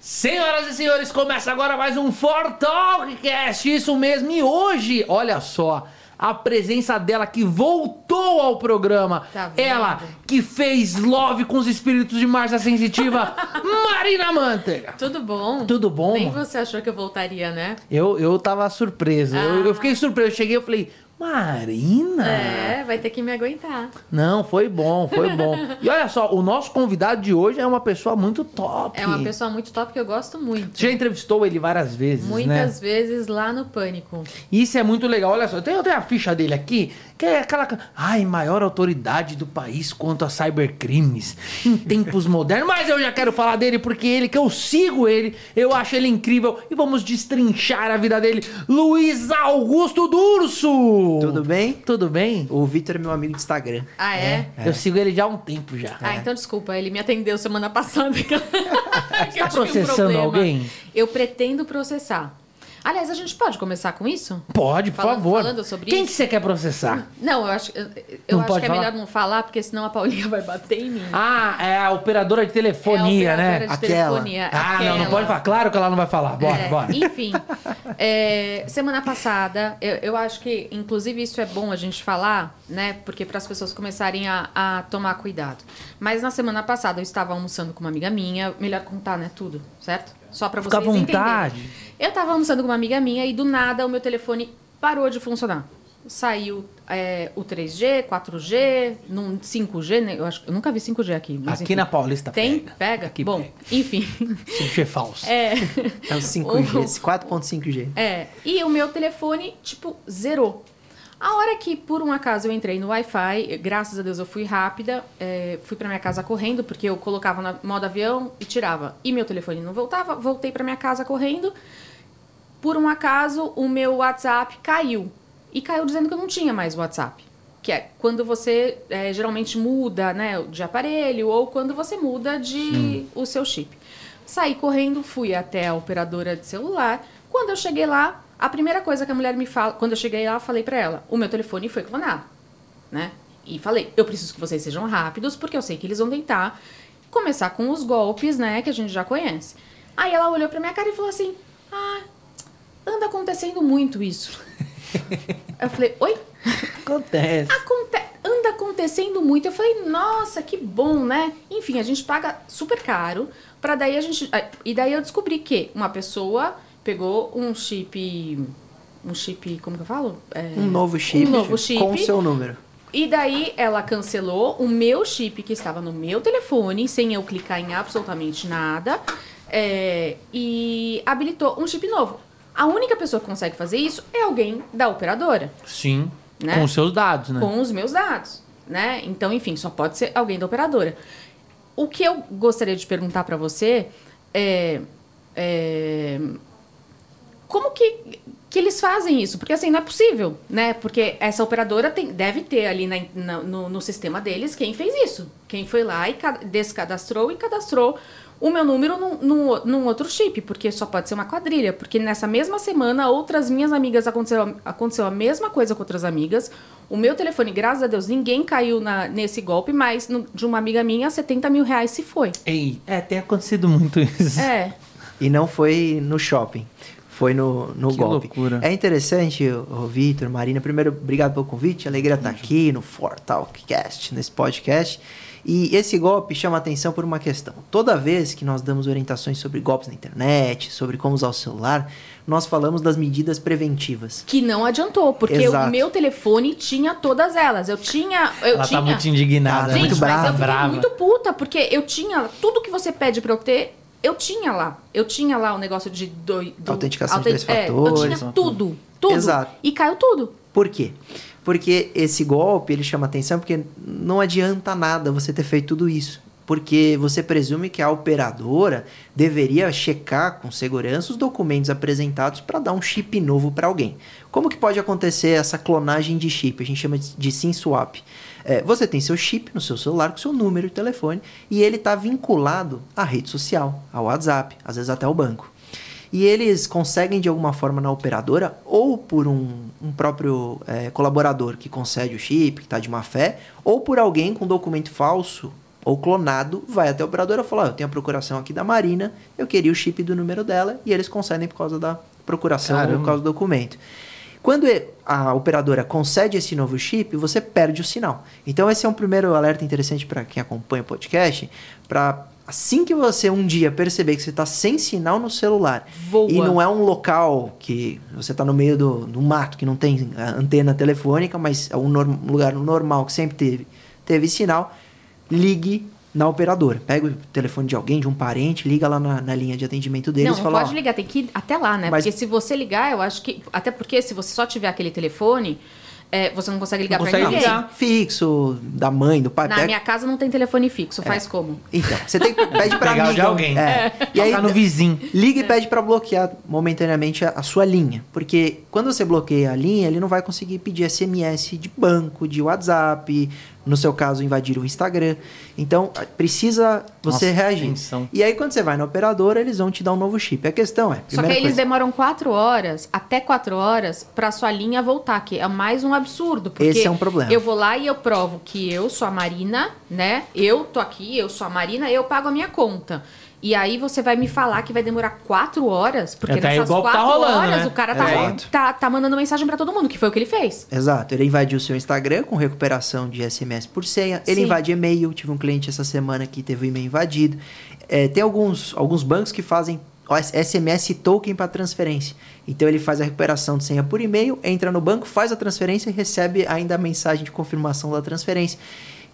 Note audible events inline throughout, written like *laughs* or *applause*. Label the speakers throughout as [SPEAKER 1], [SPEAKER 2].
[SPEAKER 1] Senhoras e senhores, começa agora mais um For Talkcast, isso mesmo. E hoje, olha só, a presença dela que voltou ao programa.
[SPEAKER 2] Tá vendo?
[SPEAKER 1] Ela que fez love com os espíritos de Marcia
[SPEAKER 2] *laughs*
[SPEAKER 1] Sensitiva, Marina Manteiga.
[SPEAKER 2] Tudo bom?
[SPEAKER 1] Tudo bom?
[SPEAKER 2] Nem
[SPEAKER 1] mano?
[SPEAKER 2] você achou que eu voltaria, né?
[SPEAKER 1] Eu, eu tava surpreso. Eu,
[SPEAKER 2] Ah.
[SPEAKER 1] eu fiquei surpreso. Eu cheguei e falei, Marina?
[SPEAKER 2] É, vai ter que me aguentar.
[SPEAKER 1] Não, foi bom, foi
[SPEAKER 2] *laughs*
[SPEAKER 1] bom. e olha só, o nosso convidado de hoje é uma pessoa muito top.
[SPEAKER 2] É uma pessoa muito top que eu gosto muito.
[SPEAKER 1] Você já entrevistou ele várias vezes, né?
[SPEAKER 2] Muitas vezes lá no Pânico.
[SPEAKER 1] Isso é muito legal. Olha só, eu tenho, eu tenho a ficha dele aqui, que é aquela. Ai, maior autoridade do país quanto a cybercrimes em tempos *laughs* modernos. Mas eu já quero falar dele porque ele, que eu sigo ele, eu acho ele incrível e vamos destrinchar a vida dele. Luiz Augusto Durso!
[SPEAKER 3] Tudo bem?
[SPEAKER 1] Tudo bem?
[SPEAKER 3] O Vitor é meu amigo de Instagram.
[SPEAKER 2] Ah, é?
[SPEAKER 1] Eu sigo ele já há um tempo já.
[SPEAKER 3] É.
[SPEAKER 2] Ah, então desculpa, ele me atendeu semana *laughs* passada. que eu- que eu tive um
[SPEAKER 1] tá processando
[SPEAKER 2] problema.
[SPEAKER 1] alguém?
[SPEAKER 2] Eu pretendo processar. Aliás, a gente pode começar com isso?
[SPEAKER 1] Pode, por
[SPEAKER 2] Falando-
[SPEAKER 1] favor.
[SPEAKER 2] falando sobre
[SPEAKER 1] Quem
[SPEAKER 2] isso?
[SPEAKER 1] que você quer processar?
[SPEAKER 2] Não, eu acho, eu, eu
[SPEAKER 1] Não
[SPEAKER 2] acho
[SPEAKER 1] pode
[SPEAKER 2] que é
[SPEAKER 1] falar?
[SPEAKER 2] melhor não falar, porque senão a Paulinha *laughs* vai bater em mim.
[SPEAKER 1] Ah, é a operadora de telefonia,
[SPEAKER 2] é a
[SPEAKER 1] né?
[SPEAKER 2] operadora de
[SPEAKER 3] Aquela.
[SPEAKER 2] telefonia.
[SPEAKER 1] Ah, não, não
[SPEAKER 2] aquela.
[SPEAKER 1] pode falar. Claro que ela não vai falar. Bora,
[SPEAKER 2] É,
[SPEAKER 1] bora.
[SPEAKER 2] Enfim, é, semana passada, eu, eu acho que, inclusive, isso é bom a gente falar, né? Porque para as pessoas começarem a, a tomar cuidado. Mas na semana passada eu estava almoçando com uma amiga minha, melhor contar, né? Tudo, certo? Só para vocês
[SPEAKER 1] Fica à vontade.
[SPEAKER 2] entenderem. Eu estava almoçando com uma amiga minha e do nada o meu telefone parou de funcionar. Saiu é, o 3G, 4G, num 5G, né? Eu, acho, eu nunca vi 5G aqui. mas
[SPEAKER 1] Aqui
[SPEAKER 2] enfim.
[SPEAKER 1] na Paulista
[SPEAKER 2] Tem?
[SPEAKER 1] pega.
[SPEAKER 2] Pega?
[SPEAKER 1] Aqui
[SPEAKER 2] bom,
[SPEAKER 1] pega.
[SPEAKER 2] enfim. *laughs*
[SPEAKER 1] Sem ser falso.
[SPEAKER 2] É.
[SPEAKER 3] É o 5G, esse 4.5G.
[SPEAKER 2] É, e o meu telefone, tipo, zerou. A hora que, por um acaso, eu entrei no Wi-Fi, graças a Deus eu fui rápida, é, fui pra minha casa correndo, porque eu colocava na modo avião e tirava. E meu telefone não voltava, voltei pra minha casa correndo. Por um acaso, o meu WhatsApp caiu. E caiu dizendo que eu não tinha mais WhatsApp. Que é quando você é, geralmente muda né, de aparelho ou quando você muda de o seu chip. Saí correndo, fui até a operadora de celular. Quando eu cheguei lá, a primeira coisa que a mulher me fala, quando eu cheguei lá, eu falei pra ela: o meu telefone foi clonado, né? E falei: eu preciso que vocês sejam rápidos, porque eu sei que eles vão tentar começar com os golpes, né, que a gente já conhece. Aí ela olhou pra minha cara e falou assim: ah, anda acontecendo muito
[SPEAKER 3] *laughs*
[SPEAKER 2] isso. eu falei: oi?
[SPEAKER 1] Acontece.
[SPEAKER 2] Aconte- anda acontecendo muito. Eu falei, nossa, que bom, né? Enfim, a gente paga super caro pra daí a gente. ah, E daí eu descobri que uma pessoa pegou um chip. Um chip, como que eu falo? É,
[SPEAKER 3] Um novo chip,
[SPEAKER 2] Um novo chip.
[SPEAKER 3] com o seu número.
[SPEAKER 2] E daí ela cancelou o meu chip que estava no meu telefone, sem eu clicar em absolutamente nada, é, e habilitou um chip novo. A única pessoa que consegue fazer isso é alguém da operadora.
[SPEAKER 1] Sim.
[SPEAKER 2] Né?
[SPEAKER 1] Com os seus dados, né?
[SPEAKER 2] com os meus dados, né? Então, enfim, só pode ser alguém da operadora. O que eu gostaria de perguntar pra você é, é, como que, que eles fazem isso? Porque assim, não é possível, né? Porque essa operadora tem, deve ter ali na- na- no, no sistema deles quem fez isso. Quem foi lá e ca- descadastrou e cadastrou o meu número num, num, o- num outro chip, porque só pode ser uma quadrilha. Porque nessa mesma semana, outras minhas amigas aconteceu, aconteceu a mesma coisa com outras amigas. O meu telefone, graças a Deus, ninguém caiu na- nesse golpe, mas no- de uma amiga minha, 70 mil reais se foi.
[SPEAKER 1] Ei, é, tem acontecido muito isso.
[SPEAKER 2] É.
[SPEAKER 3] E não foi no shopping, foi no, no
[SPEAKER 1] Que
[SPEAKER 3] golpe.
[SPEAKER 1] loucura.
[SPEAKER 3] É interessante, o Vitor, Marina, primeiro, obrigado pelo convite. Alegria estar aqui no For Talkcast, nesse podcast. E esse golpe chama atenção por uma questão. Toda vez que nós damos orientações sobre golpes na internet, sobre como usar o celular, nós falamos das medidas preventivas.
[SPEAKER 2] Que não adiantou, porque
[SPEAKER 3] Exato.
[SPEAKER 2] o meu telefone tinha todas elas. Eu tinha. Eu
[SPEAKER 1] Ela
[SPEAKER 2] tinha...
[SPEAKER 1] tá muito indignada,
[SPEAKER 3] Cara,
[SPEAKER 1] né?
[SPEAKER 2] Gente,
[SPEAKER 3] muito
[SPEAKER 2] mas
[SPEAKER 3] brava,
[SPEAKER 2] eu fiquei
[SPEAKER 1] brava.
[SPEAKER 2] muito puta, porque eu tinha tudo que você pede pra eu ter, eu tinha lá. Eu tinha lá o negócio de do, do-
[SPEAKER 3] Autenticação de
[SPEAKER 2] autent-
[SPEAKER 3] três
[SPEAKER 2] é, Eu
[SPEAKER 3] fatores,
[SPEAKER 2] tinha tudo, tudo.
[SPEAKER 3] Exato.
[SPEAKER 2] E caiu tudo.
[SPEAKER 3] Por quê? Porque esse golpe ele chama atenção porque não adianta nada você ter feito tudo isso. Porque você presume que a operadora deveria checar com segurança os documentos apresentados para dar um chip novo para alguém. Como que pode acontecer essa clonagem de chip? A gente chama de SIM swap. É, você tem seu chip no seu celular com seu número de telefone e ele está vinculado à rede social, ao WhatsApp, às vezes até ao banco. E eles conseguem de alguma forma na operadora ou por um, um próprio tá eh, colaborador que concede o chip, que está de má fé, ou por alguém com documento falso ou clonado, vai até a operadora e fala: "Ó, Eu tenho a procuração aqui da Marina, eu queria o chip do número dela, e eles concedem por causa da procuração ou
[SPEAKER 1] Caramba.
[SPEAKER 3] por causa do documento. Quando e- a operadora concede esse novo chip, você perde o sinal. Então, esse é um primeiro alerta interessante para quem acompanha o podcast, para assim que você um dia perceber que você está sem sinal no celular
[SPEAKER 4] Voa.
[SPEAKER 3] e não é um local que você está no meio do, do mato, que não tem ah, antena telefônica, mas é um norm- um lugar normal que sempre teve, teve sinal, ligue na operadora. Pega o telefone de alguém, de um parente, liga lá na, na linha de atendimento deles
[SPEAKER 4] Não,
[SPEAKER 3] e
[SPEAKER 4] não
[SPEAKER 3] fala...
[SPEAKER 4] pode
[SPEAKER 3] "Ó,
[SPEAKER 4] ligar, tem que ir até lá, né?
[SPEAKER 3] Mas-
[SPEAKER 4] Porque se você ligar, eu acho que. Até porque se você só tiver aquele telefone, é, você não consegue ligar
[SPEAKER 1] Não
[SPEAKER 4] pra
[SPEAKER 1] consegue
[SPEAKER 4] ninguém.
[SPEAKER 1] ligar.
[SPEAKER 3] é fixo, da mãe, do pai.
[SPEAKER 4] Na
[SPEAKER 3] pega-
[SPEAKER 4] minha casa não tem telefone fixo, faz como?
[SPEAKER 3] Então, você tem que pede pra
[SPEAKER 1] *laughs* Pegar o de
[SPEAKER 3] amiga.
[SPEAKER 1] alguém.
[SPEAKER 3] É. E aí,
[SPEAKER 1] Tocar no vizinho.
[SPEAKER 3] liga
[SPEAKER 4] É.
[SPEAKER 3] e pede pra bloquear momentaneamente a, a sua linha. Porque quando você bloqueia a linha, ele não vai conseguir pedir SMS de banco, de WhatsApp, no seu caso, invadir o Instagram. Então, precisa você
[SPEAKER 1] Nossa,
[SPEAKER 3] reagir.
[SPEAKER 1] tensão.
[SPEAKER 3] E aí, quando você vai na operadora, eles vão te dar um novo chip. A questão é...
[SPEAKER 4] Só que
[SPEAKER 3] primeira
[SPEAKER 4] aí eles
[SPEAKER 3] coisa,
[SPEAKER 4] demoram quatro horas, até quatro horas, pra sua linha voltar, que é mais um absurdo. Porque
[SPEAKER 3] Esse é um problema.
[SPEAKER 4] Eu vou lá e eu provo que eu sou a Marina, né? Eu tô aqui, eu sou a Marina, eu pago a minha conta. E aí você vai me falar que vai demorar quatro horas, porque
[SPEAKER 1] Até aí o
[SPEAKER 4] nessas
[SPEAKER 1] golpe
[SPEAKER 4] quatro
[SPEAKER 1] tá rolando,
[SPEAKER 4] horas
[SPEAKER 1] né?
[SPEAKER 4] o cara tá,
[SPEAKER 3] Exato.
[SPEAKER 4] tá, tá mandando mensagem pra todo mundo, que foi o que ele fez.
[SPEAKER 3] Exato, ele invadiu o seu Instagram com recuperação de SMS por senha, ele
[SPEAKER 4] Sim.
[SPEAKER 3] invade e-mail, tive um cliente essa semana que teve o e-mail invadido. É, tem alguns, alguns bancos que fazem o S- SMS token para transferência. Então ele faz a recuperação de senha por e-mail, entra no banco, faz a transferência e recebe ainda a mensagem de confirmação da transferência.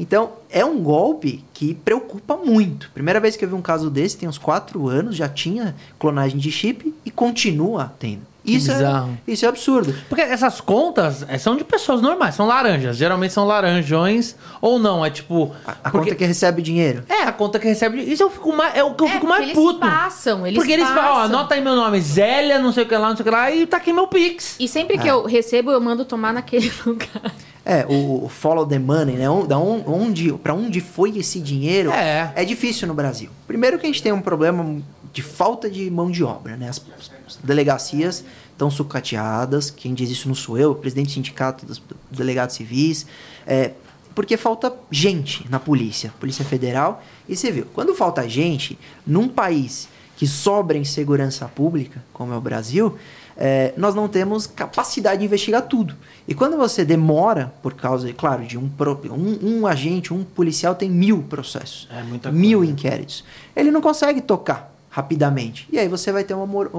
[SPEAKER 3] Então, é um golpe que preocupa muito. Primeira vez que eu vi um caso desse, tem uns 4 anos, já tinha clonagem de chip e continua tendo.
[SPEAKER 1] Que
[SPEAKER 3] Isso é,
[SPEAKER 1] bizarro.
[SPEAKER 3] isso é absurdo.
[SPEAKER 1] Porque essas contas eh, são de pessoas normais, são laranjas. Geralmente são laranjões ou não. É tipo.
[SPEAKER 3] A, a
[SPEAKER 1] porque-
[SPEAKER 3] conta que recebe dinheiro.
[SPEAKER 1] É, a conta que recebe. Isso eu fico mais, é o que eu
[SPEAKER 4] É,
[SPEAKER 1] fico
[SPEAKER 4] porque
[SPEAKER 1] mais
[SPEAKER 4] eles
[SPEAKER 1] puto.
[SPEAKER 4] passam, eles
[SPEAKER 1] porque eles falam, ó,
[SPEAKER 4] passam.
[SPEAKER 1] anota aí meu nome, Zélia, não sei o que lá, não sei o que lá, e tá aqui meu Pix.
[SPEAKER 4] E sempre que eu recebo, eu mando tomar naquele *laughs* lugar.
[SPEAKER 3] É, o, o follow the money, né? On- Da on- onde, para onde foi esse dinheiro?
[SPEAKER 1] É.
[SPEAKER 3] difícil no Brasil. Primeiro que a gente tem um problema de falta de mão de obra, né? As, as delegacias estão sucateadas. Quem diz isso não sou eu, o presidente do sindicato dos delegados civis. É, porque falta gente na polícia, polícia federal e civil. Quando falta gente, num país que sobra em segurança pública, como é o Brasil, é, nós não temos capacidade de investigar tudo. E quando você demora, por causa, é claro, de um, pro- um, um agente, um policial tem mil processos,
[SPEAKER 1] É muita
[SPEAKER 3] mil
[SPEAKER 1] coisa.
[SPEAKER 3] inquéritos, ele não consegue tocar rapidamente. E aí você vai ter uma, mor- um-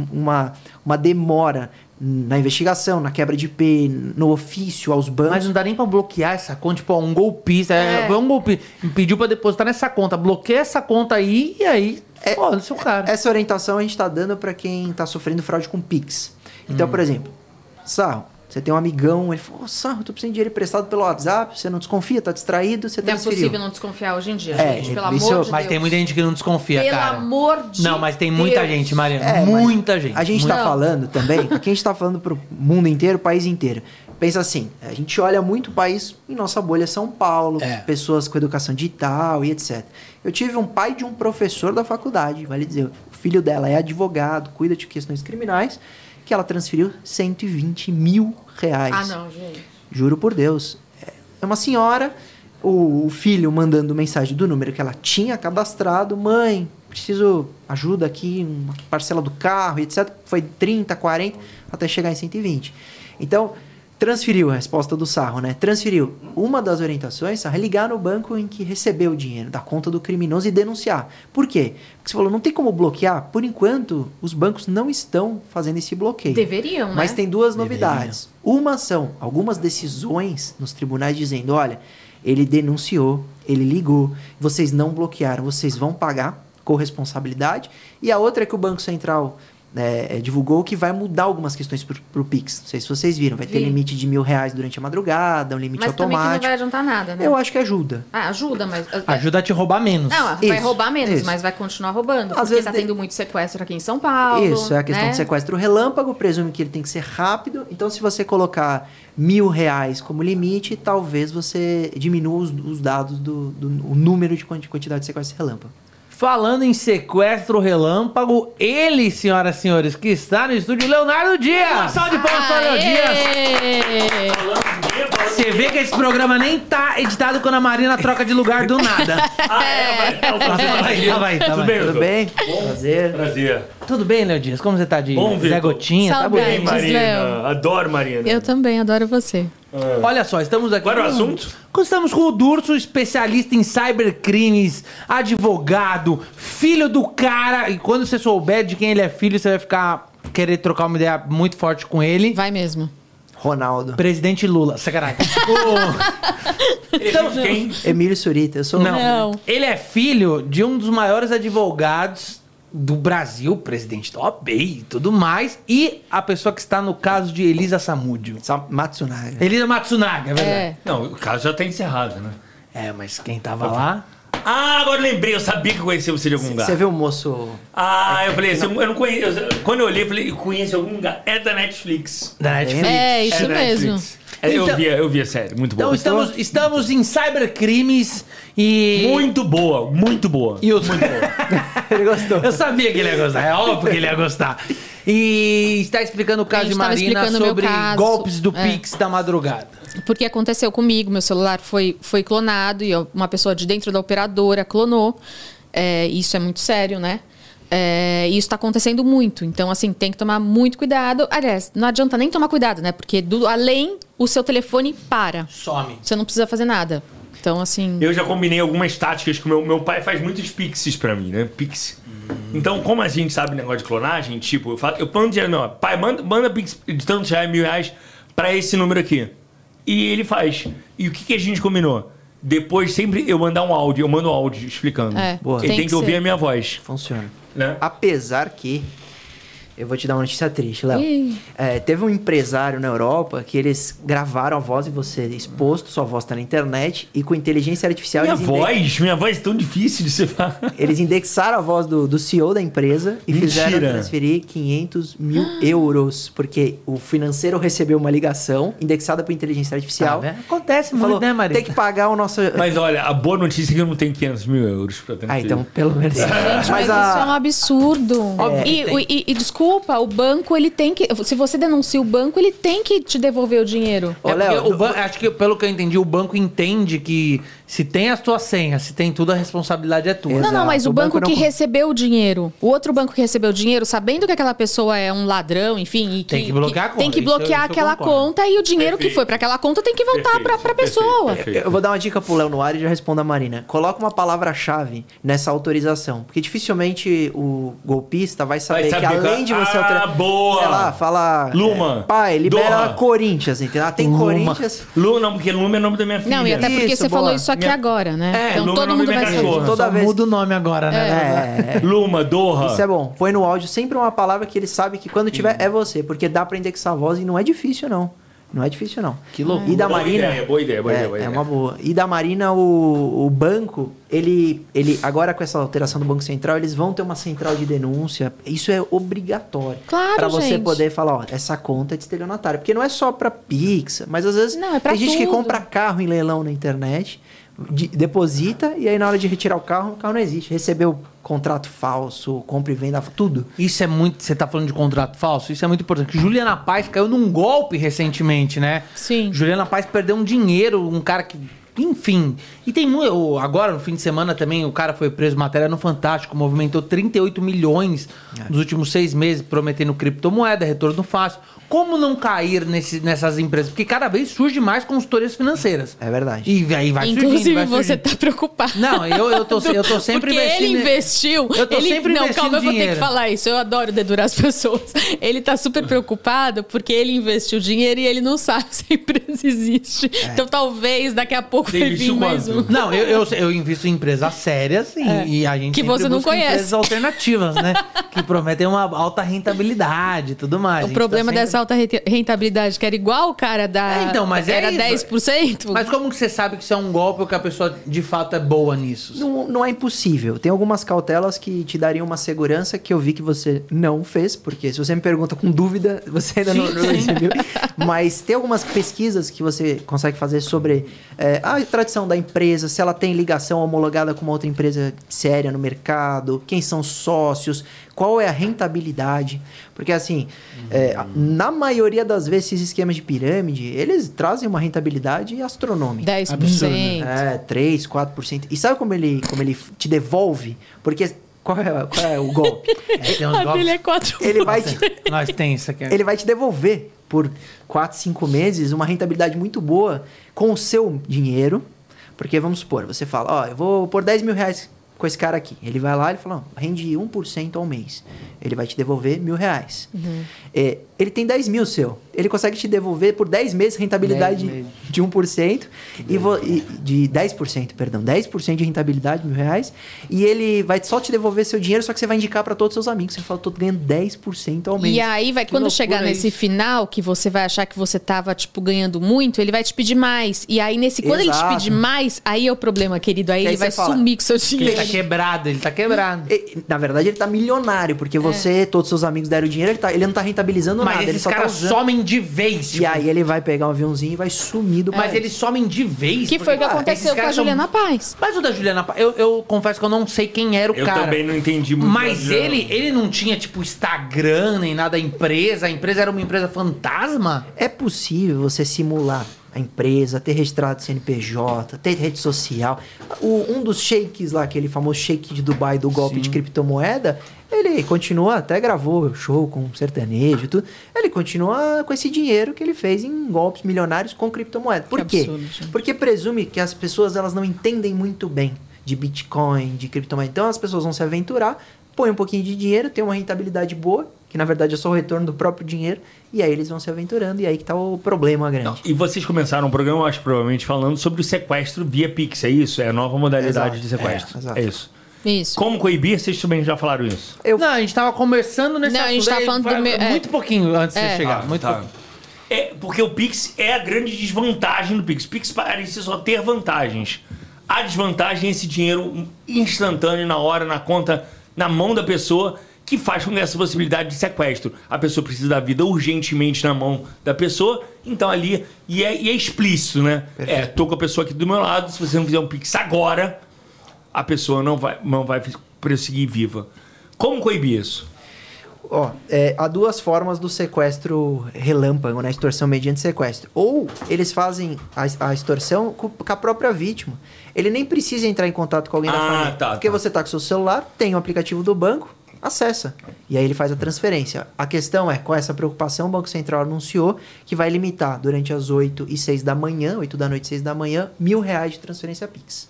[SPEAKER 3] um- uma, uma demora na investigação, na quebra de IP, no ofício aos bancos.
[SPEAKER 1] Mas não dá nem pra bloquear essa conta, tipo, ó, um golpista. É. foi um golpista. Me pediu pra depositar nessa conta. Bloqueia essa conta aí e aí. Foda-se o cara.
[SPEAKER 3] Essa orientação a gente está dando para quem está sofrendo fraude com Pix. Então,
[SPEAKER 4] Hum.
[SPEAKER 3] por exemplo, Sarro, você tem um amigão, ele falou, "Ô, Sarro, tô precisando de dinheiro emprestado pelo WhatsApp, você não desconfia, tá distraído, você
[SPEAKER 4] Não é
[SPEAKER 3] transferiu.
[SPEAKER 4] possível não desconfiar hoje em dia,
[SPEAKER 3] É,
[SPEAKER 4] gente. Pelo
[SPEAKER 3] isso-
[SPEAKER 4] amor de
[SPEAKER 1] mas
[SPEAKER 4] Deus.
[SPEAKER 1] tem muita gente que não desconfia,
[SPEAKER 4] Pelo
[SPEAKER 1] cara.
[SPEAKER 4] amor de
[SPEAKER 1] Não, mas tem muita
[SPEAKER 4] Deus.
[SPEAKER 1] gente, Mariana.
[SPEAKER 3] É, mas
[SPEAKER 1] muita gente.
[SPEAKER 3] A gente
[SPEAKER 1] muita...
[SPEAKER 3] tá
[SPEAKER 1] *laughs*
[SPEAKER 3] falando também, aqui a gente tá falando pro mundo inteiro, país inteiro. Pensa assim, a gente olha muito o país em nossa bolha São Paulo,
[SPEAKER 1] É.
[SPEAKER 3] pessoas com educação digital e etc. Eu tive um pai de um professor da faculdade, vale dizer, o filho dela é advogado, cuida de questões criminais, que ela transferiu 120 mil reais.
[SPEAKER 4] Ah, não, gente.
[SPEAKER 3] Juro por Deus. É uma senhora, o, o filho mandando mensagem do número que ela tinha cadastrado. Mãe, preciso ajuda aqui, uma parcela do carro, etc. Foi 30, 40, até chegar em 120. Então, transferiu a resposta do sarro, né? Transferiu. Uma das orientações sarro, é ligar no banco em que recebeu o dinheiro, da conta do criminoso e denunciar. Por quê? Porque você falou, não tem como bloquear. Por enquanto, os bancos não estão fazendo esse bloqueio.
[SPEAKER 4] Deveriam, né?
[SPEAKER 3] Mas tem duas
[SPEAKER 1] Deveria.
[SPEAKER 3] novidades. Uma são algumas decisões nos tribunais dizendo: olha, ele denunciou, ele ligou, vocês não bloquearam, vocês vão pagar corresponsabilidade. E a outra é que o Banco Central né, eh, divulgou que vai mudar algumas questões para o Pix. Não sei se vocês viram, vai ter
[SPEAKER 4] Vi.
[SPEAKER 3] limite de mil reais durante a madrugada, um limite
[SPEAKER 4] Mas também que não
[SPEAKER 3] automático.
[SPEAKER 4] vai adiantar nada, né?
[SPEAKER 3] Eu acho que ajuda.
[SPEAKER 4] Ah, ajuda, mas.
[SPEAKER 1] Ajuda a te roubar menos.
[SPEAKER 2] é.
[SPEAKER 4] Não, vai
[SPEAKER 3] Isso,
[SPEAKER 4] roubar menos,
[SPEAKER 3] isso.
[SPEAKER 4] mas vai continuar roubando.
[SPEAKER 3] Às
[SPEAKER 4] porque
[SPEAKER 3] vezes
[SPEAKER 4] tá
[SPEAKER 3] tem-
[SPEAKER 4] tendo muito sequestro aqui em São Paulo.
[SPEAKER 3] Isso, é a questão
[SPEAKER 4] né?
[SPEAKER 3] do sequestro relâmpago, presume que ele tem que ser rápido. Então, se você colocar mil reais como limite, talvez você diminua os, os dados do, do- o número de quanti- quantidade de sequestro relâmpago.
[SPEAKER 1] Falando em sequestro relâmpago, ele, senhoras e senhores, que está no estúdio, Leonardo Dias. Uma salve de palmas para o Leonardo Dias.
[SPEAKER 4] Aê!
[SPEAKER 1] Você vê que esse programa nem tá editado quando a Marina troca de lugar do nada.
[SPEAKER 5] Ah, é, vai. É, o
[SPEAKER 1] Tá,
[SPEAKER 5] prazer,
[SPEAKER 1] tá, vai, tá, vai, tá,
[SPEAKER 5] Tudo
[SPEAKER 1] vai.
[SPEAKER 5] bem,
[SPEAKER 3] Tudo
[SPEAKER 5] Leandro?
[SPEAKER 3] bem? Prazer.
[SPEAKER 5] Prazer.
[SPEAKER 1] Tudo bem, Léo Dias? Como você tá de
[SPEAKER 5] Bom,
[SPEAKER 1] Zé
[SPEAKER 5] Vitor.
[SPEAKER 1] Gotinha? Tá
[SPEAKER 5] Bem,
[SPEAKER 1] bonito.
[SPEAKER 2] Saudade. Antes, Léo.
[SPEAKER 5] Marina. Adoro Marina.
[SPEAKER 2] Eu também, adoro você.
[SPEAKER 1] Olha só, estamos aqui.
[SPEAKER 5] Qual era o
[SPEAKER 1] com-
[SPEAKER 5] assunto?
[SPEAKER 1] Estamos com o Durso, especialista em cybercrimes, advogado, filho do cara. E quando você souber de quem ele é filho, você vai ficar querer trocar uma ideia muito forte com ele.
[SPEAKER 2] Vai mesmo.
[SPEAKER 3] Ronaldo.
[SPEAKER 1] Presidente Lula,
[SPEAKER 2] *laughs*
[SPEAKER 1] sacanagem.
[SPEAKER 5] Então, quem?
[SPEAKER 3] Emílio Surita, eu sou.
[SPEAKER 1] Não.
[SPEAKER 2] Não.
[SPEAKER 1] Ele é filho de um dos maiores advogados do Brasil, presidente da OAB e tudo mais, e a pessoa que está no caso de Elisa Samúdio.
[SPEAKER 3] Sa- Matsunaga.
[SPEAKER 1] Elisa Matsunaga, é verdade.
[SPEAKER 2] É.
[SPEAKER 5] Não, o caso já tá encerrado, né?
[SPEAKER 1] É, mas quem tava lá...
[SPEAKER 5] Ah, agora lembrei, eu sabia que eu conhecia você de algum lugar.
[SPEAKER 3] Você viu o moço.
[SPEAKER 5] Ah, eu falei, assim, eu não conheço. eu- Quando eu olhei, eu falei, conheço algum lugar. É da Netflix.
[SPEAKER 1] Da Netflix.
[SPEAKER 2] É, isso
[SPEAKER 5] É da
[SPEAKER 2] mesmo.
[SPEAKER 5] Netflix. É,
[SPEAKER 1] Então-
[SPEAKER 5] eu via, eu via sério, muito
[SPEAKER 1] Então
[SPEAKER 5] boa.
[SPEAKER 1] estamos, estamos em cybercrimes e...
[SPEAKER 5] Muito boa, muito boa.
[SPEAKER 1] E os... ele gostou. Eu sabia que ele ia gostar, é óbvio que ele ia gostar. E está explicando o caso de
[SPEAKER 2] gente tava
[SPEAKER 1] Marina
[SPEAKER 2] explicando o meu
[SPEAKER 1] sobre
[SPEAKER 2] caso.
[SPEAKER 1] golpes do
[SPEAKER 2] É.
[SPEAKER 1] Pix da madrugada.
[SPEAKER 2] Porque aconteceu comigo, meu celular foi, foi clonado e eu- uma pessoa de dentro da operadora clonou. É, isso é muito sério, né? É, e isso está acontecendo muito. Então, assim, tem que tomar muito cuidado. Aliás, não adianta nem tomar cuidado, né? Porque do além, o seu telefone para.
[SPEAKER 1] Some.
[SPEAKER 2] Você não precisa fazer nada. Então, assim.
[SPEAKER 5] Eu já combinei algumas táticas com meu, meu pai faz muitos pixies pra mim, né? Pix. Então, como a gente sabe negócio de clonagem, tipo, eu, falo, eu mando dinheiro, não, pai, manda, manda pix de tantos reais, mil reais pra esse número aqui. E ele faz. E o que, que a gente combinou? Depois, sempre eu mandar um áudio, eu mando um áudio explicando.
[SPEAKER 2] É, Boa.
[SPEAKER 5] Ele
[SPEAKER 2] tem
[SPEAKER 5] tem,
[SPEAKER 2] que
[SPEAKER 5] que, ouvir
[SPEAKER 2] ser.
[SPEAKER 5] a minha voz.
[SPEAKER 3] Funciona.
[SPEAKER 5] Né?
[SPEAKER 3] Apesar que. Eu vou te dar uma notícia triste, Léo.
[SPEAKER 2] Ih.
[SPEAKER 3] É, teve um empresário na Europa que eles gravaram a voz de você exposto, sua voz tá na internet, e com inteligência artificial
[SPEAKER 5] Minha
[SPEAKER 3] eles, inde-
[SPEAKER 5] voz, minha voz é tão difícil de separar. *laughs*
[SPEAKER 3] eles indexaram a voz do, do CEO da empresa e
[SPEAKER 5] Mentira.
[SPEAKER 3] fizeram transferir 500 mil
[SPEAKER 1] Ah.
[SPEAKER 3] euros, porque o financeiro recebeu uma ligação indexada por inteligência artificial.
[SPEAKER 1] Tá vendo? Acontece
[SPEAKER 3] e
[SPEAKER 1] muito,
[SPEAKER 3] falou,
[SPEAKER 1] né, Marina?
[SPEAKER 3] tem que pagar o nosso...
[SPEAKER 5] Mas olha, a boa notícia é que eu não tenho 500 mil euros pra tentar.
[SPEAKER 3] Ah, então, pelo menos...
[SPEAKER 2] Gente, mas isso é um absurdo. E, o- e- e desculpa, o banco ele tem que. Se você denuncia o banco, ele tem que te devolver o dinheiro.
[SPEAKER 3] Ô,
[SPEAKER 1] É porque
[SPEAKER 3] Léo,
[SPEAKER 1] o ban- acho que pelo que eu entendi, o banco entende que se tem as tuas senhas, se tem tudo, a responsabilidade é tua.
[SPEAKER 2] Não,
[SPEAKER 3] Exato.
[SPEAKER 2] não, mas o,
[SPEAKER 3] O
[SPEAKER 2] banco,
[SPEAKER 3] banco não-
[SPEAKER 2] que recebeu o dinheiro, o outro banco que recebeu o dinheiro, sabendo que aquela pessoa é um ladrão, enfim, e que,
[SPEAKER 1] Tem que bloquear a conta,
[SPEAKER 2] tem que
[SPEAKER 1] isso
[SPEAKER 2] bloquear
[SPEAKER 1] eu- isso eu
[SPEAKER 2] aquela
[SPEAKER 1] concordo.
[SPEAKER 2] conta e o dinheiro que
[SPEAKER 5] Perfeito.
[SPEAKER 2] foi pra aquela conta tem que voltar pra, pra pessoa.
[SPEAKER 3] Eu vou dar uma dica pro Léo no ar e já respondo a Marina. Coloca uma palavra-chave nessa autorização. Porque dificilmente o golpista vai saber, que
[SPEAKER 5] saber que-
[SPEAKER 3] além de você
[SPEAKER 5] Ah,
[SPEAKER 3] alterar.
[SPEAKER 5] boa!
[SPEAKER 3] Sei lá, fala.
[SPEAKER 5] Luma.
[SPEAKER 3] é, pai, libera
[SPEAKER 5] Doha.
[SPEAKER 3] Corinthians, entendeu? Ah, tem
[SPEAKER 1] Luma.
[SPEAKER 3] Corinthians.
[SPEAKER 5] Lu, não, porque Luma é o nome da minha filha.
[SPEAKER 2] Não, e até porque
[SPEAKER 3] Isso,
[SPEAKER 2] você
[SPEAKER 3] boa.
[SPEAKER 2] falou isso aqui
[SPEAKER 5] Minha-
[SPEAKER 2] agora, né?
[SPEAKER 5] É,
[SPEAKER 2] então
[SPEAKER 5] Luma é o
[SPEAKER 2] todo
[SPEAKER 5] nome
[SPEAKER 2] mundo
[SPEAKER 5] da
[SPEAKER 2] vai
[SPEAKER 5] minha
[SPEAKER 2] saber.
[SPEAKER 5] cachorra.
[SPEAKER 3] toda
[SPEAKER 1] Só
[SPEAKER 3] vez-
[SPEAKER 1] muda o nome agora,
[SPEAKER 3] É.
[SPEAKER 1] né?
[SPEAKER 5] Luma, Doha.
[SPEAKER 3] Isso é bom. Põe no áudio sempre uma palavra que ele sabe que quando tiver é você. Porque dá pra indexar a voz e não é difícil, não. Não é difícil, não.
[SPEAKER 1] Que loucura.
[SPEAKER 3] E da
[SPEAKER 5] Boa
[SPEAKER 3] Marina.
[SPEAKER 5] ideia, boa ideia, boa
[SPEAKER 3] é,
[SPEAKER 5] ideia, boa
[SPEAKER 3] é
[SPEAKER 5] ideia.
[SPEAKER 3] uma boa. E da Marina, o, o banco, ele, ele. Agora com essa alteração do Banco Central, eles vão ter uma central de denúncia. Isso é obrigatório.
[SPEAKER 2] Claro,
[SPEAKER 3] Pra você
[SPEAKER 2] gente.
[SPEAKER 3] poder falar, ó, essa conta é de estelionatário. Porque não é só pra Pix, mas às vezes
[SPEAKER 2] Não, é pra
[SPEAKER 3] tem gente que
[SPEAKER 2] tudo.
[SPEAKER 3] compra carro em leilão na internet, de- deposita, e aí na hora de retirar o carro, o carro não existe. Recebeu contrato falso, compra e venda, tudo.
[SPEAKER 1] Isso é muito. Você tá falando de contrato falso? Isso é muito importante. Juliana Paz caiu num golpe recentemente, né?
[SPEAKER 2] Sim.
[SPEAKER 1] Juliana Paz perdeu um dinheiro, um cara que. Enfim. E tem mu- o- Agora, no fim de semana também, o cara foi preso, matéria no Fantástico, movimentou 38 milhões
[SPEAKER 3] É.
[SPEAKER 1] nos últimos seis meses, prometendo criptomoeda, retorno fácil. Como não cair nesse- nessas empresas? Porque cada vez surge mais consultorias financeiras.
[SPEAKER 3] É verdade.
[SPEAKER 1] E aí vai surgindo,
[SPEAKER 2] Inclusive,
[SPEAKER 1] vai
[SPEAKER 2] você
[SPEAKER 1] surgindo.
[SPEAKER 2] tá preocupado.
[SPEAKER 1] Não, eu-
[SPEAKER 2] *laughs*
[SPEAKER 1] eu tô- eu tô sempre
[SPEAKER 2] Porque
[SPEAKER 1] investindo-
[SPEAKER 2] ele investiu.
[SPEAKER 1] Eu tô
[SPEAKER 2] ele...
[SPEAKER 1] sempre
[SPEAKER 2] Não,
[SPEAKER 1] investindo
[SPEAKER 2] calma, eu vou ter
[SPEAKER 1] dinheiro.
[SPEAKER 2] que falar isso. Eu adoro dedurar as *laughs* pessoas. Ele tá super preocupado porque ele investiu dinheiro e ele não sabe *laughs* se a empresa existe.
[SPEAKER 1] É.
[SPEAKER 2] Então, talvez daqui a pouco
[SPEAKER 5] Você
[SPEAKER 2] vai vir
[SPEAKER 5] investiu
[SPEAKER 2] mais
[SPEAKER 5] quanto?
[SPEAKER 2] um.
[SPEAKER 1] Não, eu, eu, eu invisto em empresas sérias e, e a gente
[SPEAKER 2] É. Que
[SPEAKER 1] sempre
[SPEAKER 2] você não
[SPEAKER 1] busca
[SPEAKER 2] conhece.
[SPEAKER 1] empresas alternativas,
[SPEAKER 2] *laughs*
[SPEAKER 1] né? que prometem uma alta rentabilidade e tudo mais. A
[SPEAKER 2] O
[SPEAKER 1] gente
[SPEAKER 2] problema
[SPEAKER 1] tá sempre-
[SPEAKER 2] dessa alta renta- rentabilidade, que era igual o cara da.
[SPEAKER 1] É, então, mas é
[SPEAKER 2] era
[SPEAKER 1] isso.
[SPEAKER 2] 10%?
[SPEAKER 1] Mas como que você sabe que isso é um golpe ou que a pessoa de fato é boa nisso?
[SPEAKER 3] Não, não é impossível. Tem algumas cautelas que te dariam uma segurança que eu vi que você não fez, porque se você me pergunta com dúvida, *laughs* você ainda não, não recebeu. Mas tem algumas pesquisas que você consegue fazer sobre. é, a tradição da empresa, se ela tem ligação homologada com uma outra empresa séria no mercado, quem são os sócios, qual é a rentabilidade. Porque, assim, é, a- na maioria das vezes, esses esquemas de pirâmide, eles trazem uma rentabilidade astronômica.
[SPEAKER 2] 10%.
[SPEAKER 6] Absurdo, né?
[SPEAKER 3] É, 3, 4%. E sabe como ele, como ele te devolve? Porque qual é, qual é o golpe?
[SPEAKER 1] É, tem uns
[SPEAKER 2] *laughs* A dele é
[SPEAKER 1] golpes.
[SPEAKER 2] 4%.
[SPEAKER 3] ele vai te,
[SPEAKER 1] Nós tem isso aqui.
[SPEAKER 3] ele é vai te devolver por 4, 5 meses uma rentabilidade muito boa com o seu dinheiro. Porque vamos supor, você fala, ó, eu vou pôr 10 mil reais com esse cara aqui. Ele vai lá e fala, ó, rende 1% ao mês. Ele vai te devolver mil reais. É, ele tem 10 mil seu. Ele consegue te devolver por 10 meses rentabilidade
[SPEAKER 1] 10 meses.
[SPEAKER 3] de 1% e, vo, e de 10%, perdão, 10% de rentabilidade, mil reais. E ele vai só te devolver seu dinheiro, só que você vai indicar para todos os seus amigos. Você fala, tô ganhando 10% ao mês.
[SPEAKER 2] E aí, vai, quando
[SPEAKER 1] loucura
[SPEAKER 2] chegar
[SPEAKER 1] é
[SPEAKER 2] nesse
[SPEAKER 1] isso.
[SPEAKER 2] final, que você vai achar que você tava, tipo, ganhando muito, ele vai te pedir mais. E aí, nesse, quando ele
[SPEAKER 3] Exato.
[SPEAKER 2] te pedir mais, aí é o problema, querido. Aí
[SPEAKER 3] Que aí
[SPEAKER 2] ele
[SPEAKER 3] você
[SPEAKER 2] vai
[SPEAKER 3] fala,
[SPEAKER 2] sumir com seu dinheiro.
[SPEAKER 1] Ele tá quebrado, ele tá quebrado.
[SPEAKER 3] E, Na verdade, ele tá milionário, porque você, todos seus amigos deram dinheiro, ele, tá- ele não tá rentabilizando
[SPEAKER 1] Mas
[SPEAKER 3] nada. Ele
[SPEAKER 1] esses
[SPEAKER 3] só tá
[SPEAKER 1] caras
[SPEAKER 3] usando.
[SPEAKER 1] somem de vez.
[SPEAKER 3] E
[SPEAKER 1] tipo,
[SPEAKER 3] aí ele vai pegar um aviãozinho e vai sumir do
[SPEAKER 1] É. Mas
[SPEAKER 3] país.
[SPEAKER 1] eles somem de vez.
[SPEAKER 2] É. Que
[SPEAKER 1] porque,
[SPEAKER 2] foi o que
[SPEAKER 1] cara, é um
[SPEAKER 2] aconteceu
[SPEAKER 1] esses
[SPEAKER 2] com a
[SPEAKER 1] caras são-
[SPEAKER 2] Juliana Paz.
[SPEAKER 1] Mas o da Juliana, Pa- eu, eu confesso que eu não sei quem era o
[SPEAKER 5] Eu
[SPEAKER 1] cara.
[SPEAKER 5] também não entendi muito.
[SPEAKER 1] Mas
[SPEAKER 5] da-
[SPEAKER 1] ele, ele não tinha, tipo, Instagram nem nada, a empresa. A empresa era uma empresa fantasma?
[SPEAKER 3] É possível você simular a empresa, ter registrado CNPJ, ter rede social. O- um dos shakes lá, aquele famoso shake de Dubai do golpe de criptomoeda, ele continua, até gravou show com um sertanejo e tudo. Ele continua com esse dinheiro que ele fez em golpes milionários com criptomoeda. Por
[SPEAKER 2] Que
[SPEAKER 3] quê?
[SPEAKER 2] absurdo, gente.
[SPEAKER 3] Porque presume que as pessoas elas não entendem muito bem de Bitcoin, de criptomoeda. Então as pessoas vão se aventurar, põem um pouquinho de dinheiro, tem uma rentabilidade boa, que na verdade é só o retorno do próprio dinheiro, e aí eles vão se aventurando, e aí que tá o problema grande.
[SPEAKER 5] Não, E vocês começaram o programa, eu acho, provavelmente, falando sobre o sequestro via Pix, é isso? É a nova modalidade
[SPEAKER 3] Exato,
[SPEAKER 5] de
[SPEAKER 3] é,
[SPEAKER 5] sequestro. É,
[SPEAKER 3] exato.
[SPEAKER 5] isso.
[SPEAKER 2] Isso.
[SPEAKER 5] Como coibir, vocês também já falaram isso.
[SPEAKER 3] Eu-
[SPEAKER 1] Não, a gente tava conversando nesse
[SPEAKER 2] Não, a gente
[SPEAKER 1] assunto,
[SPEAKER 2] tava
[SPEAKER 1] aí
[SPEAKER 2] falando do
[SPEAKER 1] vai-
[SPEAKER 2] meu- é.
[SPEAKER 1] Muito pouquinho antes de
[SPEAKER 2] É.
[SPEAKER 1] você chegar.
[SPEAKER 5] Ah,
[SPEAKER 1] muito
[SPEAKER 5] tá.
[SPEAKER 1] pouquinho.
[SPEAKER 5] É, porque o Pix é a grande desvantagem do Pix. O Pix parecia só ter vantagens. A desvantagem é esse dinheiro instantâneo, na hora, na conta, na mão da pessoa, que faz com que essa possibilidade de sequestro. A pessoa precisa da vida urgentemente na mão da pessoa, então ali. E é, e é explícito, né? É, tô com a pessoa aqui do meu lado, se você não fizer um Pix agora, a pessoa não vai, não vai prosseguir viva. Como coibir isso?
[SPEAKER 3] Ó, é, há duas formas do sequestro relâmpago, né? Extorsão mediante sequestro. Ou eles fazem a, a extorsão com, com a própria vítima. Ele nem precisa entrar em contato com alguém da
[SPEAKER 5] Ah,
[SPEAKER 3] família.
[SPEAKER 5] tá,
[SPEAKER 3] porque
[SPEAKER 5] tá.
[SPEAKER 3] você tá com seu celular, tem o aplicativo do banco, acessa. E aí ele faz a transferência. A questão é, com essa preocupação, o Banco Central anunciou que vai limitar durante as 8 e 6 da manhã, 8 da noite e 6 da manhã, mil reais de transferência Pix.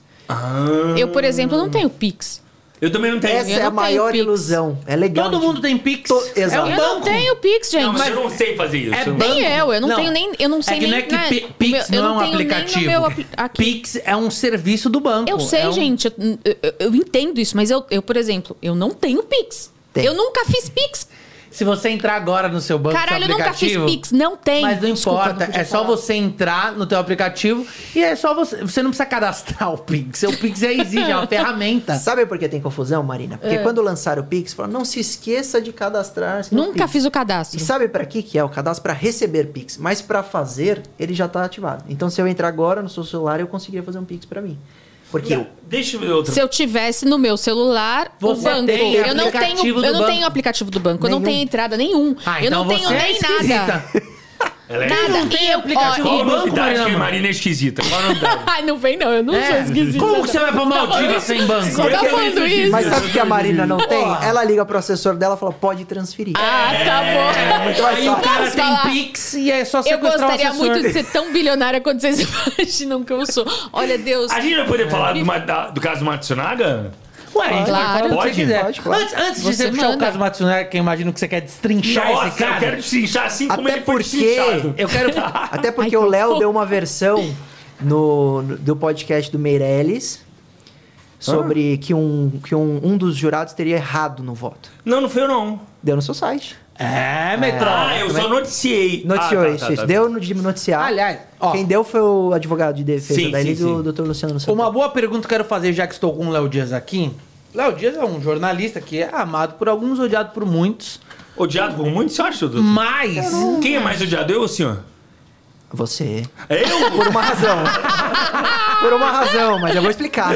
[SPEAKER 2] Eu, por exemplo, não tenho Pix.
[SPEAKER 5] Eu também não tenho.
[SPEAKER 3] Essa é
[SPEAKER 2] não
[SPEAKER 3] a
[SPEAKER 2] tenho
[SPEAKER 3] maior
[SPEAKER 2] Pix.
[SPEAKER 3] ilusão. É legal.
[SPEAKER 1] Todo
[SPEAKER 3] de-
[SPEAKER 1] mundo tem Pix.
[SPEAKER 3] To-
[SPEAKER 1] É
[SPEAKER 3] exato.
[SPEAKER 1] um
[SPEAKER 2] Eu não
[SPEAKER 1] banco.
[SPEAKER 2] tenho Pix, gente.
[SPEAKER 5] Não, mas eu não sei fazer isso.
[SPEAKER 1] É
[SPEAKER 5] Eu não-
[SPEAKER 1] banco.
[SPEAKER 2] Nem eu, eu não,
[SPEAKER 1] Não.
[SPEAKER 2] tenho nem. Eu não sei
[SPEAKER 1] É que
[SPEAKER 2] nem.
[SPEAKER 1] não é que
[SPEAKER 2] né,
[SPEAKER 1] Pi-
[SPEAKER 2] no meu-
[SPEAKER 1] Pix
[SPEAKER 2] eu
[SPEAKER 1] não é um
[SPEAKER 2] tenho nem no
[SPEAKER 1] aplicativo.
[SPEAKER 2] meu apli- aqui.
[SPEAKER 1] Pix é um serviço do banco.
[SPEAKER 2] Eu sei,
[SPEAKER 1] é um-
[SPEAKER 2] gente. Eu, eu- eu entendo isso, mas eu, eu, por exemplo, eu não tenho Pix.
[SPEAKER 3] Tem.
[SPEAKER 2] Eu nunca fiz Pix.
[SPEAKER 1] Se você entrar agora no seu banco,
[SPEAKER 2] Caralho, eu
[SPEAKER 1] seu
[SPEAKER 2] nunca fiz
[SPEAKER 1] aplicativo,
[SPEAKER 2] Pix. Não tem.
[SPEAKER 1] Mas não
[SPEAKER 2] Desculpa,
[SPEAKER 1] importa,
[SPEAKER 2] podia
[SPEAKER 1] é só
[SPEAKER 2] falar.
[SPEAKER 1] você entrar no teu aplicativo e é só você. Você não precisa cadastrar *laughs* o Pix. O Pix é exige, é uma
[SPEAKER 2] Tá. *laughs*
[SPEAKER 1] ferramenta.
[SPEAKER 3] Sabe por que tem confusão, Marina? Porque
[SPEAKER 2] É.
[SPEAKER 3] quando lançaram o Pix, falaram, não se esqueça de cadastrar-se no
[SPEAKER 2] Nunca
[SPEAKER 3] Pix."
[SPEAKER 2] fiz o cadastro.
[SPEAKER 3] E sabe pra que que é o cadastro? Pra receber Pix, mas pra fazer, ele já tá ativado. Então se eu entrar agora no seu celular, eu conseguiria fazer um Pix pra mim. Porque eu,
[SPEAKER 5] Deixa eu ver outra.
[SPEAKER 2] Se eu tivesse no meu celular
[SPEAKER 1] Você
[SPEAKER 2] o banco,
[SPEAKER 1] tem
[SPEAKER 2] eu não tenho,
[SPEAKER 1] aplicativo do
[SPEAKER 2] eu não
[SPEAKER 1] banco.
[SPEAKER 2] tenho aplicativo do banco, eu não
[SPEAKER 3] Nenhum.
[SPEAKER 2] tenho entrada nenhum.
[SPEAKER 1] Ah,
[SPEAKER 2] eu
[SPEAKER 1] então
[SPEAKER 2] não tenho
[SPEAKER 1] você é
[SPEAKER 2] nem nada.
[SPEAKER 1] esquisita.
[SPEAKER 5] Ela é
[SPEAKER 2] Nada.
[SPEAKER 1] tem
[SPEAKER 2] E eu,
[SPEAKER 1] aplicativo
[SPEAKER 2] ó,
[SPEAKER 5] Qual
[SPEAKER 1] do
[SPEAKER 2] e-
[SPEAKER 5] a
[SPEAKER 1] banco,
[SPEAKER 5] novidade que
[SPEAKER 1] Marina
[SPEAKER 5] a
[SPEAKER 1] Mano?
[SPEAKER 5] Marina é esquisita? Qual a *laughs* novidade?
[SPEAKER 2] Ai, não vem não, eu não sou
[SPEAKER 1] É.
[SPEAKER 2] esquisita.
[SPEAKER 1] Como que você vai pra Maldivas sem banco?
[SPEAKER 5] tá
[SPEAKER 2] Não, eu tô falando isso.
[SPEAKER 3] Mas sabe o que a Marina não tem? Ela liga pro assessor dela e fala, pode transferir.
[SPEAKER 2] Ah,
[SPEAKER 1] É,
[SPEAKER 2] tá bom.
[SPEAKER 3] Muito mais
[SPEAKER 1] Aí o
[SPEAKER 3] fácil.
[SPEAKER 1] cara
[SPEAKER 2] Posso falar?
[SPEAKER 1] tem Pix e é só
[SPEAKER 2] Eu
[SPEAKER 1] sequestrar o
[SPEAKER 2] gostaria
[SPEAKER 1] assessor.
[SPEAKER 2] muito de ser tão bilionária quanto vocês *laughs* imaginam que eu sou. Olha, Deus.
[SPEAKER 5] A gente vai poder falar do, ma- da- do caso do Matsunaga?
[SPEAKER 1] Ué, a gente vai
[SPEAKER 2] Claro.
[SPEAKER 1] falar o que
[SPEAKER 5] Pode?
[SPEAKER 1] você quiser.
[SPEAKER 3] Pode, claro.
[SPEAKER 1] Antes, antes de
[SPEAKER 2] Você
[SPEAKER 1] você puxar o
[SPEAKER 2] manda.
[SPEAKER 1] caso Matsunaga, que eu imagino que você quer destrinchar esse cara.
[SPEAKER 5] Nossa, assim, eu quero destrinchar assim como
[SPEAKER 3] Até
[SPEAKER 5] ele foi
[SPEAKER 3] porque-
[SPEAKER 5] destrinchado.
[SPEAKER 1] Eu
[SPEAKER 5] *laughs*
[SPEAKER 1] quero.
[SPEAKER 3] Até porque o Léo deu uma versão no, no- do podcast do Meirelles
[SPEAKER 2] Ah.
[SPEAKER 3] sobre que, um, que um, um dos jurados teria errado no voto.
[SPEAKER 5] Não, não foi eu não.
[SPEAKER 3] Deu no seu site.
[SPEAKER 1] É, metrô.
[SPEAKER 5] Ah, eu só noticiei.
[SPEAKER 3] Noticiou
[SPEAKER 5] Ah, tá,
[SPEAKER 3] isso,
[SPEAKER 5] tá,
[SPEAKER 3] isso.
[SPEAKER 5] tá.
[SPEAKER 3] Deu no de noticiar.
[SPEAKER 1] Aliás, ó.
[SPEAKER 3] Quem deu foi o advogado de defesa
[SPEAKER 5] Sim,
[SPEAKER 3] da
[SPEAKER 5] sim,
[SPEAKER 3] Eli,
[SPEAKER 5] sim.
[SPEAKER 3] do Dr. Luciano Santos.
[SPEAKER 1] Uma boa pergunta que eu quero fazer, já que estou com o Léo Dias aqui. Léo Dias é um jornalista que é amado por alguns, odiado por muitos.
[SPEAKER 5] Odiado por muitos, você acha, doutor?
[SPEAKER 1] Mas.
[SPEAKER 5] Quem é mais odiado, eu ou o senhor?
[SPEAKER 3] Você. *laughs*
[SPEAKER 5] Eu?
[SPEAKER 3] Por uma razão. Por uma razão, mas eu vou explicar.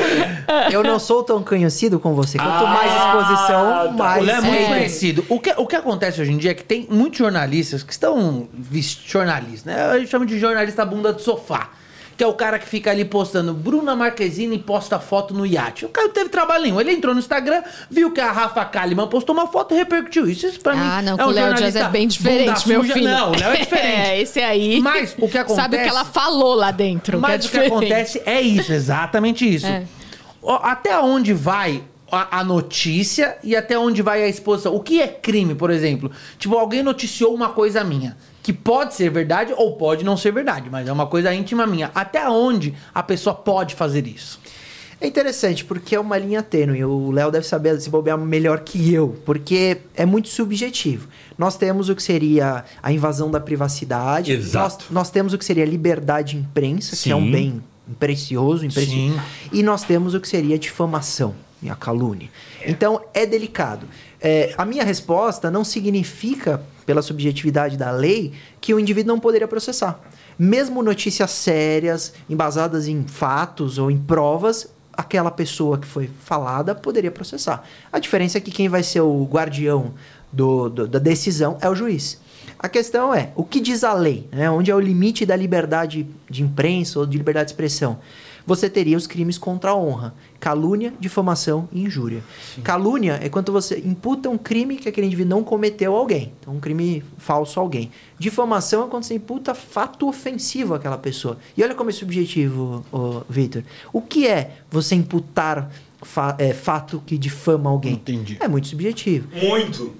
[SPEAKER 3] Eu não sou tão conhecido com você. Quanto mais
[SPEAKER 5] Ah, tá.
[SPEAKER 3] exposição, mais.
[SPEAKER 1] O Léo é muito
[SPEAKER 2] É.
[SPEAKER 1] conhecido. O que, o que acontece hoje em dia é que tem muitos jornalistas que estão vis- jornalistas, né? A gente chama de jornalista bunda de sofá. Que é o cara que fica ali postando Bruna Marquezine posta foto no iate. O cara não teve trabalho nenhum. Ele entrou no Instagram, viu que a Rafa Kalimann postou uma foto e repercutiu isso. Isso pra mim
[SPEAKER 2] Ah, não,
[SPEAKER 1] é
[SPEAKER 2] com
[SPEAKER 1] um
[SPEAKER 2] o Léo Dias
[SPEAKER 1] jornalista
[SPEAKER 2] é bem
[SPEAKER 1] bunda
[SPEAKER 2] diferente, meu
[SPEAKER 1] suja.
[SPEAKER 2] filho.
[SPEAKER 1] Não, o Léo é
[SPEAKER 2] *laughs*
[SPEAKER 1] diferente.
[SPEAKER 2] é, esse aí.
[SPEAKER 1] Mas o que
[SPEAKER 2] Sabe o
[SPEAKER 1] acontece-
[SPEAKER 2] que ela falou lá dentro.
[SPEAKER 1] Mas
[SPEAKER 2] que é
[SPEAKER 1] o que
[SPEAKER 2] diferente.
[SPEAKER 1] acontece é isso, exatamente isso.
[SPEAKER 2] É.
[SPEAKER 1] Ó, Até onde vai a, a notícia e até onde vai a exposição? O que é crime, por exemplo? Tipo, alguém noticiou uma coisa minha. Que pode ser verdade ou pode não ser verdade, mas é uma coisa íntima minha. Até onde a pessoa pode fazer isso?
[SPEAKER 3] É interessante, porque é uma linha tênue. O Léo deve saber se bobear melhor que eu, porque é muito subjetivo. Nós temos o que seria a invasão da privacidade.
[SPEAKER 5] Exato.
[SPEAKER 3] Nós, nós temos o que seria a liberdade de imprensa, que é
[SPEAKER 5] Sim.
[SPEAKER 3] um bem precioso,
[SPEAKER 1] Sim.
[SPEAKER 3] imprescindível. E nós temos o que seria a difamação e a calúnia. Então, é delicado. É, a minha resposta não significa, pela subjetividade da lei, que o indivíduo não poderia processar. Mesmo notícias sérias, embasadas em fatos ou em provas, aquela pessoa que foi falada poderia processar. A diferença é que quem vai ser o guardião do- do- da decisão é o juiz. A questão é, o que diz a lei? né? Onde é o limite da liberdade de imprensa ou de liberdade de expressão? Você teria os crimes contra a honra. Calúnia, difamação e injúria. Calúnia é quando você imputa um crime que aquele indivíduo não cometeu a alguém. Então, um crime falso a alguém. Difamação é quando você imputa fato ofensivo àquela pessoa. E olha como é subjetivo, ô, Victor. O que é você imputar fa- é, fato que difama alguém?
[SPEAKER 1] Entendi.
[SPEAKER 3] É muito subjetivo.
[SPEAKER 5] Muito.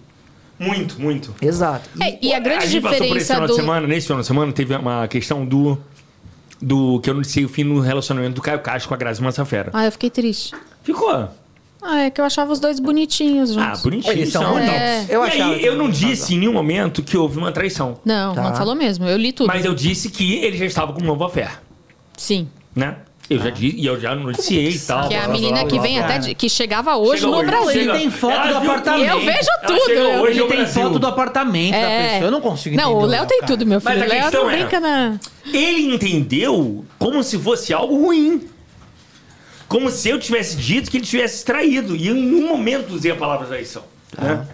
[SPEAKER 5] Muito, muito.
[SPEAKER 3] Exato. E-
[SPEAKER 2] É, e a grande
[SPEAKER 5] gente passou por esse
[SPEAKER 2] diferença
[SPEAKER 5] final
[SPEAKER 2] do.
[SPEAKER 5] de semana, nesse final de semana, teve uma questão do. Do que eu não sei o fim no relacionamento do Caio Castro com a Grazi Massafera.
[SPEAKER 2] Ah, eu fiquei triste.
[SPEAKER 5] Ficou.
[SPEAKER 2] Ah, é que eu achava os dois bonitinhos
[SPEAKER 5] Ah,
[SPEAKER 2] juntos.
[SPEAKER 5] bonitinho.
[SPEAKER 1] Eles são muito
[SPEAKER 2] É.
[SPEAKER 5] Eu,
[SPEAKER 3] Eu
[SPEAKER 5] então. e
[SPEAKER 3] achava
[SPEAKER 5] aí, eu
[SPEAKER 3] que
[SPEAKER 5] não
[SPEAKER 3] não
[SPEAKER 5] disse em nenhum momento que houve uma traição.
[SPEAKER 2] Não,
[SPEAKER 3] Tá.
[SPEAKER 2] não falou mesmo. Eu li tudo.
[SPEAKER 5] Mas eu disse que ele já estava com um novo affair,
[SPEAKER 2] Sim.
[SPEAKER 5] né? Eu
[SPEAKER 1] Ah.
[SPEAKER 5] já disse, e eu já noticiei e tal.
[SPEAKER 2] que é
[SPEAKER 5] blá,
[SPEAKER 2] a
[SPEAKER 5] blá,
[SPEAKER 2] menina
[SPEAKER 5] blá,
[SPEAKER 2] que
[SPEAKER 5] blá,
[SPEAKER 2] vem
[SPEAKER 5] blá.
[SPEAKER 2] até. de- que chegava hoje
[SPEAKER 5] Chega
[SPEAKER 2] no Brasil.
[SPEAKER 5] chega-
[SPEAKER 1] tem foto
[SPEAKER 5] Ela
[SPEAKER 1] do
[SPEAKER 5] viu Ah,
[SPEAKER 1] apartamento.
[SPEAKER 5] Eu vejo
[SPEAKER 2] Ela
[SPEAKER 5] tudo.
[SPEAKER 2] chega hoje
[SPEAKER 1] Ele tem foto do apartamento da
[SPEAKER 2] É.
[SPEAKER 1] pessoa. Tá Eu não consigo entender.
[SPEAKER 2] Não, o Léo tem
[SPEAKER 1] cara.
[SPEAKER 2] tudo, meu
[SPEAKER 5] Mas
[SPEAKER 2] filho.
[SPEAKER 5] a
[SPEAKER 2] O Léo
[SPEAKER 5] questão
[SPEAKER 2] não
[SPEAKER 5] é-
[SPEAKER 2] brinca na.
[SPEAKER 5] Ele entendeu como se fosse algo ruim. Como se eu tivesse dito que ele tivesse traído. E eu em nenhum momento usei a palavra traição.
[SPEAKER 1] Tá.
[SPEAKER 5] né?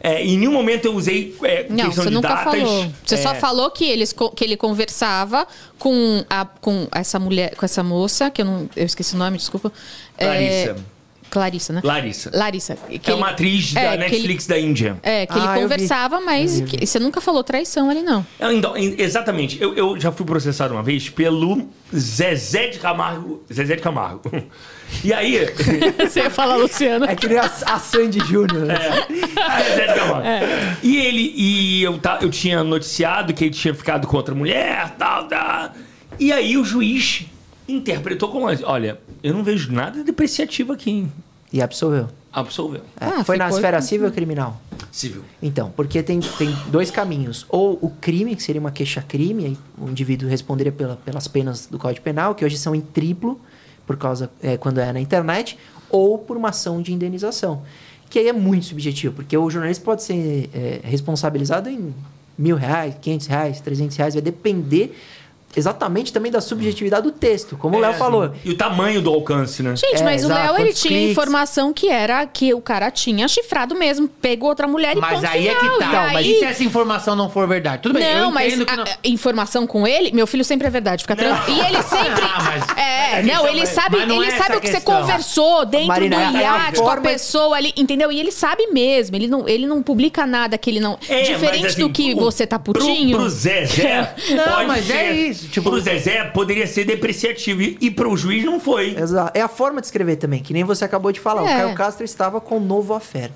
[SPEAKER 5] É, em nenhum momento eu usei é,
[SPEAKER 2] Não,
[SPEAKER 5] questão
[SPEAKER 2] você
[SPEAKER 5] de
[SPEAKER 2] nunca
[SPEAKER 5] datas.
[SPEAKER 2] falou. Você
[SPEAKER 5] é,
[SPEAKER 2] só falou que, eles, co- que ele conversava com, a, com essa mulher, com essa moça, que eu não. Eu esqueci o nome, desculpa. É,
[SPEAKER 5] Clarissa.
[SPEAKER 2] Clarissa, né?
[SPEAKER 5] Larissa.
[SPEAKER 2] Larissa. Que
[SPEAKER 5] é uma atriz da
[SPEAKER 2] é, que ele-
[SPEAKER 5] Netflix da Índia.
[SPEAKER 2] É, que ele
[SPEAKER 3] Ah, eu vi.
[SPEAKER 2] conversava, mas que- você nunca falou traição ali, não.
[SPEAKER 5] É, Então, em- exatamente. Eu, eu já fui processado uma vez pelo Zezé de Camargo. Zezé de Camargo. E aí. *laughs*
[SPEAKER 2] você ia falar, Luciano.
[SPEAKER 3] É que nem a, a Sandy Júnior. né?
[SPEAKER 5] Zezé de Camargo.
[SPEAKER 2] É.
[SPEAKER 5] E ele. E eu, ta- eu tinha noticiado que ele tinha ficado com outra mulher, tal, tal. E aí o juiz interpretou como: olha, eu não vejo nada depreciativo aqui. hein?
[SPEAKER 3] E absolveu.
[SPEAKER 5] Absolveu.
[SPEAKER 3] É,
[SPEAKER 2] Ah,
[SPEAKER 3] foi na
[SPEAKER 2] ficou-
[SPEAKER 3] esfera civil ou criminal?
[SPEAKER 5] Civil.
[SPEAKER 3] Então, porque tem, tem dois caminhos. Ou o crime, que seria uma queixa-crime, aí o indivíduo responderia pela- pelas penas do Código Penal, que hoje são em triplo, por causa é, quando é na internet, ou por uma ação de indenização. Que aí é muito subjetivo, porque o jornalista pode ser é, responsabilizado em mil reais, quinhentos reais, trezentos reais, vai depender exatamente também da subjetividade do texto, como o Léo falou.
[SPEAKER 5] É, E o tamanho do alcance, né?
[SPEAKER 2] Gente,
[SPEAKER 3] É,
[SPEAKER 2] mas o
[SPEAKER 3] exato,
[SPEAKER 2] Léo, ele
[SPEAKER 3] quantos
[SPEAKER 2] tinha
[SPEAKER 3] cliques?
[SPEAKER 2] informação que era que o cara tinha chifrado mesmo, pegou outra mulher e
[SPEAKER 1] Mas
[SPEAKER 2] ponto
[SPEAKER 1] aí é
[SPEAKER 2] final.
[SPEAKER 1] que tá.
[SPEAKER 2] E
[SPEAKER 1] Então, mas
[SPEAKER 2] aí-
[SPEAKER 1] e se essa informação não for verdade? Tudo bem, eu
[SPEAKER 2] não, mas
[SPEAKER 1] entendo que
[SPEAKER 2] a-
[SPEAKER 1] não...
[SPEAKER 2] a informação com ele, meu filho sempre é verdade, fica tranquilo. E ele sempre.
[SPEAKER 1] Ah, mas-
[SPEAKER 2] é,
[SPEAKER 5] mas é
[SPEAKER 2] não,
[SPEAKER 5] questão,
[SPEAKER 2] ele
[SPEAKER 5] mas-
[SPEAKER 2] sabe,
[SPEAKER 1] mas não é
[SPEAKER 2] ele
[SPEAKER 1] essa
[SPEAKER 2] sabe o que você
[SPEAKER 1] questão.
[SPEAKER 2] conversou dentro
[SPEAKER 3] Marina, é
[SPEAKER 2] do
[SPEAKER 3] a
[SPEAKER 2] iate com a
[SPEAKER 3] forma-
[SPEAKER 2] pessoa ali, entendeu? E ele sabe mesmo, ele não, ele não publica nada que ele não.
[SPEAKER 5] É,
[SPEAKER 2] diferente
[SPEAKER 5] mas, assim,
[SPEAKER 2] do que
[SPEAKER 5] pro-
[SPEAKER 2] você tá putinho.
[SPEAKER 5] Pro, pro Zezé.
[SPEAKER 1] Não,
[SPEAKER 5] pode
[SPEAKER 1] mas
[SPEAKER 5] ser-
[SPEAKER 1] é isso, tipo-
[SPEAKER 5] pro Zezé poderia ser depreciativo. E, e pro juiz não foi.
[SPEAKER 3] Exato. É a forma de escrever também, que nem você acabou de falar. O
[SPEAKER 2] É.
[SPEAKER 3] Caio Castro estava com o novo affair.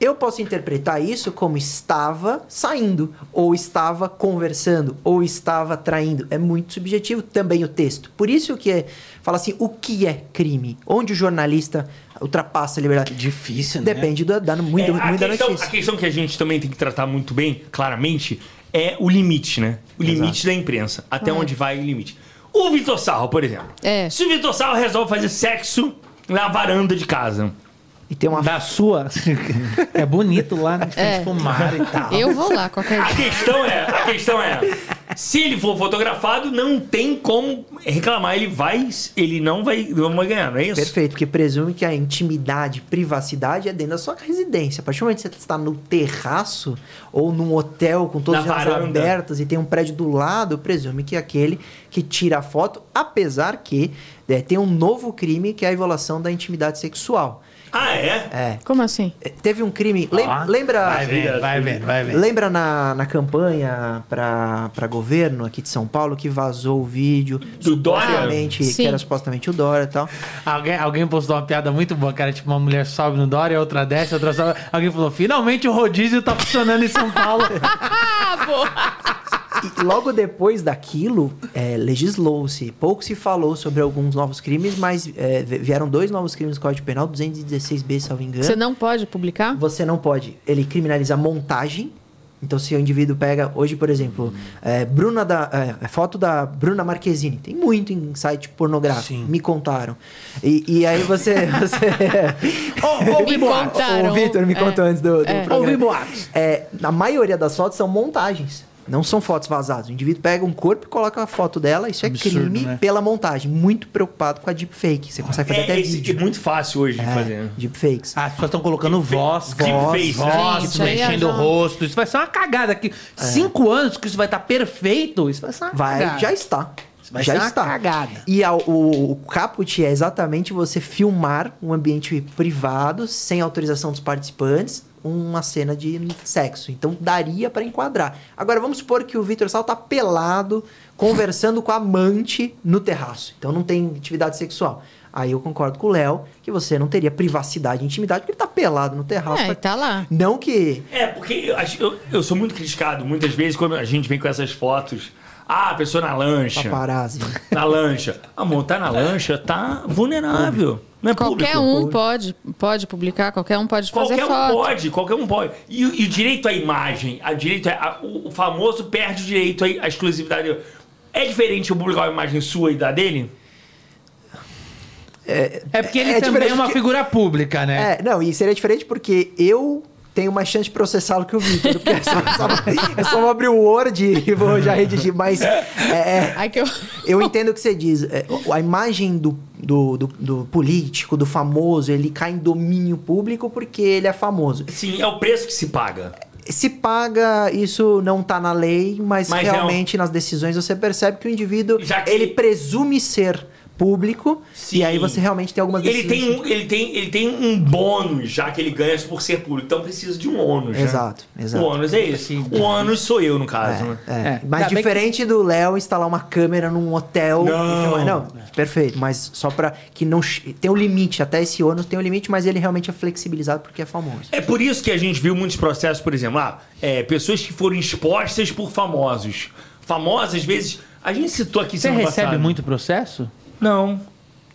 [SPEAKER 3] Eu posso interpretar isso como estava saindo, ou estava conversando, ou estava traindo. É muito subjetivo também o texto. Por isso que é, fala assim, o que é crime? Onde o jornalista ultrapassa a liberdade?
[SPEAKER 1] Difícil, né?
[SPEAKER 3] Depende do, da, muito,
[SPEAKER 5] É, a,
[SPEAKER 3] muito da
[SPEAKER 5] questão, a
[SPEAKER 3] notícia.
[SPEAKER 5] questão que a gente também tem que tratar muito bem, claramente, é o limite, né? O limite da imprensa. Até onde vai o limite. O Vitor Sarro, por exemplo.
[SPEAKER 2] É.
[SPEAKER 5] Se o Vitor Sarro resolve fazer sexo na varanda de casa.
[SPEAKER 3] E tem uma
[SPEAKER 1] Da sua. é bonito lá, né? Tem
[SPEAKER 2] É.
[SPEAKER 1] fumar e tal.
[SPEAKER 3] *laughs*
[SPEAKER 2] Eu vou lá, qualquer
[SPEAKER 5] A
[SPEAKER 2] dia.
[SPEAKER 5] questão é, a questão é, Se ele for fotografado, não tem como reclamar. Ele vai, ele não vai, não vai ganhar, não é isso?
[SPEAKER 3] Perfeito, porque presume que a intimidade, privacidade é dentro da sua residência. A partir do momento que você está no terraço ou num hotel com todas
[SPEAKER 5] Na
[SPEAKER 3] as janelas
[SPEAKER 5] varanda.
[SPEAKER 3] abertas e tem um prédio do lado, presume que é aquele que tira a foto, apesar que né, tem um novo crime que é a violação da intimidade sexual.
[SPEAKER 5] Ah, é?
[SPEAKER 3] É.
[SPEAKER 2] Como assim?
[SPEAKER 3] É, Teve um crime. lem-
[SPEAKER 1] Ó,
[SPEAKER 3] lembra.
[SPEAKER 1] Vai vendo, vai vendo, vai vendo.
[SPEAKER 3] Lembra na, na campanha para governo aqui de São Paulo que vazou o vídeo
[SPEAKER 5] Do Dória?
[SPEAKER 3] supostamente, que
[SPEAKER 2] Sim.
[SPEAKER 3] era supostamente o Dória e tal.
[SPEAKER 1] Alguém, alguém postou uma piada muito boa, cara. Tipo, uma mulher sobe no Dória, outra desce, outra sobe. Alguém falou: finalmente o rodízio tá funcionando em São Paulo.
[SPEAKER 2] Ah, boa!
[SPEAKER 3] E logo depois daquilo, é, legislou-se. Pouco se falou sobre alguns novos crimes, mas é, vi- vieram dois novos crimes do Código Penal, 216B, se eu não me engano.
[SPEAKER 2] Você não pode publicar?
[SPEAKER 3] Você não pode. Ele criminaliza montagem. Então, se o indivíduo pega, hoje, por exemplo,
[SPEAKER 2] Hum.
[SPEAKER 3] é, Bruna da, é, foto da Bruna Marquezine. Tem muito em site pornográfico.
[SPEAKER 1] Sim.
[SPEAKER 3] Me contaram. E, e aí você. *laughs* você...
[SPEAKER 1] Ô,
[SPEAKER 3] *laughs*
[SPEAKER 1] ô,
[SPEAKER 2] Me
[SPEAKER 1] Biboato.
[SPEAKER 2] contaram.
[SPEAKER 3] O Vitor me
[SPEAKER 2] É.
[SPEAKER 3] contou antes do, do programa.
[SPEAKER 1] Ouvi boatos.
[SPEAKER 3] É, na maioria das fotos são montagens. Não são fotos vazadas. O indivíduo pega um corpo e coloca a foto dela. Isso é
[SPEAKER 1] Absurdo,
[SPEAKER 3] crime
[SPEAKER 1] né?
[SPEAKER 3] pela montagem. Muito preocupado com a deepfake. Você consegue fazer
[SPEAKER 5] É,
[SPEAKER 3] até
[SPEAKER 5] esse é
[SPEAKER 3] vídeo.
[SPEAKER 5] muito fácil hoje de fazer. né?
[SPEAKER 3] Deepfakes.
[SPEAKER 1] Ah, *laughs* As pessoas estão colocando voz,
[SPEAKER 5] Deep
[SPEAKER 1] voz,
[SPEAKER 5] face,
[SPEAKER 2] né?
[SPEAKER 1] voz,
[SPEAKER 2] Isso aí
[SPEAKER 1] mexendo
[SPEAKER 2] é
[SPEAKER 1] o
[SPEAKER 2] já-
[SPEAKER 1] rosto. Isso vai ser uma cagada aqui. Cinco anos que isso vai estar perfeito. Isso É. vai ser uma
[SPEAKER 3] Vai,
[SPEAKER 1] cagada.
[SPEAKER 3] já está.
[SPEAKER 1] Vai
[SPEAKER 3] já
[SPEAKER 1] ser uma
[SPEAKER 3] está.
[SPEAKER 1] cagada.
[SPEAKER 3] E a- o, o caput é exatamente você filmar um ambiente privado, sem autorização dos participantes, uma cena de sexo. Então daria pra enquadrar. Agora vamos supor que o Vitor Sal tá pelado, conversando com a amante no terraço. Então não tem atividade sexual. Aí eu concordo com o Léo que você não teria privacidade e intimidade, porque ele tá pelado no terraço.
[SPEAKER 2] É, e
[SPEAKER 1] então-
[SPEAKER 2] tá lá.
[SPEAKER 3] Não que.
[SPEAKER 5] É, porque eu, acho- eu- eu sou muito criticado muitas vezes quando a gente vem com essas fotos. Ah, a pessoa na
[SPEAKER 3] Tá
[SPEAKER 5] lancha.
[SPEAKER 3] Paparazzi.
[SPEAKER 5] Na lancha. Amor, tá na lancha, tá vulnerável. Não é
[SPEAKER 2] Qualquer
[SPEAKER 5] público.
[SPEAKER 2] um pode, pode publicar, qualquer um pode fazer
[SPEAKER 5] Qualquer um
[SPEAKER 2] foto.
[SPEAKER 5] pode, qualquer um pode. E, o- e o direito à imagem, a direito a- a- o, o famoso perde o direito à, à exclusividade. É diferente eu publicar uma imagem sua e da dele?
[SPEAKER 1] É porque ele
[SPEAKER 3] É
[SPEAKER 1] também
[SPEAKER 3] diferente
[SPEAKER 1] é uma
[SPEAKER 3] porque-
[SPEAKER 1] figura pública, né?
[SPEAKER 3] É, não, e seria diferente porque eu tenho mais chance de processá-lo que *laughs* o Vitor. Porque eu só, só- eu só vou abrir o Word e *laughs* vou já redigir. Mas é, é,
[SPEAKER 2] Ai, que eu...
[SPEAKER 3] eu entendo o que você diz. É, o- a imagem do, do, do- do político, do famoso, ele cai em domínio público porque ele é famoso.
[SPEAKER 5] Sim, é o preço que se paga.
[SPEAKER 3] Se paga, isso não tá na lei, mas,
[SPEAKER 5] Mas é um-
[SPEAKER 3] realmente nas decisões você percebe que o indivíduo,
[SPEAKER 5] Já que-
[SPEAKER 3] ele presume ser público
[SPEAKER 5] Sim.
[SPEAKER 3] e aí você realmente tem algumas
[SPEAKER 5] Ele
[SPEAKER 3] decisões.
[SPEAKER 5] tem, um, ele, tem, ele tem um bônus, já que ele ganha por ser público. Então precisa de um ônus. né?
[SPEAKER 3] Exato, exato.
[SPEAKER 5] O ônus é esse. O ônus sou eu, no caso. né?
[SPEAKER 3] É,
[SPEAKER 1] É.
[SPEAKER 3] mas
[SPEAKER 1] Ainda bem
[SPEAKER 3] diferente do Léo instalar uma câmera num hotel. e
[SPEAKER 5] Não.
[SPEAKER 3] filmar- não, perfeito. Mas só pra que não. che- Tem um limite, até esse ônus tem um limite, mas ele realmente é flexibilizado porque é famoso.
[SPEAKER 5] É por isso que a gente viu muitos processos, por exemplo, ah, é, pessoas que foram expostas por famosos. Famosas, às vezes. A gente citou aqui
[SPEAKER 1] Você
[SPEAKER 5] semana
[SPEAKER 1] recebe
[SPEAKER 5] passada.
[SPEAKER 1] muito processo?
[SPEAKER 5] Não.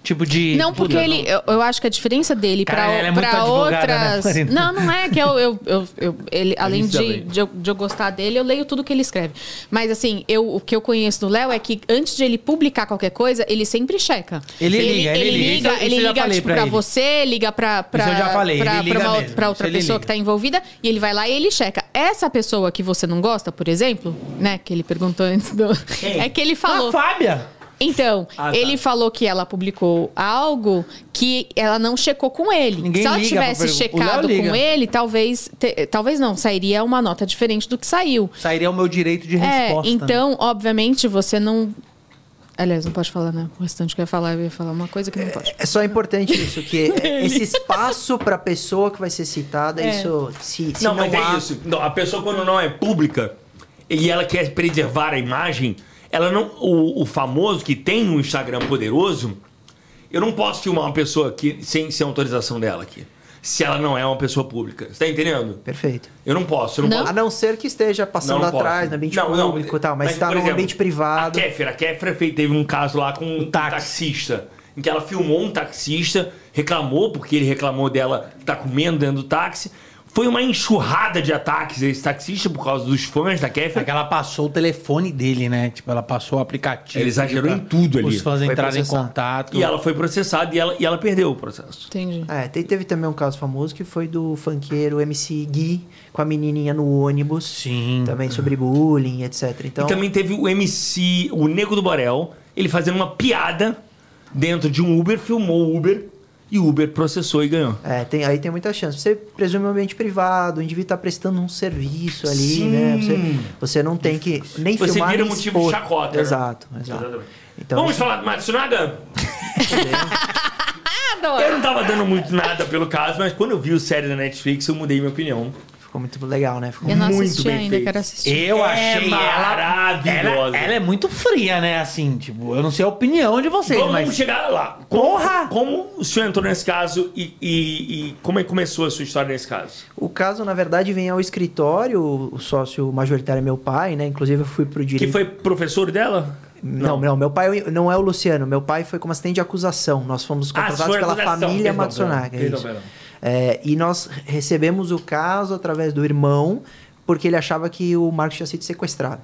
[SPEAKER 1] Tipo de.
[SPEAKER 2] Não, porque
[SPEAKER 1] Puta,
[SPEAKER 2] ele, eu, eu acho que a diferença dele
[SPEAKER 1] Caralho, ela é muito
[SPEAKER 2] para para
[SPEAKER 1] advogada, né,
[SPEAKER 2] outras.
[SPEAKER 1] Marina?
[SPEAKER 2] Não, não é que eu, eu, eu- eu- ele, além
[SPEAKER 1] é
[SPEAKER 5] isso
[SPEAKER 2] de,
[SPEAKER 5] também.
[SPEAKER 2] de, eu, de eu gostar dele, eu leio tudo que ele escreve. Mas assim, eu, o que eu conheço do Léo é que antes de ele publicar qualquer coisa, ele sempre checa.
[SPEAKER 1] Ele liga, ele liga. Isso- isso
[SPEAKER 2] ele
[SPEAKER 1] eu já
[SPEAKER 2] liga
[SPEAKER 1] falei
[SPEAKER 2] tipo,
[SPEAKER 1] pra
[SPEAKER 2] pra
[SPEAKER 1] ele.
[SPEAKER 2] você, liga pra, pra,
[SPEAKER 1] Isso eu já falei, ele
[SPEAKER 2] pra, pra
[SPEAKER 1] liga
[SPEAKER 2] uma outra-
[SPEAKER 1] mesmo,
[SPEAKER 2] pra
[SPEAKER 1] isso
[SPEAKER 2] outra
[SPEAKER 1] ele
[SPEAKER 2] pessoa
[SPEAKER 1] liga.
[SPEAKER 2] que tá envolvida e ele vai lá e ele checa. Essa pessoa que você não gosta, por exemplo, né, que ele perguntou antes do. *laughs* É que ele falou.
[SPEAKER 1] A Ah, Fábia!
[SPEAKER 2] Então,
[SPEAKER 5] Ah, tá.
[SPEAKER 2] ele falou que ela publicou algo que ela não checou com ele.
[SPEAKER 1] Ninguém
[SPEAKER 2] Se ela
[SPEAKER 1] liga pra
[SPEAKER 2] tivesse
[SPEAKER 1] pergunta. O Léo
[SPEAKER 2] checado
[SPEAKER 1] liga.
[SPEAKER 2] com ele, talvez, te- talvez não, sairia uma nota diferente do que saiu.
[SPEAKER 1] Sairia o meu direito de
[SPEAKER 2] É,
[SPEAKER 1] resposta. né?
[SPEAKER 2] então, obviamente, você não. Aliás, não pode falar, né? O restante que eu ia falar, eu ia falar uma coisa que não pode.
[SPEAKER 3] É só importante isso,
[SPEAKER 5] *laughs*
[SPEAKER 3] que esse espaço pra pessoa que vai ser citada, isso. Se, se
[SPEAKER 5] É. não,
[SPEAKER 3] não,
[SPEAKER 5] mas
[SPEAKER 3] há,
[SPEAKER 5] é isso. Não, a pessoa, quando não é pública e ela quer preservar a imagem, ela não. O, o famoso que tem um Instagram poderoso, eu não posso filmar uma pessoa aqui sem, sem autorização dela aqui. Se ela não é uma pessoa pública. Você tá entendendo?
[SPEAKER 3] Perfeito.
[SPEAKER 5] Eu não posso, eu não,
[SPEAKER 2] Não?
[SPEAKER 3] A
[SPEAKER 5] posso.
[SPEAKER 3] não ser que esteja passando
[SPEAKER 5] Não posso.
[SPEAKER 3] atrás, no ambiente
[SPEAKER 5] Não, não,
[SPEAKER 3] público e tal, mas, está
[SPEAKER 5] por
[SPEAKER 3] num
[SPEAKER 5] exemplo,
[SPEAKER 3] ambiente privado.
[SPEAKER 5] A Kéfera, a Kéfera fez- teve um caso lá com um
[SPEAKER 1] táxi.
[SPEAKER 5] taxista, em que ela filmou um taxista, reclamou, porque ele reclamou dela que tá comendo dentro do táxi. Foi Foi uma enxurrada de ataques a esse taxista por causa dos fãs da Kéfera.
[SPEAKER 1] É que ela passou o telefone dele, né? Tipo, ela passou o aplicativo.
[SPEAKER 5] Ela exagerou
[SPEAKER 1] pra
[SPEAKER 5] em tudo ali.
[SPEAKER 1] Os fãs
[SPEAKER 3] Foi
[SPEAKER 1] entrarem em
[SPEAKER 3] processar.
[SPEAKER 1] contato.
[SPEAKER 5] E ela foi processada e ela, e ela perdeu o processo.
[SPEAKER 2] Entendi.
[SPEAKER 3] É, te- teve também um caso famoso que foi do funkeiro MC Gui com a menininha no ônibus.
[SPEAKER 1] Sim.
[SPEAKER 3] Também sobre bullying, etc. Então,
[SPEAKER 5] E também teve o MC, o Nego do Borel, ele fazendo uma piada dentro de um Uber, filmou o Uber e o Uber processou e ganhou.
[SPEAKER 3] é, tem, aí tem muita chance. Você presume um ambiente privado, o indivíduo está prestando um serviço ali,
[SPEAKER 5] Sim.
[SPEAKER 3] né? Você, você não tem que nem
[SPEAKER 5] Você
[SPEAKER 3] filmar
[SPEAKER 5] vira
[SPEAKER 3] nem
[SPEAKER 5] motivo
[SPEAKER 3] expor.
[SPEAKER 5] de chacota. né?
[SPEAKER 3] Exato, exato. Então,
[SPEAKER 5] Vamos falar do Matsunaga? Eu não tava dando muito nada pelo caso, mas quando eu vi o série da Netflix, eu mudei minha opinião.
[SPEAKER 3] ficou muito legal, né? Ficou
[SPEAKER 2] Eu não
[SPEAKER 5] Muito
[SPEAKER 2] assisti
[SPEAKER 5] bem
[SPEAKER 2] ainda,
[SPEAKER 5] feito.
[SPEAKER 2] quero assistir.
[SPEAKER 1] Eu
[SPEAKER 5] É
[SPEAKER 1] achei
[SPEAKER 5] maravilhosa.
[SPEAKER 1] Ela, ela é muito fria, né? Assim, tipo, eu não sei a opinião de vocês,
[SPEAKER 5] Vamos
[SPEAKER 1] mas.
[SPEAKER 5] chegar lá. Como,
[SPEAKER 1] Porra!
[SPEAKER 5] Como o senhor entrou nesse caso e, e- e como é que começou a sua história nesse caso?
[SPEAKER 3] O caso, na verdade, vem ao escritório, o sócio majoritário é meu pai, né? Inclusive, eu fui pro direito.
[SPEAKER 5] Que foi professor dela?
[SPEAKER 3] Não, não, meu pai não é o Luciano. Meu pai foi como assistente de acusação. Nós fomos
[SPEAKER 5] Ah,
[SPEAKER 3] contratados
[SPEAKER 5] foi
[SPEAKER 3] pela
[SPEAKER 5] acusação.
[SPEAKER 3] família
[SPEAKER 5] Perdão,
[SPEAKER 3] Matsunaga.
[SPEAKER 5] perdão,
[SPEAKER 3] isso.
[SPEAKER 5] perdão.
[SPEAKER 3] É, e nós recebemos o caso através do irmão, porque ele achava que o Marcos tinha sido sequestrado.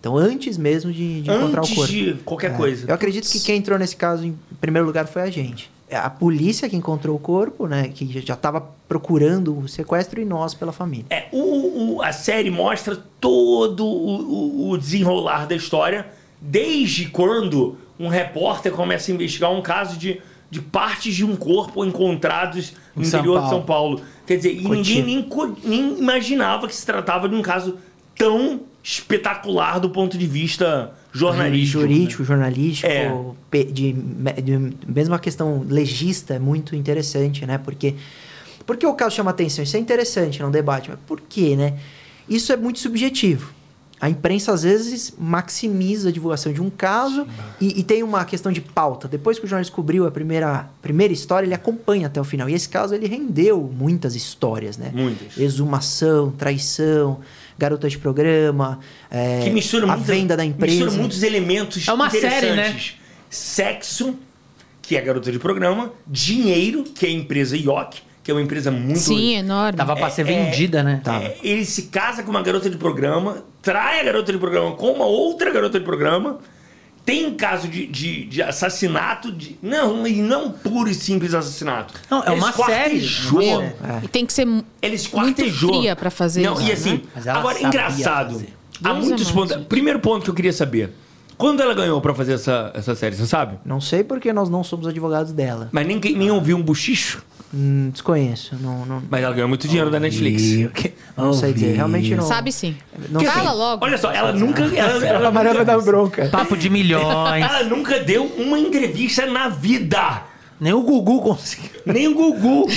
[SPEAKER 3] Então, antes mesmo de, de encontrar o
[SPEAKER 5] Antes
[SPEAKER 3] corpo.
[SPEAKER 5] de qualquer
[SPEAKER 3] É.
[SPEAKER 5] coisa.
[SPEAKER 3] Eu acredito que quem entrou nesse caso em primeiro lugar foi a gente. É A polícia que encontrou o corpo, né? Que já- já estava procurando o sequestro e nós pela família.
[SPEAKER 5] É, o- o- a série mostra todo o, o- o desenrolar da história, desde quando um repórter começa a investigar um caso de, de partes de um corpo encontrados no
[SPEAKER 1] Em São
[SPEAKER 5] interior de
[SPEAKER 1] Paulo.
[SPEAKER 5] São Paulo. Quer dizer, e ninguém nem, co- nem imaginava que se tratava de um caso tão espetacular do ponto de vista jornalístico. né?
[SPEAKER 3] jurídico, jornalístico,
[SPEAKER 5] É.
[SPEAKER 3] pe- de, de- mesmo a questão legista é muito interessante, né? Porque por que o caso chama atenção? Isso é interessante, não debate, mas por quê, né? Isso é muito subjetivo. A imprensa às vezes maximiza a divulgação de um caso e, e tem uma questão de pauta. Depois que o jornal descobriu a primeira, primeira história, ele acompanha até o final. E esse caso ele rendeu muitas histórias, né?
[SPEAKER 5] Muitas.
[SPEAKER 3] Exumação, traição, garota de programa, é,
[SPEAKER 5] Que mistura
[SPEAKER 3] a
[SPEAKER 5] muita-
[SPEAKER 3] venda da empresa.
[SPEAKER 5] Mistura muitos elementos
[SPEAKER 1] É uma
[SPEAKER 5] interessantes.
[SPEAKER 1] série, né?
[SPEAKER 5] Sexo, que é a garota de programa, dinheiro, que é a empresa IOC, que é uma empresa muito
[SPEAKER 2] Sim, enorme. É.
[SPEAKER 1] Tava pra ser vendida, né?
[SPEAKER 5] É, ele se casa com uma garota de programa, trai a garota de programa com uma outra garota de programa. Tem um caso de, de- de assassinato, de, não, e não puro e simples assassinato.
[SPEAKER 1] Não, é
[SPEAKER 5] Eles
[SPEAKER 1] uma série.
[SPEAKER 5] quartejou.
[SPEAKER 1] É uma
[SPEAKER 2] Meu, E tem que ser. mu-
[SPEAKER 5] Eles
[SPEAKER 2] Muito
[SPEAKER 5] quartejou.
[SPEAKER 2] fria pra fazer
[SPEAKER 5] não,
[SPEAKER 2] isso,
[SPEAKER 5] E assim,
[SPEAKER 2] né?
[SPEAKER 1] Mas ela
[SPEAKER 5] agora,
[SPEAKER 1] sabia
[SPEAKER 5] engraçado.
[SPEAKER 1] fazer.
[SPEAKER 5] Há
[SPEAKER 2] Deus
[SPEAKER 5] muitos
[SPEAKER 2] amante.
[SPEAKER 5] pontos. Primeiro ponto que eu queria saber. Quando ela ganhou pra fazer essa, essa série, você sabe?
[SPEAKER 3] Não sei porque nós não somos advogados dela.
[SPEAKER 5] Mas nem, nem ouviu um bochicho.
[SPEAKER 3] Hum, desconheço. Não, não,
[SPEAKER 5] Mas ela ganhou muito dinheiro da Netflix.
[SPEAKER 3] não sei dizer. Realmente não.
[SPEAKER 2] Sabe sim.
[SPEAKER 3] Não sei.
[SPEAKER 2] Fala logo.
[SPEAKER 5] Olha só, ela nunca. Ela, ela,
[SPEAKER 3] A Maria vai dar bronca.
[SPEAKER 1] Papo de milhões.
[SPEAKER 5] *laughs* ela nunca deu uma entrevista na vida.
[SPEAKER 1] Nem o Gugu conseguiu.
[SPEAKER 5] Nem o Gugu.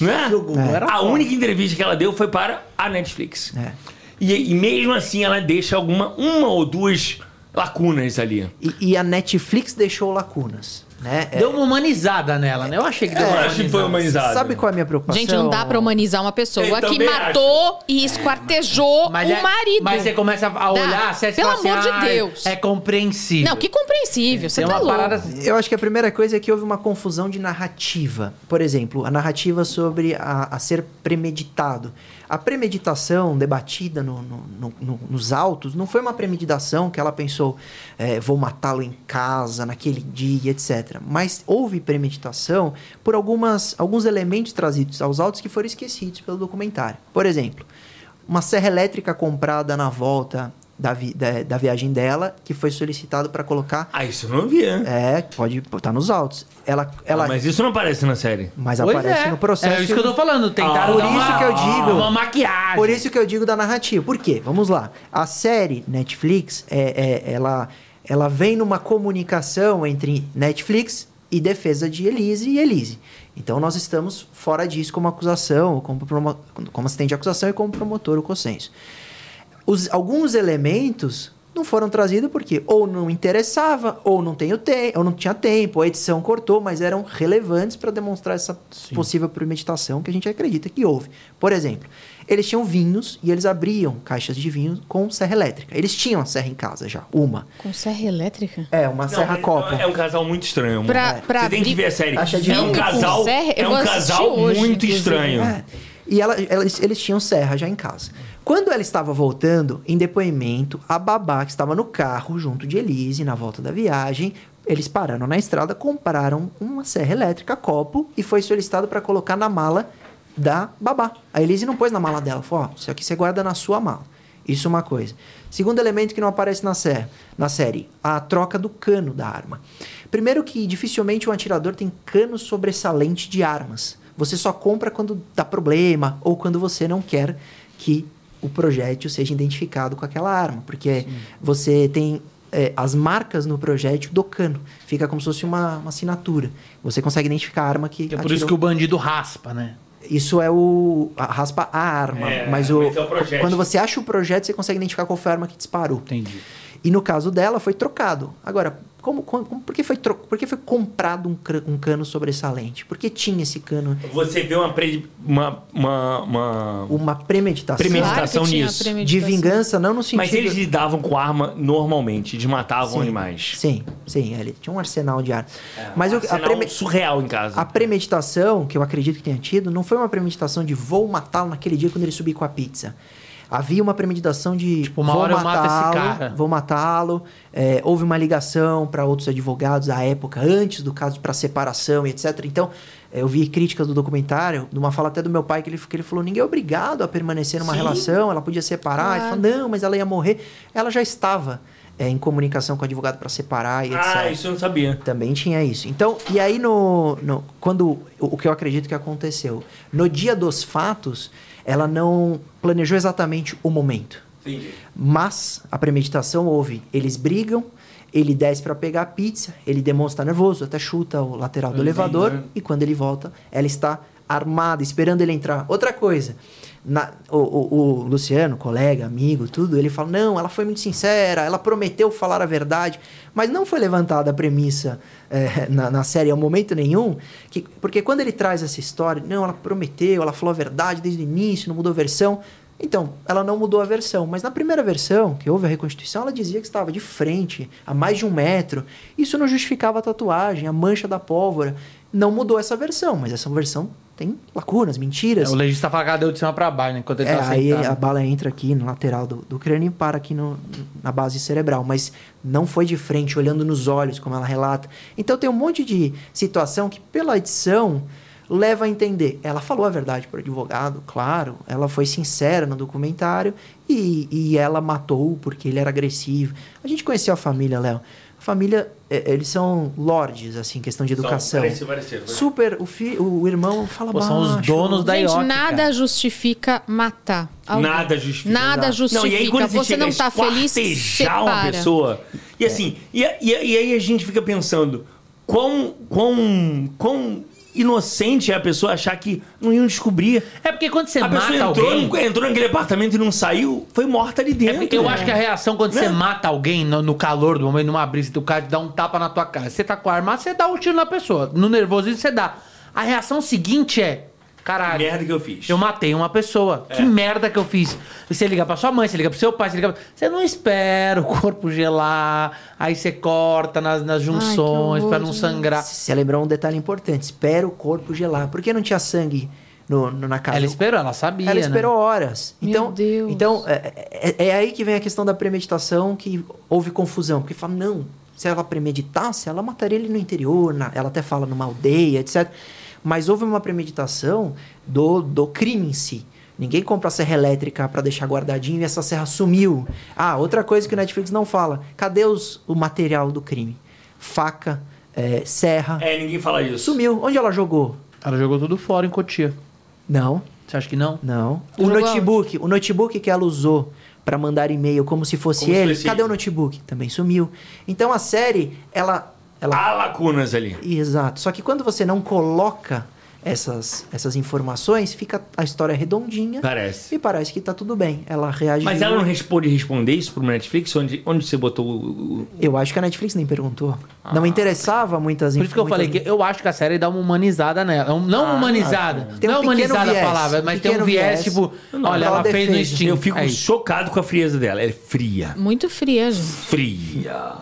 [SPEAKER 5] né?
[SPEAKER 1] É. O Gugu era
[SPEAKER 5] a
[SPEAKER 1] foda.
[SPEAKER 5] única entrevista que ela deu foi para a Netflix.
[SPEAKER 3] É.
[SPEAKER 5] E, e mesmo assim ela deixa alguma uma ou duas lacunas ali.
[SPEAKER 3] E, e a Netflix deixou lacunas, né? É,
[SPEAKER 1] Deu uma humanizada nela, né? Eu achei que deu
[SPEAKER 5] É, Eu
[SPEAKER 1] uma
[SPEAKER 5] acho que tipo, foi
[SPEAKER 1] humanizada.
[SPEAKER 5] humanizado.
[SPEAKER 3] Sabe qual é a minha preocupação?
[SPEAKER 2] Gente, não dá
[SPEAKER 1] um-
[SPEAKER 2] pra humanizar uma
[SPEAKER 5] Eu
[SPEAKER 2] pessoa que
[SPEAKER 5] também
[SPEAKER 2] matou e esquartejou
[SPEAKER 1] Mas
[SPEAKER 2] o
[SPEAKER 1] é-
[SPEAKER 2] marido.
[SPEAKER 1] Mas você começa a olhar, você
[SPEAKER 2] Pelo
[SPEAKER 1] fala assim,
[SPEAKER 2] amor de
[SPEAKER 1] "Ah,
[SPEAKER 2] Deus."
[SPEAKER 1] É compreensível.
[SPEAKER 2] Não, que compreensível. Você
[SPEAKER 1] Tem
[SPEAKER 2] tá
[SPEAKER 1] uma
[SPEAKER 2] louco.
[SPEAKER 1] parada assim.
[SPEAKER 3] Eu acho que a primeira coisa é que houve uma confusão de narrativa. Por exemplo, a narrativa sobre a, a ser premeditado. A premeditação debatida no- no- no- no- nos autos não foi uma premeditação que ela pensou, eh, vou matá-lo em casa, naquele dia, etc. Mas houve premeditação por algumas, alguns elementos trazidos aos autos que foram esquecidos pelo documentário. Por exemplo, uma serra elétrica comprada na volta da, vi- da- da viagem dela, que foi solicitado para colocar
[SPEAKER 5] Ah, isso eu não vi, hein?
[SPEAKER 3] é, pode estar nos autos. Ela, ela,
[SPEAKER 5] Ah,
[SPEAKER 3] mas
[SPEAKER 5] mas isso não aparece na série.
[SPEAKER 1] Pois
[SPEAKER 3] aparece
[SPEAKER 1] é.
[SPEAKER 3] no processo. Ah,
[SPEAKER 1] É isso que eu tô falando. Tentaram
[SPEAKER 5] Por
[SPEAKER 1] dar uma-
[SPEAKER 3] isso que eu digo.
[SPEAKER 1] Uma maquiagem.
[SPEAKER 3] Por isso que eu digo da narrativa. Por quê? Vamos lá. A série Netflix, é, é- ela, ela vem numa comunicação entre Netflix e defesa de Elise e Elise. Então nós estamos fora disso como acusação, como, promo- como assistente de acusação e como promotor o consenso. Os- alguns elementos não foram trazidos porque ou não interessava, ou não, tenho te ou não tinha tempo, ou a edição cortou, mas eram relevantes para demonstrar essa possível premeditação que a gente acredita que houve. Por exemplo, eles tinham vinhos e eles abriam caixas de vinho com serra elétrica. Eles tinham a serra em casa já, uma.
[SPEAKER 2] Com serra elétrica?
[SPEAKER 3] É, uma
[SPEAKER 5] Não,
[SPEAKER 3] serra copa.
[SPEAKER 5] É um casal muito estranho. amor.
[SPEAKER 2] Pra-
[SPEAKER 5] É.
[SPEAKER 2] pra
[SPEAKER 5] Você tem que
[SPEAKER 2] abrir-
[SPEAKER 5] ver a série.
[SPEAKER 3] Acha de
[SPEAKER 5] É um
[SPEAKER 3] vinho com
[SPEAKER 5] casal,
[SPEAKER 2] serra? Eu
[SPEAKER 5] é
[SPEAKER 2] vou
[SPEAKER 5] um
[SPEAKER 2] assistir
[SPEAKER 5] casal
[SPEAKER 2] hoje,
[SPEAKER 5] muito
[SPEAKER 2] inclusive.
[SPEAKER 5] estranho.
[SPEAKER 3] É. E ela- elas- eles tinham serra já em casa. Quando ela estava voltando, em depoimento, a babá que estava no carro junto de Elise na volta da viagem, eles pararam na estrada, compraram uma serra elétrica, copo, e foi solicitado para colocar na mala da babá. A Elise não pôs na mala dela, falou: ó, isso aqui você guarda na sua mala. Isso é uma coisa. Segundo elemento que não aparece na, sé- na série, a troca do cano da arma. Primeiro que dificilmente um atirador tem cano sobressalente de armas. Você só compra quando dá problema ou quando você não quer que o projétil seja identificado com aquela arma. Porque você tem é, as marcas no projétil do cano. Fica como se fosse uma, uma assinatura. Você consegue identificar a arma que
[SPEAKER 1] É por isso
[SPEAKER 3] atirou.
[SPEAKER 1] que o bandido raspa, né?
[SPEAKER 3] Isso é o. a- raspa a arma.
[SPEAKER 5] É,
[SPEAKER 3] mas o,
[SPEAKER 5] mas é o projétil.
[SPEAKER 3] quando você acha o projeto, você consegue identificar qual foi a arma que disparou.
[SPEAKER 1] Entendi.
[SPEAKER 3] E no caso dela, foi trocado. Agora, como, como- como- por, que foi tro- por que foi comprado um, cra- um cano sobressalente? Por que tinha esse cano?
[SPEAKER 5] Você vê uma. pre- uma, uma, uma-
[SPEAKER 3] Uma premeditação
[SPEAKER 5] Premeditação.
[SPEAKER 2] Claro que tinha
[SPEAKER 5] nisso.
[SPEAKER 3] de
[SPEAKER 2] premeditação.
[SPEAKER 3] vingança, não no sentido.
[SPEAKER 5] Mas eles lidavam com arma normalmente, eles matavam
[SPEAKER 3] Sim,
[SPEAKER 5] animais.
[SPEAKER 3] Sim, sim, ele tinha um arsenal de armas. Mas o- a,
[SPEAKER 5] É, um Arsenal
[SPEAKER 3] preme-
[SPEAKER 5] surreal em casa.
[SPEAKER 3] a premeditação, que eu acredito que tenha tido, não foi uma premeditação de vou matá-lo naquele dia quando ele subir com a pizza. Havia uma premeditação de
[SPEAKER 1] Tipo, uma
[SPEAKER 3] vou
[SPEAKER 1] hora eu mato esse
[SPEAKER 3] matá-lo,
[SPEAKER 1] cara.
[SPEAKER 3] vou matá-lo. É, houve uma ligação para outros advogados à época, antes do caso para separação e etc. Então, é, eu vi críticas do documentário, de uma fala até do meu pai, que ele, que ele falou: ninguém é obrigado a permanecer numa relação, ela podia separar. Ele falou: não, mas ela ia morrer. Ela já estava é, em comunicação com o advogado para separar e etc.
[SPEAKER 5] Ah, isso eu não sabia.
[SPEAKER 3] Também tinha isso. Então, e aí no, no- quando o o que eu acredito que aconteceu, no dia dos fatos, ela não planejou exatamente o momento.
[SPEAKER 5] Entendi.
[SPEAKER 3] Mas a premeditação houve. Eles brigam, ele desce pra pegar a pizza, ele demonstra tá nervoso, até chuta o lateral do elevador e quando ele volta, ela está armada, esperando ele entrar. Outra coisa, na- o, o- o Luciano, colega, amigo, tudo, ele fala: não, ela foi muito sincera, ela prometeu falar a verdade, mas não foi levantada a premissa eh, na, na série em momento nenhum, que, porque quando ele traz essa história, não, ela prometeu, ela falou a verdade desde o início, não mudou a versão. Então, ela não mudou a versão, mas na primeira versão, que houve a reconstituição, ela dizia que estava de frente, a mais de um metro. Isso não justificava a tatuagem, a mancha da pólvora. Não mudou essa versão, mas essa versão tem lacunas, mentiras.
[SPEAKER 1] O legista fala que ela deu de cima pra baixo, né? Enquanto ele
[SPEAKER 3] É,
[SPEAKER 1] tá
[SPEAKER 3] aí a
[SPEAKER 1] sentado.
[SPEAKER 3] bala entra aqui no lateral do, do crânio e para aqui no- na base cerebral, mas não foi de frente, olhando nos olhos, como ela relata. Então tem um monte de situação que, pela edição, leva a entender. Ela falou a verdade para o advogado, claro, ela foi sincera no documentário e, e ela matou porque ele era agressivo. A gente conheceu a família, Léo. A família, é, eles são lordes, assim, questão de
[SPEAKER 5] São,
[SPEAKER 3] educação.
[SPEAKER 5] parece- parece- parece.
[SPEAKER 3] Super, o, fi, o irmão fala
[SPEAKER 1] Pô, são os
[SPEAKER 3] é baixo.
[SPEAKER 1] donos da
[SPEAKER 2] Gente,
[SPEAKER 1] Ioki,
[SPEAKER 2] nada
[SPEAKER 1] cara.
[SPEAKER 2] justifica matar. alguém.
[SPEAKER 5] Nada justifica.
[SPEAKER 2] Nada justifica.
[SPEAKER 5] Não, e aí quando
[SPEAKER 2] você
[SPEAKER 5] chega
[SPEAKER 2] não
[SPEAKER 5] a
[SPEAKER 2] tá feliz,
[SPEAKER 5] esquartejar uma
[SPEAKER 2] separa. É.
[SPEAKER 5] pessoa. E assim, e, a- e a- e aí a gente fica pensando, quão, quão, quão inocente é a pessoa achar que não iam descobrir.
[SPEAKER 1] É porque quando você
[SPEAKER 5] a pessoa
[SPEAKER 1] mata
[SPEAKER 5] entrou,
[SPEAKER 1] alguém...
[SPEAKER 5] entrou naquele apartamento e não saiu, foi morta ali
[SPEAKER 1] É
[SPEAKER 5] dentro.
[SPEAKER 1] porque eu
[SPEAKER 5] né?
[SPEAKER 1] acho que a reação quando você
[SPEAKER 5] Né?
[SPEAKER 1] mata alguém no, no calor do momento, numa brisa do cara, dá um tapa na tua cara. Você tá com a arma, você dá um tiro na pessoa. No nervosismo, você dá. A reação seguinte é: caralho.
[SPEAKER 5] merda que eu fiz.
[SPEAKER 1] Eu matei uma pessoa.
[SPEAKER 3] É.
[SPEAKER 1] Que merda que eu fiz. E Você liga pra sua mãe, você liga pro seu pai, você liga pra... Você não espera o corpo gelar, aí você corta nas, nas junções
[SPEAKER 2] horror,
[SPEAKER 1] pra não
[SPEAKER 2] gente.
[SPEAKER 1] sangrar.
[SPEAKER 3] Você lembrou um detalhe importante. Espera o corpo gelar. Por que não tinha sangue no, no- na casa?
[SPEAKER 1] Ela esperou, ela sabia.
[SPEAKER 3] Ela
[SPEAKER 1] né?
[SPEAKER 3] esperou horas.
[SPEAKER 2] Meu
[SPEAKER 3] Então,
[SPEAKER 2] Deus.
[SPEAKER 3] então é, é- é aí que vem a questão da premeditação, que houve confusão. Porque fala, não, se ela premeditasse, ela mataria ele no interior, na- ela até fala numa aldeia, etc. Mas houve uma premeditação do, do crime em si. Ninguém compra a serra elétrica pra deixar guardadinho e essa serra sumiu. Ah, outra coisa que o Netflix não fala. Cadê os- o material do crime? Faca, é, serra.
[SPEAKER 5] É, ninguém fala isso.
[SPEAKER 3] Sumiu. Onde ela jogou?
[SPEAKER 1] Ela jogou tudo fora em Cotia.
[SPEAKER 3] Não,
[SPEAKER 1] Você acha que não?
[SPEAKER 3] não.
[SPEAKER 5] Tá
[SPEAKER 3] O
[SPEAKER 2] Jogou
[SPEAKER 3] notebook, o notebook que ela usou pra mandar e-mail como se fosse
[SPEAKER 5] Como se
[SPEAKER 3] ele,
[SPEAKER 5] fosse
[SPEAKER 3] cadê o
[SPEAKER 5] ele.
[SPEAKER 3] notebook? Também sumiu. Então a série, ela, ela *laughs*
[SPEAKER 5] Há lacunas ali.
[SPEAKER 3] Exato. Só que quando você não coloca essas, essas informações, fica a história redondinha
[SPEAKER 5] Parece.
[SPEAKER 3] e parece que tá tudo bem. Ela reage.
[SPEAKER 5] Mas ela não responde responder isso pro Netflix? Onde, onde você botou o- o.
[SPEAKER 3] Eu acho que a Netflix nem perguntou. Não
[SPEAKER 5] Ah.
[SPEAKER 3] interessava muitas
[SPEAKER 1] Por isso que eu
[SPEAKER 3] muitas-
[SPEAKER 1] falei que eu acho que a série dá uma humanizada nela. Um-
[SPEAKER 3] Ah,
[SPEAKER 1] Não humanizada.
[SPEAKER 3] Tem um
[SPEAKER 1] não é
[SPEAKER 3] pequeno
[SPEAKER 1] humanizada
[SPEAKER 3] viés,
[SPEAKER 1] a palavra, mas tem um
[SPEAKER 3] pequeno
[SPEAKER 1] viés,
[SPEAKER 3] viés.
[SPEAKER 1] tipo,
[SPEAKER 3] Não,
[SPEAKER 1] olha,
[SPEAKER 3] ela
[SPEAKER 1] ela fez no
[SPEAKER 3] defende.
[SPEAKER 1] Steam.
[SPEAKER 5] Eu fico
[SPEAKER 1] É isso.
[SPEAKER 5] chocado com a frieza dela. Ela é fria.
[SPEAKER 2] Muito fria, gente.
[SPEAKER 5] Fria.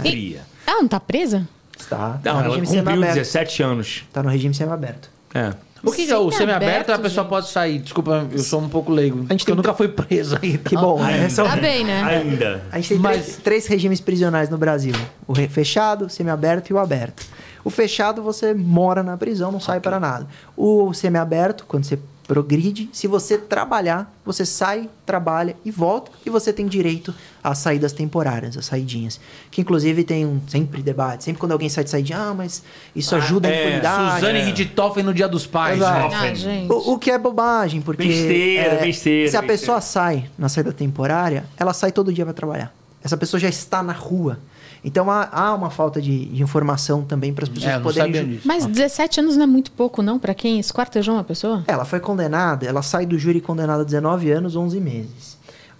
[SPEAKER 5] Fria.
[SPEAKER 2] Ela não tá presa?
[SPEAKER 3] Está, tá
[SPEAKER 5] Não,
[SPEAKER 3] no
[SPEAKER 5] ela
[SPEAKER 3] regime
[SPEAKER 5] cumpriu
[SPEAKER 3] semiaberto.
[SPEAKER 5] 17 anos.
[SPEAKER 3] Tá no regime semiaberto.
[SPEAKER 5] É.
[SPEAKER 1] O que, que é o
[SPEAKER 2] Semi-aberto,
[SPEAKER 1] semi-aberto? A pessoa
[SPEAKER 2] gente.
[SPEAKER 1] pode sair. Desculpa, eu sou um pouco leigo.
[SPEAKER 3] gente
[SPEAKER 1] porque eu
[SPEAKER 3] tem-
[SPEAKER 1] nunca fui preso
[SPEAKER 5] Então,
[SPEAKER 1] aí.
[SPEAKER 3] Que bom, né?
[SPEAKER 5] Ainda.
[SPEAKER 2] Tá bem, né?
[SPEAKER 5] Ainda.
[SPEAKER 3] A gente tem
[SPEAKER 1] Mas-
[SPEAKER 3] três, três regimes prisionais no Brasil: o re- fechado, o semiaberto e o aberto. O fechado, você mora na prisão, não sai para nada. O semiaberto, quando você progride, se você trabalhar, você sai, trabalha e volta, e você tem direito às saídas temporárias, às saidinhas. Que inclusive tem um sempre debate, sempre quando alguém sai de saidinha, ah, mas isso ajuda
[SPEAKER 5] é,
[SPEAKER 3] a impunidade.
[SPEAKER 1] Suzane
[SPEAKER 5] é.
[SPEAKER 1] Richthofen no Dia dos Pais.
[SPEAKER 3] Ah, Exato.
[SPEAKER 1] né?
[SPEAKER 2] Ah, gente.
[SPEAKER 3] O, o que é bobagem, porque.
[SPEAKER 5] Besteira,
[SPEAKER 3] é,
[SPEAKER 5] besteira,
[SPEAKER 3] Se a
[SPEAKER 5] besteira.
[SPEAKER 3] pessoa sai na saída temporária, ela sai todo dia para trabalhar. Essa pessoa já está na rua. Então há, há uma falta de, de informação também para as pessoas
[SPEAKER 1] É, eu não
[SPEAKER 3] poderem.
[SPEAKER 1] sabia
[SPEAKER 3] ju-
[SPEAKER 1] disso.
[SPEAKER 2] Mas 17 anos não é muito pouco, não, pra quem esquartejou uma pessoa?
[SPEAKER 3] Ela foi condenada, ela sai do júri condenada a 19 anos, 11 meses.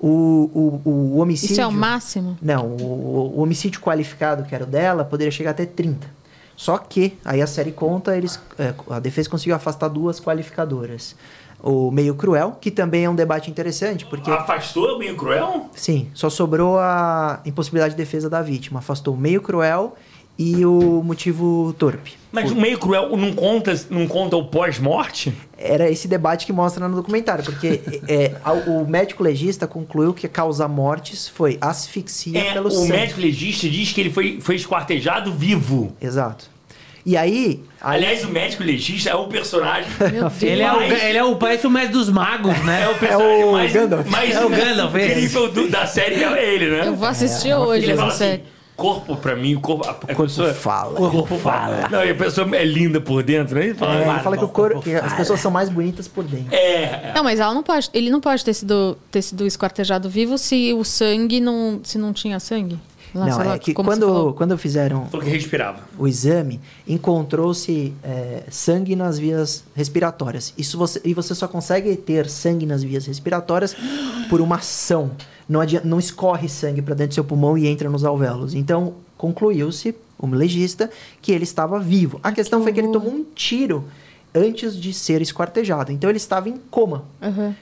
[SPEAKER 3] O, o, o homicídio.
[SPEAKER 2] Isso é o máximo?
[SPEAKER 3] Não, o, o homicídio qualificado, que era o dela, poderia chegar até 30. Só que, aí a série conta, eles, é, a defesa conseguiu afastar duas qualificadoras. O meio cruel, que também é um debate interessante, porque.
[SPEAKER 5] Afastou bem cruel?
[SPEAKER 3] Sim, só sobrou a impossibilidade de defesa da vítima. Afastou o meio cruel e o motivo torpe.
[SPEAKER 5] Mas o meio cruel não conta, não conta o pós-morte?
[SPEAKER 3] Era esse debate que mostra no documentário, porque é, a- o médico legista concluiu que a causa mortes foi asfixia
[SPEAKER 5] É,
[SPEAKER 3] pelo
[SPEAKER 5] o
[SPEAKER 3] sangue.
[SPEAKER 5] médico legista diz que ele foi, foi esquartejado vivo.
[SPEAKER 3] Exato. E aí, aí
[SPEAKER 5] Aliás, o médico legista é o
[SPEAKER 2] *laughs*
[SPEAKER 5] personagem.
[SPEAKER 1] Ele é, o,
[SPEAKER 5] Mas-
[SPEAKER 1] ele é o parece o mestre dos magos, né?
[SPEAKER 5] É o personagem
[SPEAKER 3] o
[SPEAKER 5] mais,
[SPEAKER 3] Gandalf.
[SPEAKER 5] mais
[SPEAKER 1] É o Gandalf, é.
[SPEAKER 5] incrível do- da série é ele, né?
[SPEAKER 2] Eu vou assistir
[SPEAKER 1] um
[SPEAKER 2] hoje
[SPEAKER 5] ele
[SPEAKER 2] essa
[SPEAKER 5] fala assim,
[SPEAKER 2] série.
[SPEAKER 5] corpo pra mim, o corpo... A, a pessoa,
[SPEAKER 3] fala.
[SPEAKER 5] O corpo fala. Não, e a pessoa é linda por dentro, né? Ele fala,
[SPEAKER 3] é, ele
[SPEAKER 5] "Mano,
[SPEAKER 3] fala que, o cor, que as pessoas são mais bonitas por dentro.
[SPEAKER 5] É,
[SPEAKER 2] Não, mas ela não pode, ele não pode ter sido, ter sido esquartejado vivo se o sangue não, se não tinha sangue. Lá,
[SPEAKER 3] Não,
[SPEAKER 2] sei lá,
[SPEAKER 3] é que
[SPEAKER 2] como você falou.
[SPEAKER 3] quando, quando fizeram
[SPEAKER 5] falou que respirava.
[SPEAKER 3] o exame, encontrou-se é, sangue nas vias respiratórias. Isso você, e você só consegue ter sangue nas vias respiratórias por uma ação. Não, adi- não escorre sangue para dentro do seu pulmão e entra nos alvéolos. Então, concluiu-se, o legista, que ele estava vivo. A questão foi que ele tomou um tiro antes de ser esquartejado. Então, ele estava em coma.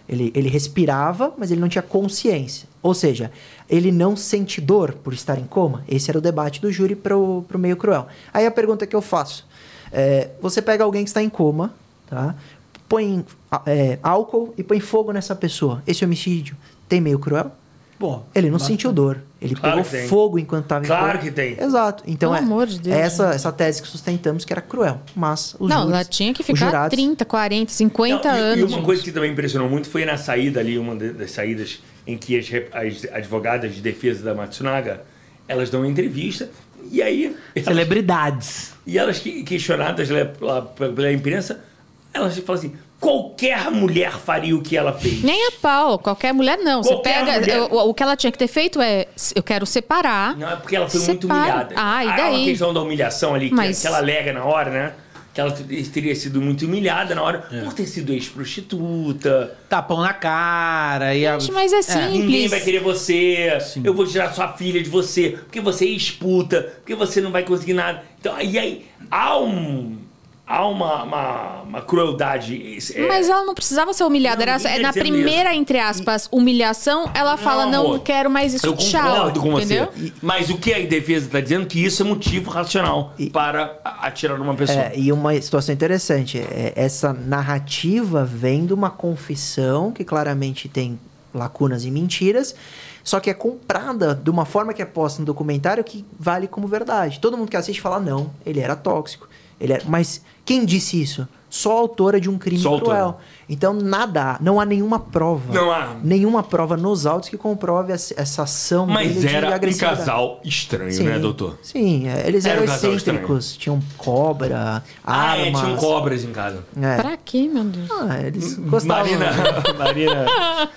[SPEAKER 3] Ele, ele respirava, mas ele não tinha consciência. Ou seja, ele não sente dor por estar em coma? Esse era o debate do júri pro, pro meio cruel. Aí a pergunta que eu faço: é, você pega alguém que está em coma, tá? põe a- é, álcool e põe fogo nessa pessoa. Esse homicídio tem meio cruel?
[SPEAKER 1] Pô,
[SPEAKER 3] Ele não sentiu dor. Ele
[SPEAKER 5] Claro que
[SPEAKER 3] pegou
[SPEAKER 5] tem.
[SPEAKER 3] fogo enquanto estava em coma.
[SPEAKER 5] Claro que tem.
[SPEAKER 3] Exato. Então
[SPEAKER 2] Pelo
[SPEAKER 3] é,
[SPEAKER 2] amor de Deus, né?
[SPEAKER 3] é essa, essa tese que sustentamos que era cruel. Mas os
[SPEAKER 2] Não,
[SPEAKER 3] júris,
[SPEAKER 2] ela tinha que
[SPEAKER 3] os
[SPEAKER 2] ficar
[SPEAKER 3] jurados-
[SPEAKER 2] 30, 40, 50
[SPEAKER 5] Não, e-
[SPEAKER 2] anos.
[SPEAKER 5] E uma
[SPEAKER 2] gente.
[SPEAKER 5] coisa que também impressionou muito foi na saída ali, uma de- das saídas em que as, rep- as advogadas de defesa da Matsunaga, elas dão uma entrevista e aí... elas-
[SPEAKER 1] Celebridades.
[SPEAKER 5] E elas que- questionadas lá pela, pela imprensa, elas falam assim: qualquer mulher faria o que ela fez.
[SPEAKER 2] Nem a pau, qualquer mulher não. Você
[SPEAKER 5] Qualquer
[SPEAKER 2] pega.
[SPEAKER 5] mulher.
[SPEAKER 2] O, o que ela tinha que ter feito é. Eu quero separar.
[SPEAKER 5] Não, é porque ela foi muito
[SPEAKER 2] Separa.
[SPEAKER 5] humilhada.
[SPEAKER 2] Ah, e
[SPEAKER 5] Há uma
[SPEAKER 2] daí?
[SPEAKER 5] questão da humilhação ali, que-
[SPEAKER 2] Mas-
[SPEAKER 5] que, ela alega na hora, né? Que ela t- teria sido muito humilhada na hora por ter sido ex-prostituta.
[SPEAKER 1] Tapão na cara. E a...
[SPEAKER 2] Gente, mas é simples.
[SPEAKER 5] Ninguém vai querer você. Eu vou tirar sua filha de você. Porque você é ex-puta. Porque você não vai conseguir nada. Então, e aí, há um. Há uma, uma, uma crueldade. é,
[SPEAKER 2] Mas ela não precisava ser humilhada.
[SPEAKER 5] Não,
[SPEAKER 2] Era,
[SPEAKER 5] ninguém
[SPEAKER 2] é,
[SPEAKER 5] tá
[SPEAKER 2] na
[SPEAKER 5] dizendo
[SPEAKER 2] primeira, entre aspas, humilhação, ela fala: não
[SPEAKER 5] amor,
[SPEAKER 2] quero mais isso.
[SPEAKER 5] Eu
[SPEAKER 2] tchau.
[SPEAKER 5] concordo com você.
[SPEAKER 2] entendeu?
[SPEAKER 5] E- Mas o que a defesa está dizendo é que isso é motivo racional para a- atirar numa pessoa.
[SPEAKER 3] É, e uma situação interessante, é, essa narrativa vem de uma confissão que claramente tem lacunas e mentiras, só que é comprada de uma forma que é posta no documentário que vale como verdade. Todo mundo que assiste fala, não, ele era tóxico. Ele era... Mas quem disse isso? Só a autora de um crime
[SPEAKER 5] Só a autora.
[SPEAKER 3] cruel. Então, nada, há, não há nenhuma prova.
[SPEAKER 5] Não há.
[SPEAKER 3] Nenhuma prova nos autos que comprove essa essa ação dele
[SPEAKER 5] Mas
[SPEAKER 3] de
[SPEAKER 5] era um
[SPEAKER 2] né?
[SPEAKER 3] agressividade.
[SPEAKER 5] casal estranho,
[SPEAKER 3] Sim,
[SPEAKER 5] né, doutor?
[SPEAKER 3] Sim, é, eles
[SPEAKER 5] Era
[SPEAKER 3] eram
[SPEAKER 5] um casal
[SPEAKER 3] excêntricos. Tinham cobra,
[SPEAKER 5] Ah,
[SPEAKER 3] armas.
[SPEAKER 5] é, tinham cobras em casa.
[SPEAKER 3] É.
[SPEAKER 2] Pra quê, meu Deus?
[SPEAKER 3] Ah, eles gostavam.
[SPEAKER 5] Marina, *laughs* Marina.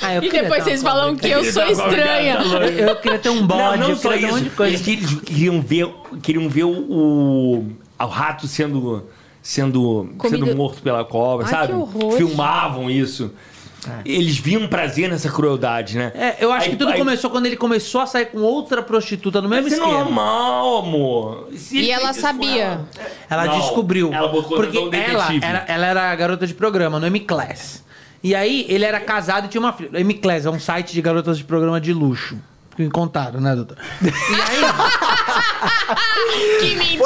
[SPEAKER 1] Ah, eu
[SPEAKER 2] e
[SPEAKER 1] queria
[SPEAKER 2] depois
[SPEAKER 1] ter uma
[SPEAKER 2] vocês
[SPEAKER 1] cobra.
[SPEAKER 2] falam que né? eu sou estranha.
[SPEAKER 1] Eu, eu queria ter um bode,
[SPEAKER 5] não, não
[SPEAKER 1] eu
[SPEAKER 5] só
[SPEAKER 1] queria ter um monte de
[SPEAKER 5] isso.
[SPEAKER 1] coisa.
[SPEAKER 5] Eles queriam, queriam ver, queriam ver o, o rato sendo, sendo,
[SPEAKER 2] Comido.
[SPEAKER 5] sendo morto pela cobra,
[SPEAKER 2] Ai,
[SPEAKER 5] sabe?
[SPEAKER 2] que horror.
[SPEAKER 5] Filmavam isso. Eles viam prazer nessa crueldade, né?
[SPEAKER 1] É, eu acho
[SPEAKER 5] Aí-
[SPEAKER 1] que tudo
[SPEAKER 5] aí-
[SPEAKER 1] começou quando ele começou a sair com outra prostituta no mesmo
[SPEAKER 5] Isso é
[SPEAKER 1] esquema.
[SPEAKER 5] normal, amor. Se
[SPEAKER 2] E
[SPEAKER 5] ele
[SPEAKER 2] ela
[SPEAKER 5] fez isso
[SPEAKER 2] sabia.
[SPEAKER 5] com ela-
[SPEAKER 1] Ela
[SPEAKER 5] Não,
[SPEAKER 1] descobriu.
[SPEAKER 5] Ela botou
[SPEAKER 1] porque
[SPEAKER 5] um
[SPEAKER 1] ela
[SPEAKER 5] detetive.
[SPEAKER 1] era, ela era a garota de programa no M-Class. E aí ele era casado e tinha uma filha. M-Class é um site de garotas de programa de luxo. Me contaram, né, doutor? E aí.
[SPEAKER 2] Que mentira!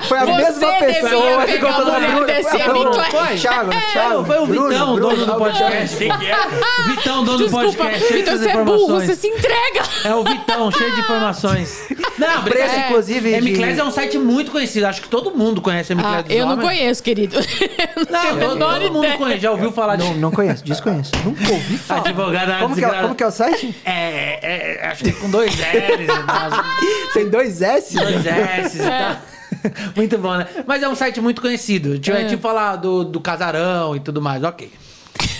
[SPEAKER 3] Foi- foi a
[SPEAKER 2] Você
[SPEAKER 3] mesma pessoa
[SPEAKER 2] devia
[SPEAKER 3] que
[SPEAKER 2] pegar a
[SPEAKER 3] contou da
[SPEAKER 2] mulher
[SPEAKER 3] Bruna.
[SPEAKER 2] descer a
[SPEAKER 3] Foi a Bruna.
[SPEAKER 2] bicicleta.
[SPEAKER 1] Foi?
[SPEAKER 3] Thiago, Thiago.
[SPEAKER 1] Foi o Vitão, dono do podcast.
[SPEAKER 5] Quem que
[SPEAKER 2] *laughs*
[SPEAKER 5] é?
[SPEAKER 1] Vitão, dono do
[SPEAKER 2] Desculpa,
[SPEAKER 1] podcast. cheio
[SPEAKER 2] Vitor,
[SPEAKER 1] dessas
[SPEAKER 2] você é burro,
[SPEAKER 1] informações.
[SPEAKER 2] você se entrega.
[SPEAKER 1] É o Vitão, cheio de informações. Não,
[SPEAKER 3] Preço,
[SPEAKER 1] brincadeira.
[SPEAKER 3] inclusive, de-
[SPEAKER 1] MClass é um site muito conhecido. Acho que todo mundo conhece MClass.
[SPEAKER 2] Ah,
[SPEAKER 1] dos
[SPEAKER 2] eu não
[SPEAKER 1] homens.
[SPEAKER 2] conheço, querido. *laughs* Eu não
[SPEAKER 1] Não,
[SPEAKER 2] tenho a
[SPEAKER 1] todo,
[SPEAKER 2] menor
[SPEAKER 1] todo mundo
[SPEAKER 2] ideia.
[SPEAKER 1] conhece. Já ouviu falar de
[SPEAKER 3] Não, não conheço, desconheço. Nunca ouvi
[SPEAKER 1] *laughs*
[SPEAKER 3] falar.
[SPEAKER 1] advogada
[SPEAKER 3] Como que, é,
[SPEAKER 1] desgra-
[SPEAKER 3] como que é
[SPEAKER 1] *laughs*
[SPEAKER 3] o site?
[SPEAKER 1] É, é, acho que com dois L's, um
[SPEAKER 3] Tem dois S?
[SPEAKER 1] dois S's e tal. *laughs* Muito bom, né? Mas é um site muito conhecido. Tipo, é. tipo falar do, do casarão e tudo mais, ok.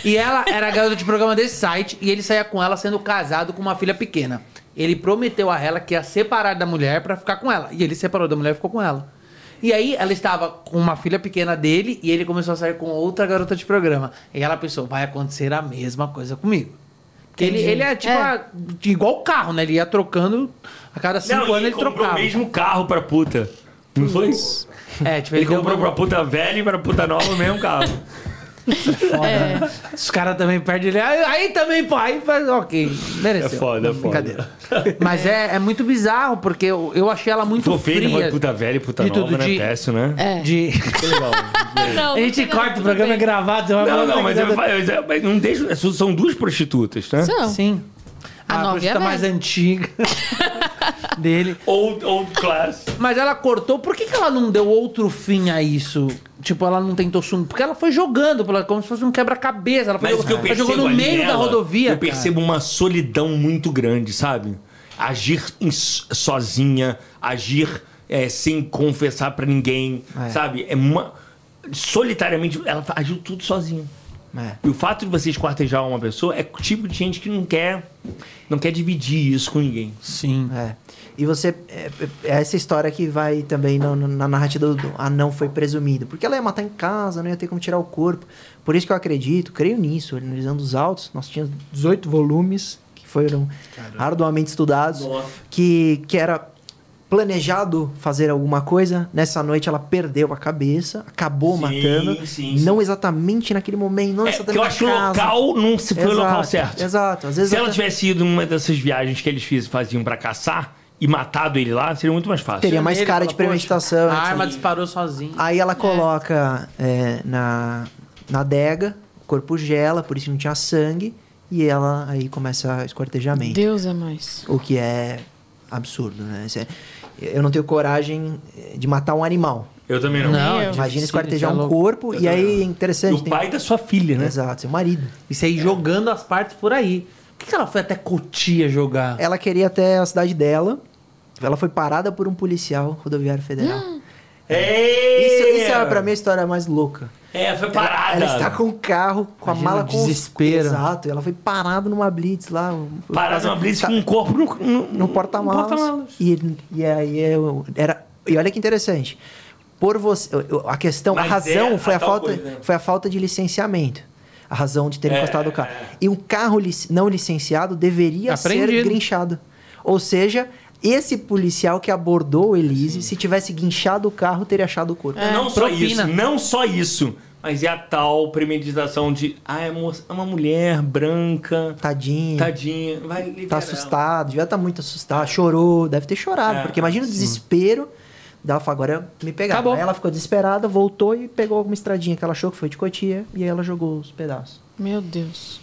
[SPEAKER 1] E ela era a garota de programa desse site e ele saía com ela sendo casado com uma filha pequena. Ele prometeu a ela que ia separar da mulher pra ficar com ela. E ele separou da mulher e ficou com ela. E aí ela estava com uma filha pequena dele e ele começou a sair com outra garota de programa. E ela pensou, vai acontecer a mesma coisa comigo. Porque ele, ele é tipo
[SPEAKER 2] É.
[SPEAKER 1] a- de- igual o carro, né? Ele ia trocando a cada cinco
[SPEAKER 5] Não,
[SPEAKER 1] anos
[SPEAKER 5] ele
[SPEAKER 1] ele
[SPEAKER 5] comprou
[SPEAKER 1] trocava.
[SPEAKER 5] o mesmo carro pra puta. Não foi isso?
[SPEAKER 1] É, tipo,
[SPEAKER 5] Ele
[SPEAKER 1] ele,
[SPEAKER 5] comprou
[SPEAKER 1] deu-
[SPEAKER 5] pra puta velha e pra puta nova o mesmo carro.
[SPEAKER 1] Os caras também perdem ele. Aí, aí também, pô, aí faz. Ok,
[SPEAKER 5] É
[SPEAKER 1] mereceu.
[SPEAKER 5] foda, é foda.
[SPEAKER 3] Brincadeira.
[SPEAKER 1] Mas é, é muito bizarro, porque eu, eu achei ela *laughs* muito
[SPEAKER 5] Tô feio,
[SPEAKER 1] fria.
[SPEAKER 5] depois puta velha e puta
[SPEAKER 1] de
[SPEAKER 5] nova,
[SPEAKER 1] tudo,
[SPEAKER 5] né?
[SPEAKER 1] de-
[SPEAKER 5] Péssimo, né?
[SPEAKER 2] É.
[SPEAKER 1] De... *laughs*
[SPEAKER 2] Não,
[SPEAKER 1] A gente
[SPEAKER 2] não,
[SPEAKER 1] corta, o
[SPEAKER 2] tudo
[SPEAKER 1] programa é
[SPEAKER 2] bem.
[SPEAKER 1] gravado. você vai
[SPEAKER 5] Não,
[SPEAKER 1] falar
[SPEAKER 5] não,
[SPEAKER 1] que
[SPEAKER 5] mas,
[SPEAKER 1] tá-
[SPEAKER 5] eu, mas eu- mas não deixo. é São duas prostitutas, né?
[SPEAKER 2] São.
[SPEAKER 1] Sim.
[SPEAKER 2] A
[SPEAKER 1] A,
[SPEAKER 2] nova e a
[SPEAKER 1] prostituta
[SPEAKER 2] velha.
[SPEAKER 1] mais antiga *laughs* dele.
[SPEAKER 5] Old, old class.
[SPEAKER 1] Mas ela cortou. Por que, que ela não deu outro fim a isso? Tipo, ela não tentou sumir. Porque ela foi jogando, pela- como se fosse um quebra-cabeça. Ela foi
[SPEAKER 5] Mas o que eu
[SPEAKER 1] ela
[SPEAKER 5] percebo
[SPEAKER 1] jogou no
[SPEAKER 5] ali
[SPEAKER 1] meio da
[SPEAKER 5] nela,
[SPEAKER 1] rodovia.
[SPEAKER 5] Eu percebo uma solidão muito grande, sabe? Agir em- sozinha, agir é, sem confessar pra ninguém,
[SPEAKER 3] É.
[SPEAKER 5] sabe? É uma, solitariamente, ela fa- agiu tudo sozinha.
[SPEAKER 3] É.
[SPEAKER 5] E o fato de você esquartejar uma pessoa é o tipo de gente que não quer, não quer dividir isso com ninguém.
[SPEAKER 1] Sim.
[SPEAKER 3] É. E você. É, é essa história que vai também na, na- na narrativa do, do Ah, não foi presumido. Porque ela ia matar em casa, não ia ter como tirar o corpo. Por isso que eu acredito, creio nisso, analisando os autos. Nós tínhamos 18 volumes que foram arduamente estudados. Que, que era planejado fazer alguma coisa. Nessa noite ela perdeu a cabeça, acabou
[SPEAKER 5] Sim,
[SPEAKER 3] matando.
[SPEAKER 5] sim, sim.
[SPEAKER 3] não exatamente naquele momento, não
[SPEAKER 5] É,
[SPEAKER 3] exatamente
[SPEAKER 5] porque eu
[SPEAKER 3] tá na
[SPEAKER 5] acho que o
[SPEAKER 3] casa.
[SPEAKER 5] local não se foi o local
[SPEAKER 3] Exato,
[SPEAKER 5] certo.
[SPEAKER 3] Exato. Às vezes
[SPEAKER 5] Se ela
[SPEAKER 3] até-
[SPEAKER 5] tivesse ido numa dessas viagens que eles fiz- faziam pra caçar e matado ele lá, seria muito mais fácil.
[SPEAKER 3] Teria é mais
[SPEAKER 1] Ele
[SPEAKER 3] cara
[SPEAKER 1] fala,
[SPEAKER 3] de premeditação. né,
[SPEAKER 1] "Poxa, A
[SPEAKER 3] etc.
[SPEAKER 1] arma disparou sozinha.
[SPEAKER 3] Aí ela coloca é, na, na adega, o corpo gela, por isso não tinha sangue, e ela aí começa o esquartejamento.
[SPEAKER 2] Deus é mais.
[SPEAKER 3] O que é absurdo, né? Isso é- Eu não tenho coragem eh, de matar um animal.
[SPEAKER 5] Eu também não.
[SPEAKER 1] Não,
[SPEAKER 2] Meu.
[SPEAKER 3] Imagina
[SPEAKER 1] difícil, isso
[SPEAKER 3] esquartejar
[SPEAKER 1] é
[SPEAKER 3] um
[SPEAKER 1] louco.
[SPEAKER 3] corpo, e aí é interessante.
[SPEAKER 5] Do pai da sua filha, né?
[SPEAKER 3] Exato, seu marido.
[SPEAKER 1] Isso aí jogando as partes por aí. Por que, que ela foi até Cotia jogar?
[SPEAKER 3] Ela queria até a cidade dela, ela foi parada por um policial rodoviário federal.
[SPEAKER 5] É.
[SPEAKER 3] Isso, isso é pra mim a história mais louca.
[SPEAKER 5] É, foi
[SPEAKER 3] Ela-
[SPEAKER 5] parada.
[SPEAKER 3] Ela está com o carro, com
[SPEAKER 1] Imagina
[SPEAKER 3] a mala
[SPEAKER 1] o
[SPEAKER 3] com os-
[SPEAKER 1] desespero.
[SPEAKER 3] Exato. Ela foi parada numa blitz lá. um-
[SPEAKER 5] Parada
[SPEAKER 3] tá-
[SPEAKER 5] uma blitz com um corpo no, no,
[SPEAKER 3] no porta-malas.
[SPEAKER 5] porta-malas.
[SPEAKER 3] e, ele- e aí eu, era e olha que interessante. Por você, eu- eu- a questão,
[SPEAKER 5] Mas
[SPEAKER 3] a razão
[SPEAKER 5] é a
[SPEAKER 3] foi a
[SPEAKER 5] tal
[SPEAKER 3] falta
[SPEAKER 5] coisa, né?
[SPEAKER 3] foi a falta de licenciamento. A razão de ter
[SPEAKER 5] É,
[SPEAKER 3] encostado o carro.
[SPEAKER 5] é.
[SPEAKER 3] E um carro lic- não licenciado deveria ser
[SPEAKER 1] Apreendido.
[SPEAKER 3] guinchado. Ou seja, esse policial que abordou o Elise, se tivesse guinchado o carro, teria achado o corpo.
[SPEAKER 5] Não só
[SPEAKER 1] propina.
[SPEAKER 5] isso, não só isso. Mas é a tal premeditação de. Ah, é, mo- é uma mulher branca,
[SPEAKER 3] Tadinho.
[SPEAKER 5] tadinha, vai liberar.
[SPEAKER 3] Tá assustado, devia estar muito assustado, Ah, chorou, deve ter chorado,
[SPEAKER 5] É,
[SPEAKER 3] porque imagina o desespero dela falou, agora me pegaram.
[SPEAKER 1] Acabou.
[SPEAKER 3] Aí ela ficou desesperada, voltou e pegou alguma estradinha que ela achou que foi de Cotia, e aí ela jogou os pedaços.
[SPEAKER 2] Meu Deus.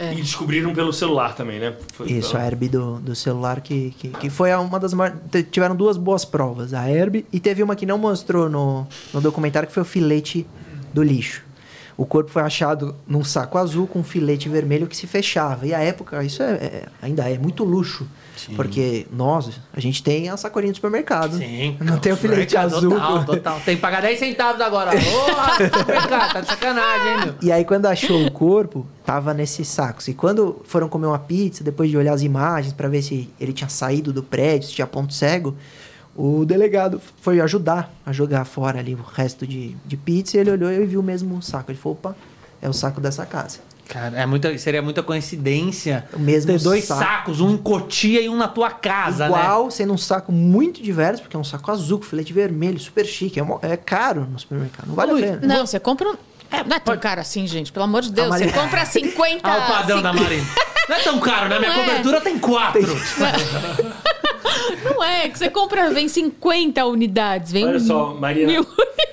[SPEAKER 5] E descobriram pelo celular também, né? Foi-
[SPEAKER 3] Isso, é. a Herb do, do celular, que, que, que foi uma das maiores... te- Tiveram duas boas provas, a Herb, e teve uma que não mostrou no, no documentário, que foi o filete do lixo. O corpo foi achado num saco azul com um filete vermelho que se fechava. E à época, isso é, é- ainda é muito luxo. Porque nós, a gente tem a sacolinha do supermercado. Não tem o filete
[SPEAKER 1] Supermercado,
[SPEAKER 3] azul.
[SPEAKER 1] é Total, total. Tem que pagar 10 centavos
[SPEAKER 3] *laughs*
[SPEAKER 1] agora. Porra, supermercado, tá de sacanagem, hein, meu?
[SPEAKER 3] E aí, quando achou o corpo, tava nesses sacos. E quando foram comer uma pizza, depois de olhar as imagens pra ver se ele tinha saído do prédio, se tinha ponto cego, o delegado foi ajudar a jogar fora ali o resto de, de pizza. E ele olhou e viu o mesmo saco. Ele falou: opa, é o saco dessa casa.
[SPEAKER 1] Cara, é muita, seria muita coincidência
[SPEAKER 3] O mesmo
[SPEAKER 1] ter dois
[SPEAKER 3] saco.
[SPEAKER 1] sacos, um em Cotia e um na tua casa, né?
[SPEAKER 3] Igual, sendo um saco muito diverso, porque é um saco azul, com filete vermelho, super chique. É, mó- é caro no supermercado, não vale a
[SPEAKER 1] Luiz,
[SPEAKER 3] pena.
[SPEAKER 2] Não, você compra um. não é tão caro assim, gente. Pelo amor de Deus.
[SPEAKER 3] Maria-
[SPEAKER 1] *laughs*
[SPEAKER 2] Você compra 50.
[SPEAKER 1] Ah, o padrão
[SPEAKER 2] cin-
[SPEAKER 1] da Marina. Não é tão caro, né? Minha
[SPEAKER 2] Não é.
[SPEAKER 1] cobertura tem quatro.
[SPEAKER 2] Não Não é, que você compra, vem 50 unidades, vem
[SPEAKER 5] Olha só, Marina.
[SPEAKER 2] mil.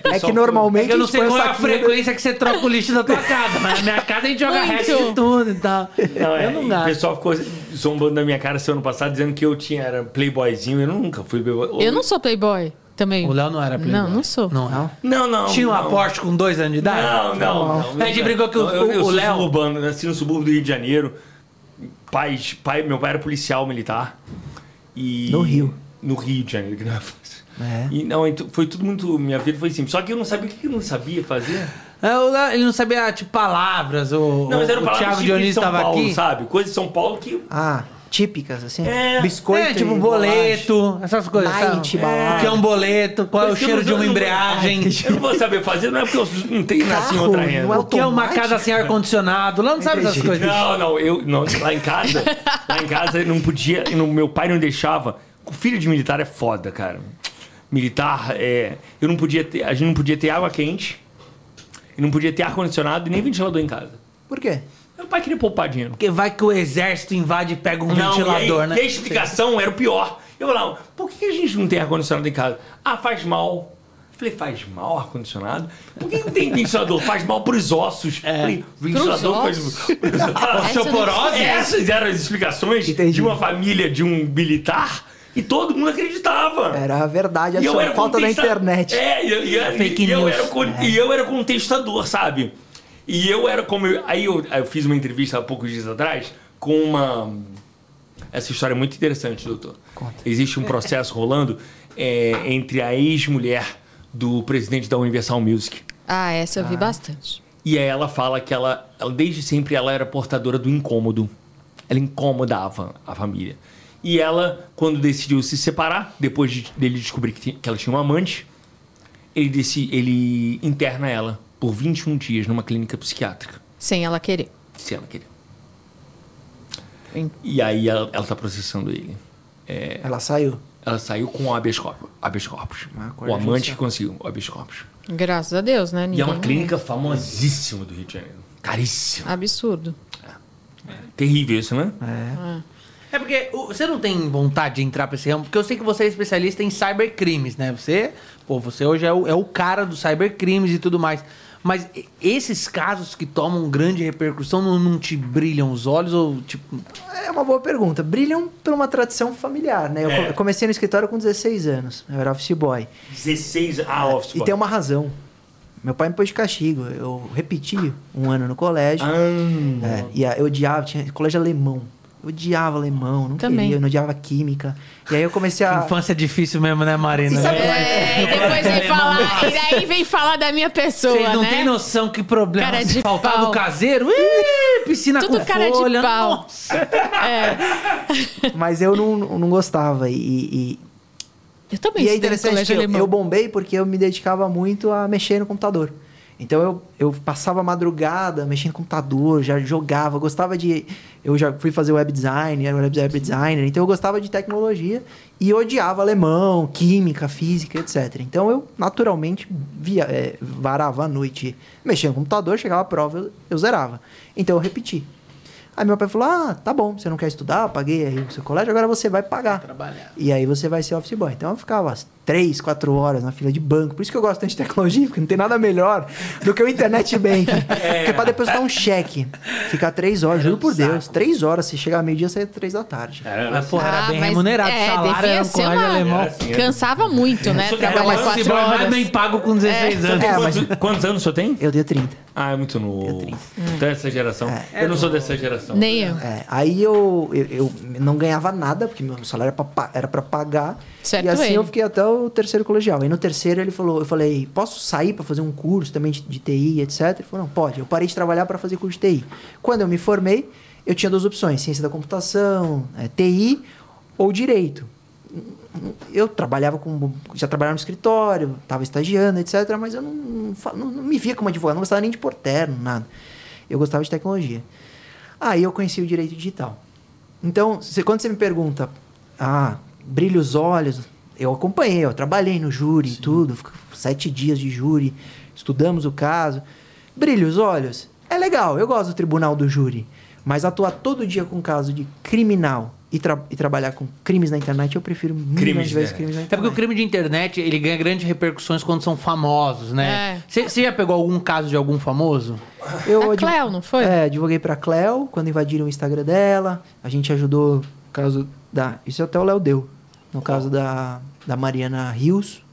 [SPEAKER 3] É
[SPEAKER 5] Pessoal,
[SPEAKER 3] que normalmente
[SPEAKER 1] Eu não sei
[SPEAKER 3] põe
[SPEAKER 1] qual
[SPEAKER 3] o
[SPEAKER 1] é a
[SPEAKER 3] saquinho
[SPEAKER 1] frequência que você troca o lixo da tua casa, mas na minha casa a gente joga
[SPEAKER 2] Muito.
[SPEAKER 1] resto de tudo e tal.
[SPEAKER 5] Não, é,
[SPEAKER 1] eu não
[SPEAKER 5] e o
[SPEAKER 1] gasto.
[SPEAKER 5] pessoal ficou zombando da minha cara esse ano passado, dizendo que eu tinha, era playboyzinho. Eu nunca fui playboy.
[SPEAKER 2] Eu não sou playboy também.
[SPEAKER 1] O Léo não era playboy.
[SPEAKER 2] Não, não sou.
[SPEAKER 1] Não, é um-
[SPEAKER 3] Não?
[SPEAKER 5] Não, não.
[SPEAKER 1] Tinha uma
[SPEAKER 5] não.
[SPEAKER 1] Porsche com dois anos de idade?
[SPEAKER 5] Não, não. não.
[SPEAKER 1] A gente brincou que o-
[SPEAKER 5] Não, eu- eu
[SPEAKER 1] o
[SPEAKER 5] sou
[SPEAKER 1] Léo-
[SPEAKER 5] suburbano, nasci no subúrbio do Rio de Janeiro. Pais, pai, meu pai era policial militar. E
[SPEAKER 3] No Rio.
[SPEAKER 5] No Rio de Janeiro, que não é fácil.
[SPEAKER 3] É.
[SPEAKER 5] E não, então, foi tudo muito. Minha vida foi simples. Só que eu não sabia o que eu não sabia fazer.
[SPEAKER 1] É, o Léo- Ele não sabia, tipo, palavras. O,
[SPEAKER 5] Não, mas era
[SPEAKER 1] o
[SPEAKER 5] palavra
[SPEAKER 1] Thiago Dionísio
[SPEAKER 5] São
[SPEAKER 1] tava
[SPEAKER 5] Paulo,
[SPEAKER 1] aqui.
[SPEAKER 5] sabe? Coisa de São Paulo que.
[SPEAKER 3] Ah, típicas, assim.
[SPEAKER 5] É.
[SPEAKER 3] Biscoito.
[SPEAKER 1] é, tipo,
[SPEAKER 3] e
[SPEAKER 1] boleto, essas coisas.
[SPEAKER 3] Night,
[SPEAKER 1] sabe?
[SPEAKER 3] balada.
[SPEAKER 1] O que é um boleto? Qual é o
[SPEAKER 5] Coisa que eu
[SPEAKER 1] cheiro
[SPEAKER 5] não-
[SPEAKER 1] de uma
[SPEAKER 5] eu não-
[SPEAKER 1] embreagem?
[SPEAKER 5] Eu não vou saber fazer, não é porque eu não tenho nasci em
[SPEAKER 3] Carro,
[SPEAKER 5] outra
[SPEAKER 3] não é
[SPEAKER 5] renda.
[SPEAKER 1] O *laughs* que é uma
[SPEAKER 3] Automático?
[SPEAKER 1] casa sem ar-condicionado? Lá não sabe essas
[SPEAKER 3] Entendi.
[SPEAKER 1] coisas.
[SPEAKER 5] Não, não, eu não, lá em casa, lá em casa eu não podia, eu não- meu pai não deixava. O filho de militar é foda, cara. Militar é, eu não podia ter, a gente não podia ter água quente, e não podia ter ar condicionado e nem ventilador em casa.
[SPEAKER 3] Por quê?
[SPEAKER 5] Meu pai queria poupar dinheiro.
[SPEAKER 1] Porque vai que o exército invade e pega um
[SPEAKER 5] e
[SPEAKER 1] ventilador,
[SPEAKER 5] aí-
[SPEAKER 1] né?
[SPEAKER 5] E a explicação era o pior. Eu falava, por que a gente não tem ar-condicionado em casa? Ah, faz mal. Eu Falei, faz mal ar-condicionado? Por que não tem ventilador? Faz mal pros ossos. É. Falei, ventilador
[SPEAKER 2] Pros
[SPEAKER 5] faz mal.
[SPEAKER 1] *laughs* É.
[SPEAKER 2] Osteoporose?
[SPEAKER 5] Essas eram as explicações
[SPEAKER 3] Entendi.
[SPEAKER 5] de uma família de um militar e todo mundo acreditava.
[SPEAKER 3] Era a verdade, a
[SPEAKER 5] E eu era
[SPEAKER 3] falta da
[SPEAKER 5] contesta-
[SPEAKER 3] internet.
[SPEAKER 5] É, e, eu- e-
[SPEAKER 1] Fake
[SPEAKER 5] e eu
[SPEAKER 1] news. É.
[SPEAKER 5] era, con- e eu era contestador, sabe? E eu era como. eu- aí eu, aí eu fiz uma entrevista há poucos dias atrás com uma. Essa história é muito interessante, doutor. Existe um processo rolando é, entre a ex-mulher do presidente da Universal Music.
[SPEAKER 2] Ah, essa eu vi bastante.
[SPEAKER 5] E aí ela fala que ela, ela- desde sempre ela era portadora do incômodo. Ela incomodava a família. E ela, quando decidiu se separar, depois de- dele descobrir que, ti- que ela tinha um amante, ele, deci- ele interna ela por 21 dias numa clínica psiquiátrica,
[SPEAKER 2] Sem ela querer.
[SPEAKER 5] se ela querer.
[SPEAKER 2] Sim.
[SPEAKER 5] E aí ela, ela tá processando ele. É.
[SPEAKER 3] Ela saiu.
[SPEAKER 5] Ela saiu com habeas corpus. Habeas corpus.
[SPEAKER 3] Ah,
[SPEAKER 5] o
[SPEAKER 3] coragem
[SPEAKER 5] amante
[SPEAKER 3] judicial.
[SPEAKER 5] que conseguiu o habeas corpus.
[SPEAKER 2] Graças a Deus, né?
[SPEAKER 5] E é uma
[SPEAKER 2] Ninguém-
[SPEAKER 5] clínica famosíssima do Rio de Janeiro. Caríssima.
[SPEAKER 2] Absurdo.
[SPEAKER 3] Ah.
[SPEAKER 5] Terrível isso, né?
[SPEAKER 1] É porque o- você não tem vontade de entrar pra esse ramo, porque eu sei que você é especialista em cybercrimes, né? Você, pô, você hoje é o, é o cara do cybercrimes e tudo mais. Mas e- esses casos que tomam grande repercussão não, não te brilham os olhos ou tipo.
[SPEAKER 3] É uma boa pergunta. Brilham por uma tradição familiar, né? Eu
[SPEAKER 5] É.
[SPEAKER 3] co- comecei no escritório com 16 anos. Eu era office boy.
[SPEAKER 5] 16 a ah, office.
[SPEAKER 3] Ah, E
[SPEAKER 5] boy.
[SPEAKER 3] tem uma razão. Meu pai me pôs de castigo. Eu repeti um ano no colégio.
[SPEAKER 5] Ah,
[SPEAKER 3] É, e aí eu odiava, tinha colégio alemão. Eu odiava alemão, não
[SPEAKER 2] Também.
[SPEAKER 3] queria, eu não odiava química. E aí eu comecei
[SPEAKER 1] *laughs*
[SPEAKER 3] a.
[SPEAKER 1] Infância é difícil mesmo, né, Marina?
[SPEAKER 3] E sabe qual é?
[SPEAKER 2] É, e depois vem falar, e daí vem falar da minha pessoa,
[SPEAKER 1] Vocês não
[SPEAKER 2] né?
[SPEAKER 1] têm noção que problema.
[SPEAKER 2] Cara
[SPEAKER 1] Se
[SPEAKER 2] de
[SPEAKER 1] faltar do
[SPEAKER 2] pau.
[SPEAKER 1] caseiro, ih, piscina
[SPEAKER 2] Tudo
[SPEAKER 1] com
[SPEAKER 2] cara de
[SPEAKER 1] folha.
[SPEAKER 2] pau.
[SPEAKER 1] Nossa.
[SPEAKER 2] É.
[SPEAKER 3] Mas eu não, não gostava. E, e,
[SPEAKER 2] Eu também
[SPEAKER 3] e é
[SPEAKER 2] estudei no
[SPEAKER 3] interessante que
[SPEAKER 2] um colégio
[SPEAKER 3] eu,
[SPEAKER 2] alemão.
[SPEAKER 3] eu bombei porque eu me dedicava muito a mexer no computador. Então eu, eu passava a madrugada mexendo no computador, já jogava, gostava de. Eu já fui fazer web design, era um web web designer, então eu gostava de tecnologia e odiava alemão, química, física, etc. Então eu naturalmente via, é, varava a noite mexendo no computador, chegava a prova, eu, eu zerava. Então eu repeti. Aí meu pai falou: Ah, tá bom, você não quer estudar, paguei aí o seu colégio, agora você vai pagar.
[SPEAKER 1] Trabalhar.
[SPEAKER 3] E aí você vai ser office boy. Então eu ficava umas 3, 4 horas na fila de banco. Por isso que eu gosto tanto de tecnologia, porque não tem nada melhor do que o internet bank. Porque pra depositar um cheque, ficar 3 horas, juro por Deus, 3 horas, se chegar meio-dia, sai 3 da tarde.
[SPEAKER 5] era
[SPEAKER 1] Mas, porra, era
[SPEAKER 2] Ah,
[SPEAKER 1] bem
[SPEAKER 2] mas-
[SPEAKER 1] remunerado.
[SPEAKER 2] é,
[SPEAKER 1] salário
[SPEAKER 2] devia
[SPEAKER 1] era um
[SPEAKER 2] ser
[SPEAKER 1] colégio
[SPEAKER 2] uma-
[SPEAKER 1] alemão.
[SPEAKER 5] Era assim, era.
[SPEAKER 2] Cansava muito, né?
[SPEAKER 5] sou
[SPEAKER 2] Trabalhar
[SPEAKER 5] trabalhando,
[SPEAKER 2] quatro
[SPEAKER 1] Boy mais
[SPEAKER 2] horas.
[SPEAKER 1] bem pago com 16 anos.
[SPEAKER 3] É, mas-
[SPEAKER 5] Quantos, quantos anos o senhor tem?
[SPEAKER 3] Eu dei 30.
[SPEAKER 5] Ah, é muito novo. Então é essa geração. eu não sou dessa geração.
[SPEAKER 2] Nem eu.
[SPEAKER 3] É, aí eu, eu, eu não ganhava nada, porque meu salário era pra, pa- era pra pagar.
[SPEAKER 2] Certo
[SPEAKER 3] e assim
[SPEAKER 2] ele.
[SPEAKER 3] eu fiquei até o terceiro colegial. E no terceiro ele falou, eu falei, posso sair pra fazer um curso também de, de TI, etc? Ele falou, não, pode. Eu parei de trabalhar pra fazer curso de TI. Quando eu me formei, eu tinha duas opções, ciência da computação, é, TI ou direito. Eu trabalhava com. Já trabalhava no escritório, estava estagiando, etc. Mas eu não, não fa- não- não me via como advogado, não gostava nem de porterno, nada. Eu gostava de tecnologia. Aí eu conheci o direito digital. Então, você- quando você me pergunta, ah, brilha os olhos, eu acompanhei, eu trabalhei no júri e tudo, fico- sete dias de júri, estudamos o caso. Brilha os olhos? É legal, eu gosto do tribunal do júri. Mas atuar todo dia com caso de criminal e e, tra- e trabalhar com crimes na internet, eu prefiro mil
[SPEAKER 5] Crimes,
[SPEAKER 3] milhões de vezes
[SPEAKER 5] né?
[SPEAKER 3] crimes na
[SPEAKER 1] Até É porque o
[SPEAKER 3] internet.
[SPEAKER 1] crime de internet, ele ganha grandes repercussões quando são famosos, né?
[SPEAKER 2] É.
[SPEAKER 1] Você já pegou algum caso de algum famoso?
[SPEAKER 3] Eu
[SPEAKER 2] A
[SPEAKER 3] advo-
[SPEAKER 2] Cleo, não foi?
[SPEAKER 3] É, advoguei pra Cleo quando invadiram o Instagram dela. A gente ajudou no caso da. Isso até o Léo deu. No caso da, da Mariana Rios,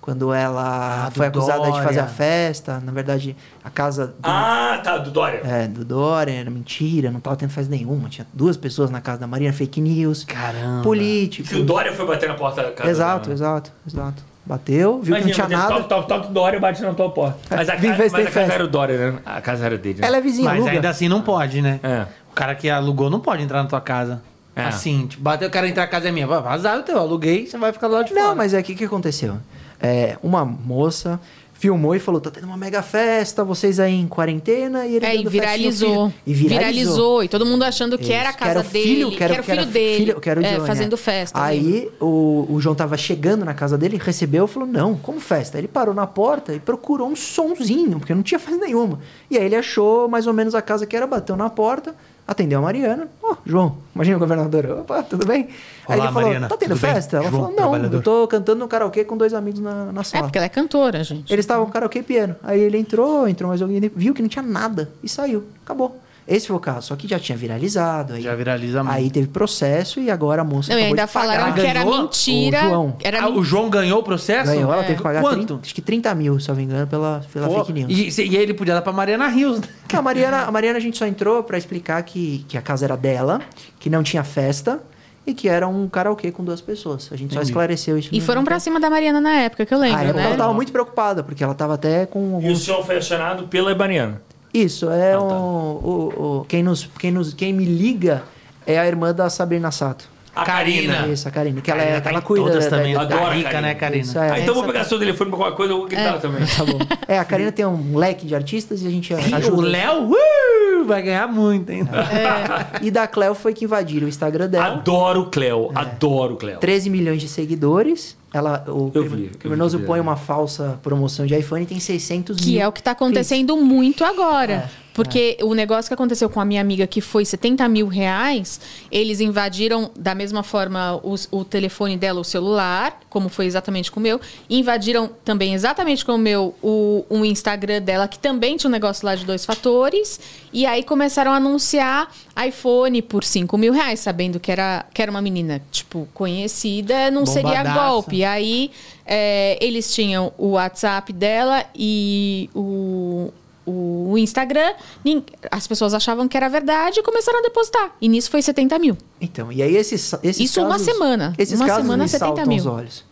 [SPEAKER 3] quando ela
[SPEAKER 1] Ah, do
[SPEAKER 3] foi acusada de fazer
[SPEAKER 1] Dória.
[SPEAKER 3] a festa. Na verdade, a casa do,
[SPEAKER 5] Ah, tá, do Dória.
[SPEAKER 3] é, do Dória era mentira, não tava tendo festa nenhuma. Tinha duas pessoas na casa da Mariana, fake news.
[SPEAKER 1] Caramba.
[SPEAKER 3] Político.
[SPEAKER 5] Que o Dória foi bater na porta da casa.
[SPEAKER 3] Exato,
[SPEAKER 5] dela.
[SPEAKER 3] exato, exato. Bateu, viu que não tinha
[SPEAKER 5] Imagina, é
[SPEAKER 3] nada.
[SPEAKER 5] Toque, toque, toque, Dória bate na tua porta. Mas a,
[SPEAKER 3] Vim
[SPEAKER 5] ca-
[SPEAKER 3] festa,
[SPEAKER 5] mas
[SPEAKER 3] tem
[SPEAKER 5] a casa
[SPEAKER 3] festa.
[SPEAKER 5] era o Dória, né? A casa era dele. né?
[SPEAKER 3] Ela é vizinha,
[SPEAKER 1] Mas
[SPEAKER 3] aluga.
[SPEAKER 1] ainda assim não pode, né?
[SPEAKER 5] É.
[SPEAKER 1] O cara que alugou não pode entrar na tua casa.
[SPEAKER 5] É.
[SPEAKER 1] Assim, tipo, bateu, eu quero entrar, a casa é minha. Vai, Vazar o teu, aluguei, você vai ficar do lado de fora.
[SPEAKER 3] Não, mas é o que, que aconteceu? É, uma moça filmou e falou: tá tendo uma mega festa, vocês aí em quarentena. E ele
[SPEAKER 2] É, e
[SPEAKER 3] dando festinha ao
[SPEAKER 2] viralizou.
[SPEAKER 3] filho. E viralizou.
[SPEAKER 2] E todo mundo achando que era a
[SPEAKER 3] É Isso.
[SPEAKER 2] casa
[SPEAKER 3] Quero
[SPEAKER 2] dele.
[SPEAKER 3] filho, quero-
[SPEAKER 2] que era o
[SPEAKER 3] quero
[SPEAKER 2] filho dele.
[SPEAKER 3] filho, quero
[SPEAKER 2] é,
[SPEAKER 3] Johnny,
[SPEAKER 2] fazendo
[SPEAKER 3] é.
[SPEAKER 2] festa. eu lembro.
[SPEAKER 3] Aí o, o João tava chegando na casa dele, recebeu, falou: Não, como festa? Ele parou na porta e procurou um sonzinho, porque não tinha festa nenhuma. E aí ele achou mais ou menos a casa que era, bateu na porta, atendeu a Mariana. Ó, João, imagina a governadora. Opa, tudo bem? aí
[SPEAKER 1] Olá,
[SPEAKER 3] ele falou:
[SPEAKER 1] Mariana,
[SPEAKER 3] Tá tendo
[SPEAKER 1] tudo bem?
[SPEAKER 3] festa? Ela
[SPEAKER 1] João,
[SPEAKER 3] falou: Não,
[SPEAKER 1] trabalhador."
[SPEAKER 3] eu tô cantando no karaokê com dois amigos na, na
[SPEAKER 2] É,
[SPEAKER 3] sala.
[SPEAKER 2] porque ela é cantora, gente.
[SPEAKER 3] Eles estavam com karaokê e piano. Aí ele entrou, entrou mais alguém, ele viu que não tinha nada e saiu. Acabou. Esse foi o caso. Só que já tinha viralizado. Aí,
[SPEAKER 1] Já viraliza muito.
[SPEAKER 3] Aí teve processo e agora a moça.
[SPEAKER 2] Não, e
[SPEAKER 3] acabou
[SPEAKER 2] ainda
[SPEAKER 3] de pagar.
[SPEAKER 2] falaram que era
[SPEAKER 1] Ganhou?
[SPEAKER 2] mentira.
[SPEAKER 3] O João.
[SPEAKER 2] Era
[SPEAKER 1] Ah, o João ganhou o processo?
[SPEAKER 3] Ganhou, ela
[SPEAKER 1] É.
[SPEAKER 3] teve que pagar
[SPEAKER 1] Quanto?
[SPEAKER 3] 30, acho que 30 mil, se eu não me engano, pela, pela
[SPEAKER 1] Pô,
[SPEAKER 3] fake news.
[SPEAKER 1] e, cê- e ele podia dar pra Mariana Rios, né?
[SPEAKER 3] Não, A, Mariana, a Mariana a gente só entrou pra explicar que, que a casa era dela, que não tinha festa e que era um karaokê com duas pessoas. A gente só esclareceu isso.
[SPEAKER 2] E
[SPEAKER 3] no-
[SPEAKER 2] foram pra cima da Mariana na época, que eu lembro,
[SPEAKER 3] Ah, ela,
[SPEAKER 2] né?
[SPEAKER 3] ela tava muito preocupada, porque ela tava até com
[SPEAKER 5] E o
[SPEAKER 3] alguns
[SPEAKER 5] senhor foi acionado pela Ibaniana.
[SPEAKER 3] Isso, é
[SPEAKER 5] Ah, tá.
[SPEAKER 3] um- o, o- quem, nos, quem, nos, quem me liga é a irmã da Sabrina Sato.
[SPEAKER 5] A Karina.
[SPEAKER 1] Karina.
[SPEAKER 3] Isso, a Karina. Que ela,
[SPEAKER 1] Karina
[SPEAKER 3] é,
[SPEAKER 1] tá
[SPEAKER 3] ela
[SPEAKER 1] em
[SPEAKER 3] cuida
[SPEAKER 1] todas
[SPEAKER 3] da- da-
[SPEAKER 1] também.
[SPEAKER 3] da-
[SPEAKER 1] ela tá
[SPEAKER 5] Adoro,
[SPEAKER 1] rica,
[SPEAKER 5] Karina.
[SPEAKER 1] né, Karina?
[SPEAKER 3] Isso, é.
[SPEAKER 5] Ah, então eu vou
[SPEAKER 2] essa-
[SPEAKER 5] pegar seu telefone pra qualquer coisa, eu vou gritar também.
[SPEAKER 3] Tá bom. É, a Karina tem um leque de artistas e a gente
[SPEAKER 1] E
[SPEAKER 3] ajuda. É.
[SPEAKER 1] o Léo uh, vai ganhar muito, hein? Tá
[SPEAKER 3] E da Cleo foi que invadiram o Instagram
[SPEAKER 1] Ah,
[SPEAKER 3] dela.
[SPEAKER 1] então.
[SPEAKER 3] É.
[SPEAKER 5] Adoro o Cleo, adoro o Cleo.
[SPEAKER 3] 13 milhões de seguidores. Ela, o
[SPEAKER 5] Eu
[SPEAKER 3] crim-
[SPEAKER 5] vi, eu vi
[SPEAKER 3] criminoso
[SPEAKER 5] que é.
[SPEAKER 3] põe
[SPEAKER 5] deu.
[SPEAKER 3] uma falsa promoção de iPhone e tem 600 mil.
[SPEAKER 2] Que é o É, que tá acontecendo muito agora. Porque o negócio que aconteceu com a minha amiga, que foi 70 mil reais, eles invadiram, da mesma forma, os- o telefone dela, o celular, como foi exatamente com o meu. e Invadiram também, exatamente com o meu, o, o Instagram dela, que também tinha um negócio lá de dois fatores. E aí começaram a anunciar iPhone por 5 mil reais, sabendo que era, que era uma menina, tipo, conhecida, não seria
[SPEAKER 1] Bombadaça.
[SPEAKER 2] golpe. E aí é, eles tinham o WhatsApp dela e o, o Instagram. Nin- As pessoas achavam que era verdade e começaram a depositar. E nisso foi 70 mil.
[SPEAKER 3] Então, e aí esses, esses
[SPEAKER 2] Isso uma
[SPEAKER 3] casos-
[SPEAKER 2] semana.
[SPEAKER 3] Esses
[SPEAKER 2] Uma
[SPEAKER 3] casos
[SPEAKER 2] semana,
[SPEAKER 3] me
[SPEAKER 2] 70
[SPEAKER 3] saltam
[SPEAKER 2] mil.
[SPEAKER 3] os olhos.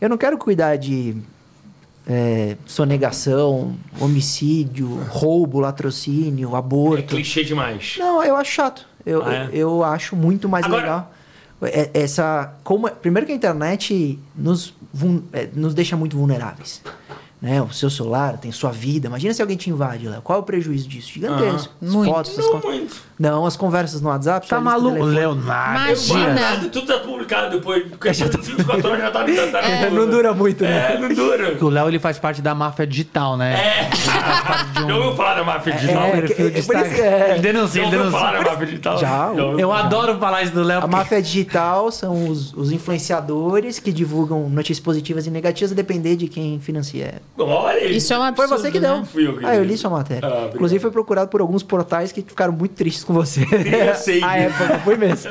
[SPEAKER 3] Eu não quero cuidar de é, sonegação, homicídio, roubo, latrocínio,
[SPEAKER 5] É
[SPEAKER 3] aborto.
[SPEAKER 5] clichê demais.
[SPEAKER 3] Não, eu acho chato. Eu,
[SPEAKER 5] Ah, é?
[SPEAKER 3] eu, eu acho muito mais
[SPEAKER 5] Agora-
[SPEAKER 3] legal. É- Essa, como, primeiro que a internet nos, vul- é, nos deixa muito vulneráveis. Né? O seu celular tem sua vida. Imagina se alguém te invade lá. Qual é o prejuízo disso? Gigantesco.
[SPEAKER 2] Aham. Muito.
[SPEAKER 3] Fotos, as
[SPEAKER 5] Não,
[SPEAKER 3] con-
[SPEAKER 5] muito.
[SPEAKER 3] não, as conversas no WhatsApp. sua
[SPEAKER 1] Tá
[SPEAKER 3] lista do
[SPEAKER 1] maluco?
[SPEAKER 3] telefone.
[SPEAKER 1] Leonardo.
[SPEAKER 2] Imagina.
[SPEAKER 5] Nada, tudo tá publicado depois.
[SPEAKER 3] *laughs*
[SPEAKER 5] Porque já tá 24 horas já tá. já tá
[SPEAKER 3] É, não dura muito, né?
[SPEAKER 5] É, não dura.
[SPEAKER 1] O Léo ele faz parte da máfia digital, né?
[SPEAKER 5] É. Já ouviu falar da máfia digital?
[SPEAKER 3] é,
[SPEAKER 1] Perfil
[SPEAKER 3] é,
[SPEAKER 1] de
[SPEAKER 3] é por isso
[SPEAKER 1] Instagram.
[SPEAKER 3] que é-
[SPEAKER 1] Ele denuncia,
[SPEAKER 5] Já
[SPEAKER 1] ele
[SPEAKER 5] ouviu
[SPEAKER 1] denuncia.
[SPEAKER 5] falar da máfia digital?
[SPEAKER 3] Já,
[SPEAKER 5] ouviu?
[SPEAKER 1] Eu adoro falar isso do Léo.
[SPEAKER 3] A
[SPEAKER 1] porque-
[SPEAKER 3] máfia digital são os, os influenciadores que divulgam notícias positivas e negativas, a depender de quem financia.
[SPEAKER 5] Olha aí.
[SPEAKER 2] Isso é um
[SPEAKER 3] Foi
[SPEAKER 2] absurdo.
[SPEAKER 3] você que deu.
[SPEAKER 2] né?
[SPEAKER 5] Fui eu que
[SPEAKER 3] ah, eu
[SPEAKER 5] dei.
[SPEAKER 3] li sua matéria.
[SPEAKER 5] Ah, obrigado.
[SPEAKER 3] Inclusive, foi procurado por alguns portais que ficaram muito tristes com você.
[SPEAKER 5] Eu
[SPEAKER 3] *laughs*
[SPEAKER 5] sei.
[SPEAKER 3] A época, foi mesmo.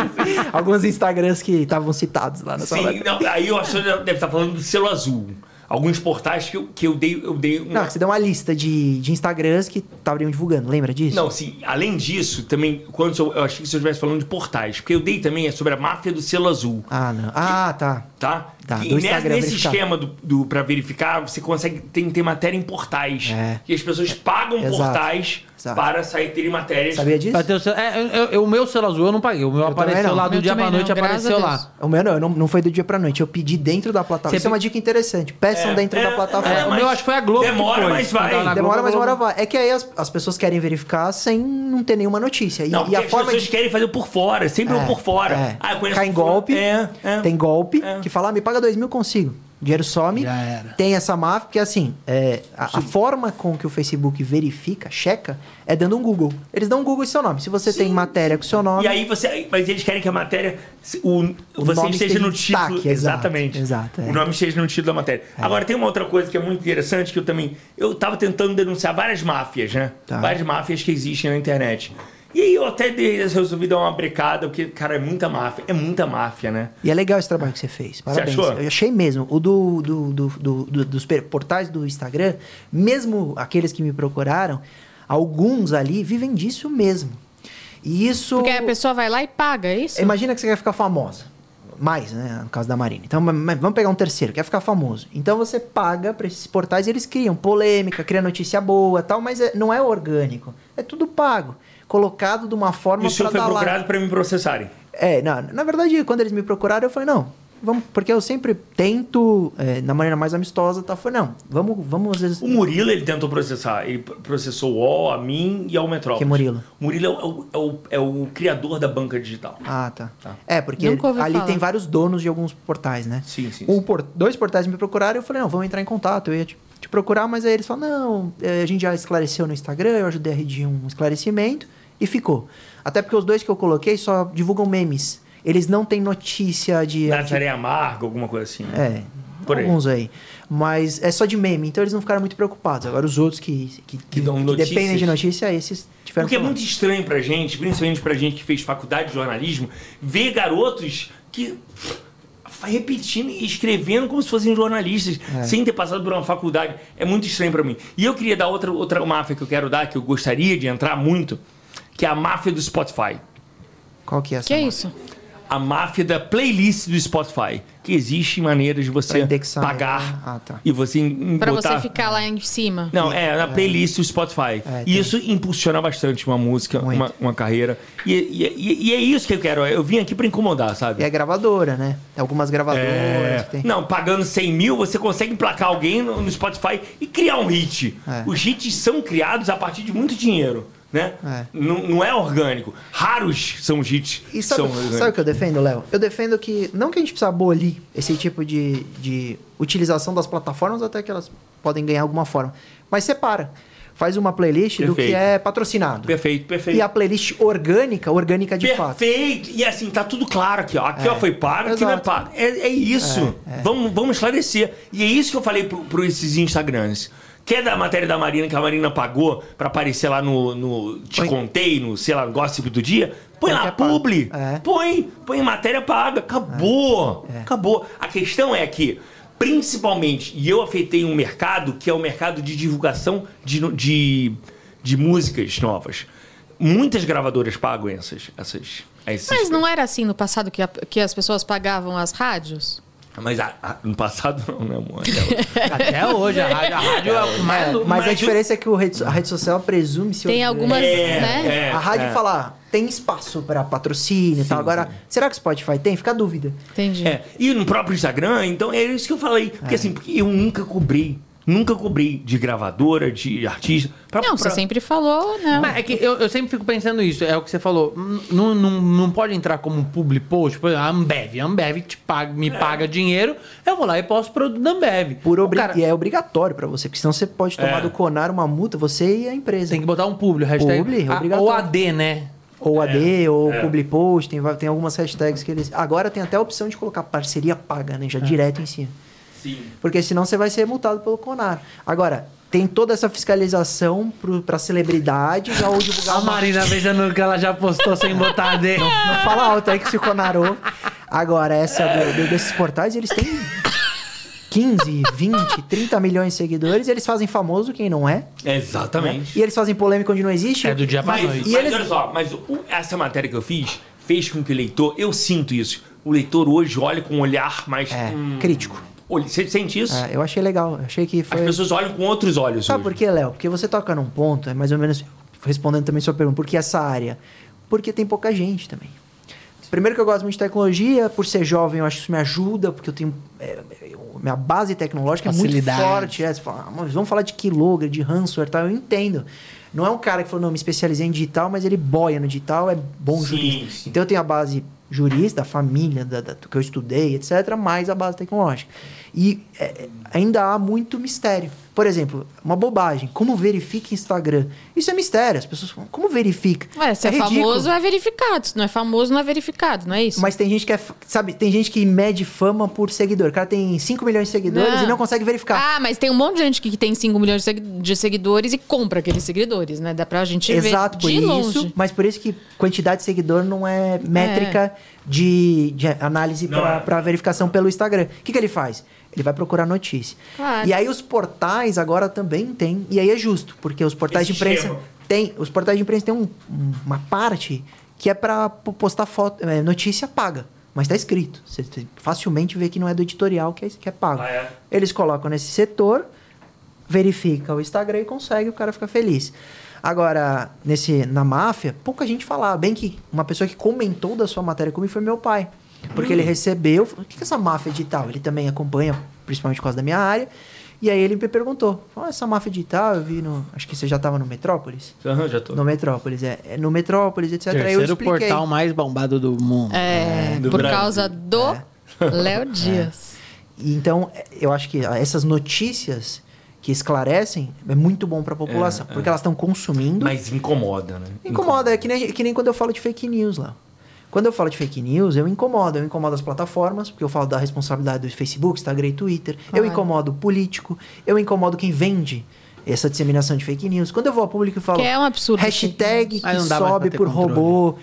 [SPEAKER 3] alguns Instagrams que estavam citados lá na sua
[SPEAKER 5] Sim,
[SPEAKER 3] matéria.
[SPEAKER 5] não, aí eu acho que deve estar falando do selo azul. Alguns portais que eu, que eu dei. Eu dei um-
[SPEAKER 3] Não, que você deu uma lista de, de Instagrams que estavam divulgando, lembra disso?
[SPEAKER 5] Não, sim, além disso, também, quando eu, eu achei que o senhor estivesse falando de portais, porque eu dei também é sobre a máfia do selo azul,
[SPEAKER 3] Ah, não. Ah, tá.
[SPEAKER 5] tá?
[SPEAKER 3] Tá,
[SPEAKER 5] Que
[SPEAKER 3] do
[SPEAKER 5] nesse-
[SPEAKER 3] Instagram
[SPEAKER 5] nesse
[SPEAKER 3] verificar.
[SPEAKER 5] esquema do, do para verificar, você consegue tem, tem matéria em portais.
[SPEAKER 3] É.
[SPEAKER 5] E as pessoas pagam
[SPEAKER 3] Exato.
[SPEAKER 5] portais
[SPEAKER 3] Exato.
[SPEAKER 5] para sair terem matérias.
[SPEAKER 3] Sabia disso?
[SPEAKER 1] Pra ter o cel- é, eu- eu- eu- o meu selo azul eu não paguei. O meu apareceu
[SPEAKER 3] também não.
[SPEAKER 1] lá do
[SPEAKER 2] Meu
[SPEAKER 1] dia pra
[SPEAKER 2] também
[SPEAKER 1] noite,
[SPEAKER 2] não, graças
[SPEAKER 1] apareceu
[SPEAKER 2] a Deus.
[SPEAKER 1] lá.
[SPEAKER 3] O meu não, eu não, não foi do dia pra noite. Eu pedi dentro da plataforma.
[SPEAKER 1] Você
[SPEAKER 3] Isso é uma dica interessante. Peçam
[SPEAKER 5] É,
[SPEAKER 3] dentro
[SPEAKER 5] é,
[SPEAKER 3] da plataforma.
[SPEAKER 5] é,
[SPEAKER 1] o
[SPEAKER 5] mas
[SPEAKER 1] meu acho que foi a Globo que
[SPEAKER 5] Demora,
[SPEAKER 1] foi.
[SPEAKER 5] mas vai.
[SPEAKER 1] Mandaram na Globo.
[SPEAKER 3] Demora, mas uma hora vai. É que aí as, as pessoas querem verificar sem não ter nenhuma notícia. E,
[SPEAKER 5] Não,
[SPEAKER 3] e
[SPEAKER 5] porque
[SPEAKER 3] a
[SPEAKER 5] as
[SPEAKER 3] forma
[SPEAKER 5] pessoas
[SPEAKER 3] de.
[SPEAKER 5] querem fazer por fora, sempre o
[SPEAKER 3] É,
[SPEAKER 5] por fora.
[SPEAKER 3] é.
[SPEAKER 5] Ah, eu conheço
[SPEAKER 3] Cai em
[SPEAKER 5] fulano-
[SPEAKER 3] golpe.
[SPEAKER 5] É, é.
[SPEAKER 3] Tem golpe
[SPEAKER 5] É.
[SPEAKER 3] que fala, ah, me paga dois mil, consigo. O dinheiro some.
[SPEAKER 1] Já era.
[SPEAKER 3] Tem essa máfia, porque assim, é, a, a forma com que o Facebook verifica, checa, é dando um Google. Eles dão um Google em seu nome. Se você tem matéria com seu nome.
[SPEAKER 5] E aí você. Mas eles querem que a matéria. se- O, você
[SPEAKER 3] nome
[SPEAKER 5] esteja
[SPEAKER 3] esteja
[SPEAKER 5] no
[SPEAKER 3] em
[SPEAKER 5] título.
[SPEAKER 3] destaque, exato,
[SPEAKER 5] exatamente.
[SPEAKER 3] exato, é.
[SPEAKER 5] O nome esteja no título da matéria. Agora tem uma outra coisa que é muito interessante que eu também. Eu tava tentando denunciar várias máfias, né?
[SPEAKER 3] Tá.
[SPEAKER 5] Várias máfias que existem na internet. E aí eu até dei- resolvi dar uma brecada, porque, cara, é muita máfia. É muita máfia, né?
[SPEAKER 3] E é legal esse trabalho que você fez. Parabéns.
[SPEAKER 5] achou?
[SPEAKER 3] Eu achei mesmo. O do, do- do- do- do- dos per- portais do Instagram, mesmo aqueles que me procuraram, alguns ali vivem disso mesmo. E isso.
[SPEAKER 2] Porque é a pessoa vai lá e paga, é isso?
[SPEAKER 3] Imagina que você quer ficar famosa. Mais, né? No caso da Marina. Então, mas- mas vamos pegar um terceiro, quer ficar famoso. Então você paga pra esses portais e eles criam polêmica, criam notícia boa tal, mas é- não é orgânico. É tudo pago. Colocado de uma forma
[SPEAKER 5] E o senhor
[SPEAKER 3] pra
[SPEAKER 5] foi
[SPEAKER 3] dar like.
[SPEAKER 5] procurado pra me processarem.
[SPEAKER 3] É, na, na verdade, quando eles me procuraram, eu falei, não, vamos, porque eu sempre tento, é, na maneira mais amistosa, tá? Eu falei, não, vamos, vamos às vezes.
[SPEAKER 5] O Murilo, ele tentou processar. Ele pr- processou o UOL, a mim e ao Metrópolis.
[SPEAKER 3] Que Murilo?
[SPEAKER 5] Murilo é o, é o- é o criador da banca digital.
[SPEAKER 3] Ah, tá.
[SPEAKER 5] Tá.
[SPEAKER 3] É, porque ali
[SPEAKER 2] Nunca ouvi falar.
[SPEAKER 3] tem vários donos de alguns portais, né?
[SPEAKER 5] Sim, sim,
[SPEAKER 3] Um
[SPEAKER 5] sim.
[SPEAKER 3] por- dois portais me procuraram, eu falei, não, vamos entrar em contato, eu ia te, te procurar, mas aí eles falaram, não, é, a gente já esclareceu no Instagram, eu ajudei a redigir um esclarecimento e ficou. Até porque os dois que eu coloquei só divulgam memes. Eles não têm notícia de.
[SPEAKER 5] Nazaré Amargo, alguma coisa assim. né?
[SPEAKER 3] É.
[SPEAKER 5] Por aí.
[SPEAKER 3] alguns aí. Mas é só de meme, então eles não ficaram muito preocupados. Agora os outros que, que, que-
[SPEAKER 5] dão
[SPEAKER 3] que
[SPEAKER 5] notícias.
[SPEAKER 3] dependem de notícia, esses tiveram
[SPEAKER 5] Porque é
[SPEAKER 3] problema.
[SPEAKER 5] muito estranho pra gente, principalmente pra gente que fez faculdade de jornalismo, ver garotos que f- repetindo e escrevendo como se fossem jornalistas,
[SPEAKER 3] É.
[SPEAKER 5] sem ter passado por uma faculdade. É muito estranho pra mim. E eu queria dar outra, outra máfia que eu quero dar, que eu gostaria de entrar muito, que é a máfia do Spotify.
[SPEAKER 3] Qual que é essa?
[SPEAKER 2] Que é
[SPEAKER 3] marca?
[SPEAKER 2] isso?
[SPEAKER 5] A máfia da playlist do Spotify, que existe maneiras de você
[SPEAKER 3] Pra indexar,
[SPEAKER 5] pagar
[SPEAKER 3] né? Ah, tá.
[SPEAKER 5] e você em- em
[SPEAKER 2] Pra
[SPEAKER 5] botar...
[SPEAKER 2] você ficar lá em cima.
[SPEAKER 5] Não, é, na playlist do Spotify.
[SPEAKER 3] É,
[SPEAKER 5] e
[SPEAKER 3] tem.
[SPEAKER 5] isso impulsiona bastante uma música,
[SPEAKER 3] Muito.
[SPEAKER 5] uma, uma carreira. E, e- e- e é isso que eu quero. Eu vim aqui pra incomodar, sabe?
[SPEAKER 3] E é gravadora, né? Algumas gravadoras
[SPEAKER 5] É.
[SPEAKER 3] que tem.
[SPEAKER 5] Não, pagando 100 mil, você consegue emplacar alguém no, no Spotify e criar um hit.
[SPEAKER 3] É.
[SPEAKER 5] Os hits são criados a partir de muito dinheiro, né?
[SPEAKER 3] É.
[SPEAKER 5] Não, não é orgânico. Raros são os hits
[SPEAKER 3] E
[SPEAKER 5] que
[SPEAKER 3] sabe,
[SPEAKER 5] são né? orgânicos.
[SPEAKER 3] sabe o que eu defendo, Léo? Eu defendo que não que a gente precisa abolir esse tipo de, de utilização das plataformas, até que elas podem ganhar alguma forma. Mas separa. Faz uma playlist do que
[SPEAKER 5] Perfeito.
[SPEAKER 3] é patrocinado.
[SPEAKER 5] Perfeito, perfeito.
[SPEAKER 3] E a playlist orgânica, orgânica de fato.
[SPEAKER 5] Perfeito! E assim, tá tudo claro aqui, ó. Aqui, ó, foi pago, aqui não é
[SPEAKER 3] Exato.
[SPEAKER 5] pago. É, é isso. Vamos, vamos esclarecer. E é isso que eu falei pro, pro esses Instagrams. Quer da matéria da Marina, que a Marina pagou pra aparecer lá no, no Te
[SPEAKER 3] Põe.
[SPEAKER 5] Contei, no, sei lá, no Gossip do Dia? Põe
[SPEAKER 3] Põe que
[SPEAKER 5] lá,
[SPEAKER 3] é pago.
[SPEAKER 5] publi.
[SPEAKER 3] É.
[SPEAKER 5] Põe, põe matéria paga. Acabou.
[SPEAKER 3] Ah,
[SPEAKER 5] Acabou. A questão é que, principalmente, e eu afetei um mercado que é o mercado de divulgação de, no- de, de músicas novas. Muitas gravadoras pagam essas. essas esses-
[SPEAKER 2] Mas não era assim no passado que, a- que as pessoas pagavam as rádios?
[SPEAKER 5] Mas a- a- no passado não,
[SPEAKER 2] *laughs*
[SPEAKER 5] né, amor?
[SPEAKER 2] É,
[SPEAKER 1] Até hoje, a rádio, a rádio é o que mais.
[SPEAKER 3] Mas, a diferença é que o rede, a rede social presume se
[SPEAKER 2] Tem
[SPEAKER 3] orgânica.
[SPEAKER 2] algumas,
[SPEAKER 5] É,
[SPEAKER 2] né?
[SPEAKER 5] é,
[SPEAKER 3] a rádio
[SPEAKER 5] é.
[SPEAKER 3] fala, tem espaço pra patrocínio e tal. Agora, será que o Spotify tem? Fica a dúvida.
[SPEAKER 2] Entendi.
[SPEAKER 5] É, e no próprio Instagram, então é isso que eu falei. Porque assim, porque eu nunca cobri. Nunca cobri de gravadora, de artista. pra-
[SPEAKER 2] Não, você
[SPEAKER 5] pra-
[SPEAKER 2] sempre falou, né?
[SPEAKER 1] Mas é que eu, eu sempre fico pensando isso, é o que você falou. N- Não, não, não pode entrar como um public post, por exemplo, a Ambev. A Ambev te paga, me paga dinheiro, eu vou lá e posto produto da Ambev.
[SPEAKER 3] É. Por
[SPEAKER 1] O
[SPEAKER 3] obri-
[SPEAKER 1] cara
[SPEAKER 3] E é obrigatório pra você, porque senão você pode tomar
[SPEAKER 5] É.
[SPEAKER 3] do Conar uma multa, você e a empresa.
[SPEAKER 1] Tem que botar um publi, hashtag.
[SPEAKER 3] Publi,
[SPEAKER 1] a-
[SPEAKER 3] obrigatório.
[SPEAKER 1] ou AD, né?
[SPEAKER 3] Ou AD,
[SPEAKER 1] é.
[SPEAKER 3] ou public post, tem, va- tem algumas hashtags que eles. Agora tem até a opção de colocar parceria paga, né? Já
[SPEAKER 1] É.
[SPEAKER 3] direto em cima.
[SPEAKER 5] Sim.
[SPEAKER 3] Porque senão você vai ser multado pelo Conar. Agora, tem toda essa fiscalização pro, pra celebridade, já ou divulgar
[SPEAKER 1] A
[SPEAKER 3] uma-
[SPEAKER 1] Marina beijando que ela já postou sem botar AD.
[SPEAKER 3] Não fala alto aí que se o Conar ouve. Agora, essa é do- do- desses portais, eles têm 15, 20, 30 milhões de seguidores, eles fazem famoso quem não é.
[SPEAKER 5] Exatamente.
[SPEAKER 3] E eles fazem polêmica onde não existe.
[SPEAKER 1] É do dia pra
[SPEAKER 5] Mas,
[SPEAKER 1] noite.
[SPEAKER 5] mas
[SPEAKER 3] E eles-
[SPEAKER 5] olha só, mas o- essa matéria que eu fiz fez com que o leitor, eu sinto isso. O leitor hoje olha com um olhar mais.
[SPEAKER 3] É,
[SPEAKER 5] hum,
[SPEAKER 3] crítico.
[SPEAKER 5] olha, você sente
[SPEAKER 1] Hum.
[SPEAKER 5] isso?
[SPEAKER 3] É, eu achei legal. eu Achei que foi.
[SPEAKER 5] As pessoas olham com outros olhos.
[SPEAKER 3] Sabe por
[SPEAKER 5] hoje.
[SPEAKER 3] quê, Léo? Porque você toca num ponto, é mais ou menos respondendo também sua pergunta, por que essa área? Porque tem pouca gente também. Primeiro que eu gosto muito de tecnologia, por ser jovem, eu acho que isso me ajuda, porque eu tenho. é, eu- minha base tecnológica é muito
[SPEAKER 1] Facilidade.
[SPEAKER 3] forte. é, você fala, "Ah, mas vamos falar de Keylogger, de ransomware e tal, eu entendo. Não é um cara que falou, não, me especializei em digital, mas ele boia no digital, é bom
[SPEAKER 5] Sim,
[SPEAKER 3] jurista.
[SPEAKER 5] sim.
[SPEAKER 3] Então eu tenho a base jurista, da família, da, da- do que eu estudei, etc., mais a base tecnológica. E é, ainda há muito mistério. Por exemplo, uma bobagem. Como verifica Instagram? Isso é mistério. As pessoas falam, como verifica?
[SPEAKER 2] Ué, se é,
[SPEAKER 3] ridículo.
[SPEAKER 2] famoso, é verificado. Se não é famoso, não é verificado, não é isso?
[SPEAKER 3] Mas tem gente que é, f- sabe, tem gente que mede fama por seguidor. O cara tem 5 milhões de seguidores
[SPEAKER 2] Não.
[SPEAKER 3] e não consegue verificar.
[SPEAKER 2] Ah, mas tem um monte de gente que tem 5 milhões de segui- de seguidores e compra aqueles seguidores, né? Dá pra gente
[SPEAKER 3] Exato,
[SPEAKER 2] ver
[SPEAKER 3] por
[SPEAKER 2] de
[SPEAKER 3] isso.
[SPEAKER 2] longe.
[SPEAKER 3] Mas por isso que quantidade de seguidor não é métrica de, de análise
[SPEAKER 5] Não é.
[SPEAKER 3] para verificação pelo Instagram. O que, que ele faz? Ele vai procurar notícia.
[SPEAKER 2] Claro.
[SPEAKER 3] E aí os portais agora também tem. E aí é justo, porque os portais
[SPEAKER 5] Esse
[SPEAKER 3] de imprensa
[SPEAKER 5] esquema.
[SPEAKER 3] tem, os portais de imprensa tem um- um- uma parte que é para postar foto, é, notícia paga. Mas tá escrito. Você você facilmente vê que não é do editorial que é, que é pago.
[SPEAKER 5] Ah, é?
[SPEAKER 3] Eles colocam nesse setor, verifica o Instagram e consegue, o cara fica feliz. Agora, nesse na máfia, pouca gente falava. Bem que uma pessoa que comentou da sua matéria comigo foi meu pai. Porque
[SPEAKER 1] Hum.
[SPEAKER 3] ele recebeu, falou, o que que é essa máfia digital? Ele também acompanha, principalmente por causa da minha área. E aí ele me perguntou, "Ah, essa máfia digital, eu vi no... Acho que você já estava no Metrópolis?
[SPEAKER 5] Aham, já tô.
[SPEAKER 3] No Metrópolis, é. é, No Metrópolis, etc. aí eu
[SPEAKER 1] Terceiro
[SPEAKER 3] expliquei.
[SPEAKER 1] portal mais bombado do mundo.
[SPEAKER 2] É,
[SPEAKER 5] do
[SPEAKER 2] por
[SPEAKER 5] Brasil.
[SPEAKER 2] causa do
[SPEAKER 3] É.
[SPEAKER 2] *laughs* Léo Dias.
[SPEAKER 3] E Então, eh, eu acho que ah, essas notícias que esclarecem é muito bom para a população,
[SPEAKER 1] É,
[SPEAKER 3] porque elas estão consumindo.
[SPEAKER 5] Mas incomoda, né?
[SPEAKER 3] Incomoda, é que nem, que nem quando eu falo de fake news lá. Quando eu falo de fake news, eu incomodo. Eu incomodo as plataformas, porque eu falo da responsabilidade do Facebook, Instagram e Twitter.
[SPEAKER 2] Claro.
[SPEAKER 3] Eu incomodo o político. Eu incomodo quem vende essa disseminação de fake news. Quando eu vou ao público e falo...
[SPEAKER 2] Que é um absurdo, fake
[SPEAKER 3] Hashtag
[SPEAKER 2] news.
[SPEAKER 3] que
[SPEAKER 1] Mas não dá mais pra
[SPEAKER 3] sobe
[SPEAKER 1] ter
[SPEAKER 3] por
[SPEAKER 1] controle.
[SPEAKER 3] robô.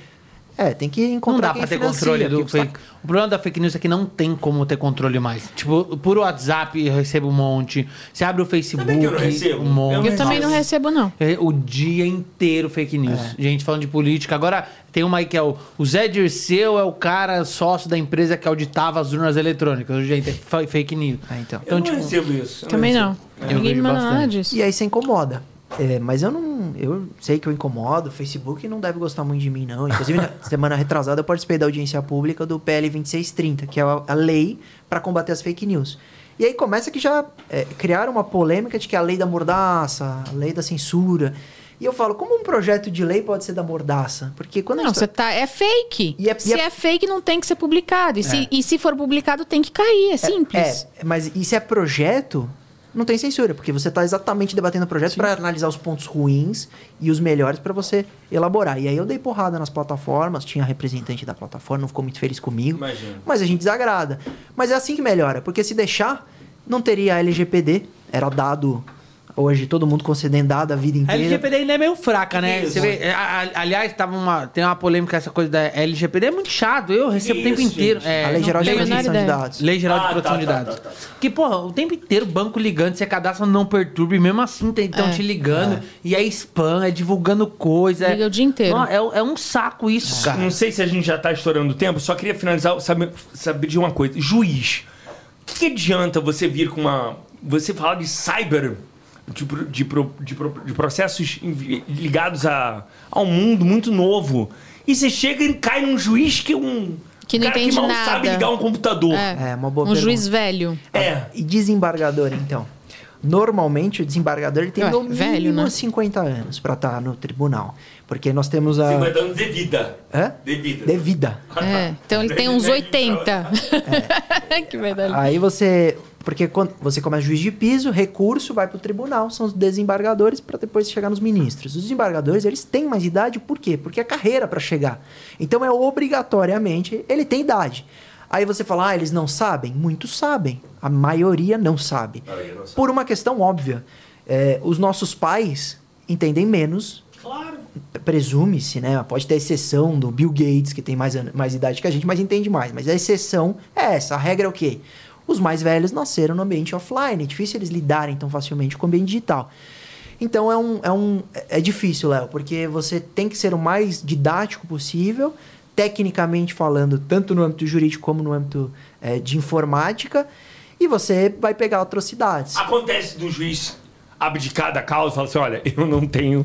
[SPEAKER 3] É, tem que
[SPEAKER 1] Não
[SPEAKER 3] encontrar
[SPEAKER 1] dá
[SPEAKER 3] quem
[SPEAKER 1] pra ter
[SPEAKER 3] financia,
[SPEAKER 1] controle do
[SPEAKER 3] porque você tá-
[SPEAKER 1] fake. O problema da fake news é que não tem como ter controle mais. Tipo, por WhatsApp eu recebo um monte. Você abre o Facebook,
[SPEAKER 5] Sabe que eu não recebo?
[SPEAKER 1] um monte.
[SPEAKER 3] É.
[SPEAKER 2] Eu também não recebo, não.
[SPEAKER 1] É, o dia inteiro fake news. Gente falando de política. Agora tem uma aí que é o, o Zé Dirceu é o cara sócio da empresa que auditava as urnas eletrônicas. Gente, é fa- fake news.
[SPEAKER 3] Ah, então.
[SPEAKER 1] Então,
[SPEAKER 5] Eu não
[SPEAKER 1] tipo,
[SPEAKER 5] recebo isso. eu
[SPEAKER 2] Também não.
[SPEAKER 5] recebo.
[SPEAKER 1] Eu
[SPEAKER 2] Ninguém me
[SPEAKER 1] vejo
[SPEAKER 2] manda nada
[SPEAKER 1] bastante.
[SPEAKER 2] disso.
[SPEAKER 3] E aí você incomoda. É, mas eu não. Eu sei que eu incomodo. O Facebook não deve gostar muito de mim, não.
[SPEAKER 2] *laughs*
[SPEAKER 3] Inclusive, na semana retrasada, eu participei da audiência pública do PL 2630, que é a, a lei para combater as fake news. E aí começa que já é, criaram uma polêmica de que é a lei da mordaça, a lei da censura. E eu falo, como um projeto de lei pode ser da mordaça? Porque quando a
[SPEAKER 2] Não,
[SPEAKER 3] gente tá-
[SPEAKER 2] você tá. É fake.
[SPEAKER 3] E é- e
[SPEAKER 2] se
[SPEAKER 3] é-
[SPEAKER 2] é... fake, não tem que ser publicado. E, se, e se for publicado, tem que cair. É simples.
[SPEAKER 3] É, mas e se é projeto, não tem censura, porque você está exatamente debatendo o projeto para analisar os pontos ruins e os melhores para você elaborar. E aí eu dei porrada nas plataformas, tinha representante da plataforma, não ficou muito feliz comigo.
[SPEAKER 5] Imagino.
[SPEAKER 3] Mas a gente desagrada. Mas é assim que melhora, porque se deixar, não teria a LGPD, era dado hoje todo mundo concedendo dado a vida
[SPEAKER 1] A
[SPEAKER 3] inteira.
[SPEAKER 1] LGPD ainda é meio fraca, né?
[SPEAKER 5] Isso.
[SPEAKER 1] Você vê, é, a- a- aliás, tava uma, tem uma polêmica essa coisa da LGPD. É muito chato. Eu recebo o tempo
[SPEAKER 5] Isso,
[SPEAKER 1] inteiro.
[SPEAKER 5] gente.
[SPEAKER 1] É,
[SPEAKER 3] a Lei
[SPEAKER 1] não
[SPEAKER 3] Geral de
[SPEAKER 2] tem a menor
[SPEAKER 3] Proteção de
[SPEAKER 2] ideia.
[SPEAKER 3] Dados.
[SPEAKER 1] Lei Geral
[SPEAKER 5] Ah,
[SPEAKER 1] de Proteção
[SPEAKER 5] tá,
[SPEAKER 1] de
[SPEAKER 5] tá,
[SPEAKER 1] Dados.
[SPEAKER 5] tá, tá, tá.
[SPEAKER 1] Que, porra, o tempo inteiro banco ligando, você cadastra no não perturbe, mesmo assim estão
[SPEAKER 2] É.
[SPEAKER 1] te ligando. E é spam, é divulgando coisa.
[SPEAKER 2] Liga
[SPEAKER 1] é...
[SPEAKER 2] o dia inteiro.
[SPEAKER 1] Não, é, é um saco isso, cara.
[SPEAKER 5] Não sei se a gente já tá estourando o tempo, só queria finalizar, saber, saber de uma coisa. Juiz, o que, que adianta você vir com uma. Você falar de cyber, de, pro- de, pro- de pro- de processos envi- ligados a, ao mundo muito novo. E você chega e cai num juiz que é um.
[SPEAKER 2] Que não
[SPEAKER 5] cara
[SPEAKER 2] entende
[SPEAKER 5] que mal
[SPEAKER 2] nada.
[SPEAKER 5] sabe ligar um computador.
[SPEAKER 3] É, uma boa
[SPEAKER 2] Um
[SPEAKER 3] pergunta.
[SPEAKER 2] juiz velho.
[SPEAKER 5] É.
[SPEAKER 3] E desembargador, então? Normalmente, o desembargador ele tem
[SPEAKER 2] Ué,
[SPEAKER 3] no
[SPEAKER 2] velho,
[SPEAKER 3] mínimo
[SPEAKER 2] né?
[SPEAKER 3] 50 anos para estar no tribunal. Porque nós temos a...
[SPEAKER 5] 50 anos de vida.
[SPEAKER 3] Hã?
[SPEAKER 5] De vida.
[SPEAKER 3] De vida.
[SPEAKER 2] É, Então ele
[SPEAKER 5] *laughs*
[SPEAKER 2] tem uns 80. *laughs*
[SPEAKER 3] É.
[SPEAKER 2] que verdade.
[SPEAKER 3] Aí você... Porque quando você começa juiz de piso, recurso, vai para o tribunal, são os desembargadores para depois chegar nos ministros. Os desembargadores, eles têm mais idade, por quê? Porque é carreira para chegar. Então, é obrigatoriamente, ele tem idade. Aí você fala, ah, eles não sabem? Muitos sabem. A maioria não sabe.
[SPEAKER 5] maioria não sabe.
[SPEAKER 3] Por uma questão óbvia. É, os nossos pais entendem menos
[SPEAKER 5] Claro.
[SPEAKER 3] presume-se, né? Pode ter exceção do Bill Gates, que tem mais, an- mais idade que a gente, mas entende mais. Mas a exceção é essa. A regra é o quê? Os mais velhos nasceram no ambiente offline. É difícil eles lidarem tão facilmente com o ambiente digital. Então é um. É, um, é difícil, Léo, porque você tem que ser o mais didático possível, tecnicamente falando, tanto no âmbito jurídico como no âmbito eh, de informática, e você vai pegar atrocidades.
[SPEAKER 5] Acontece do juiz abdicar da causa e falar assim: olha, eu não tenho.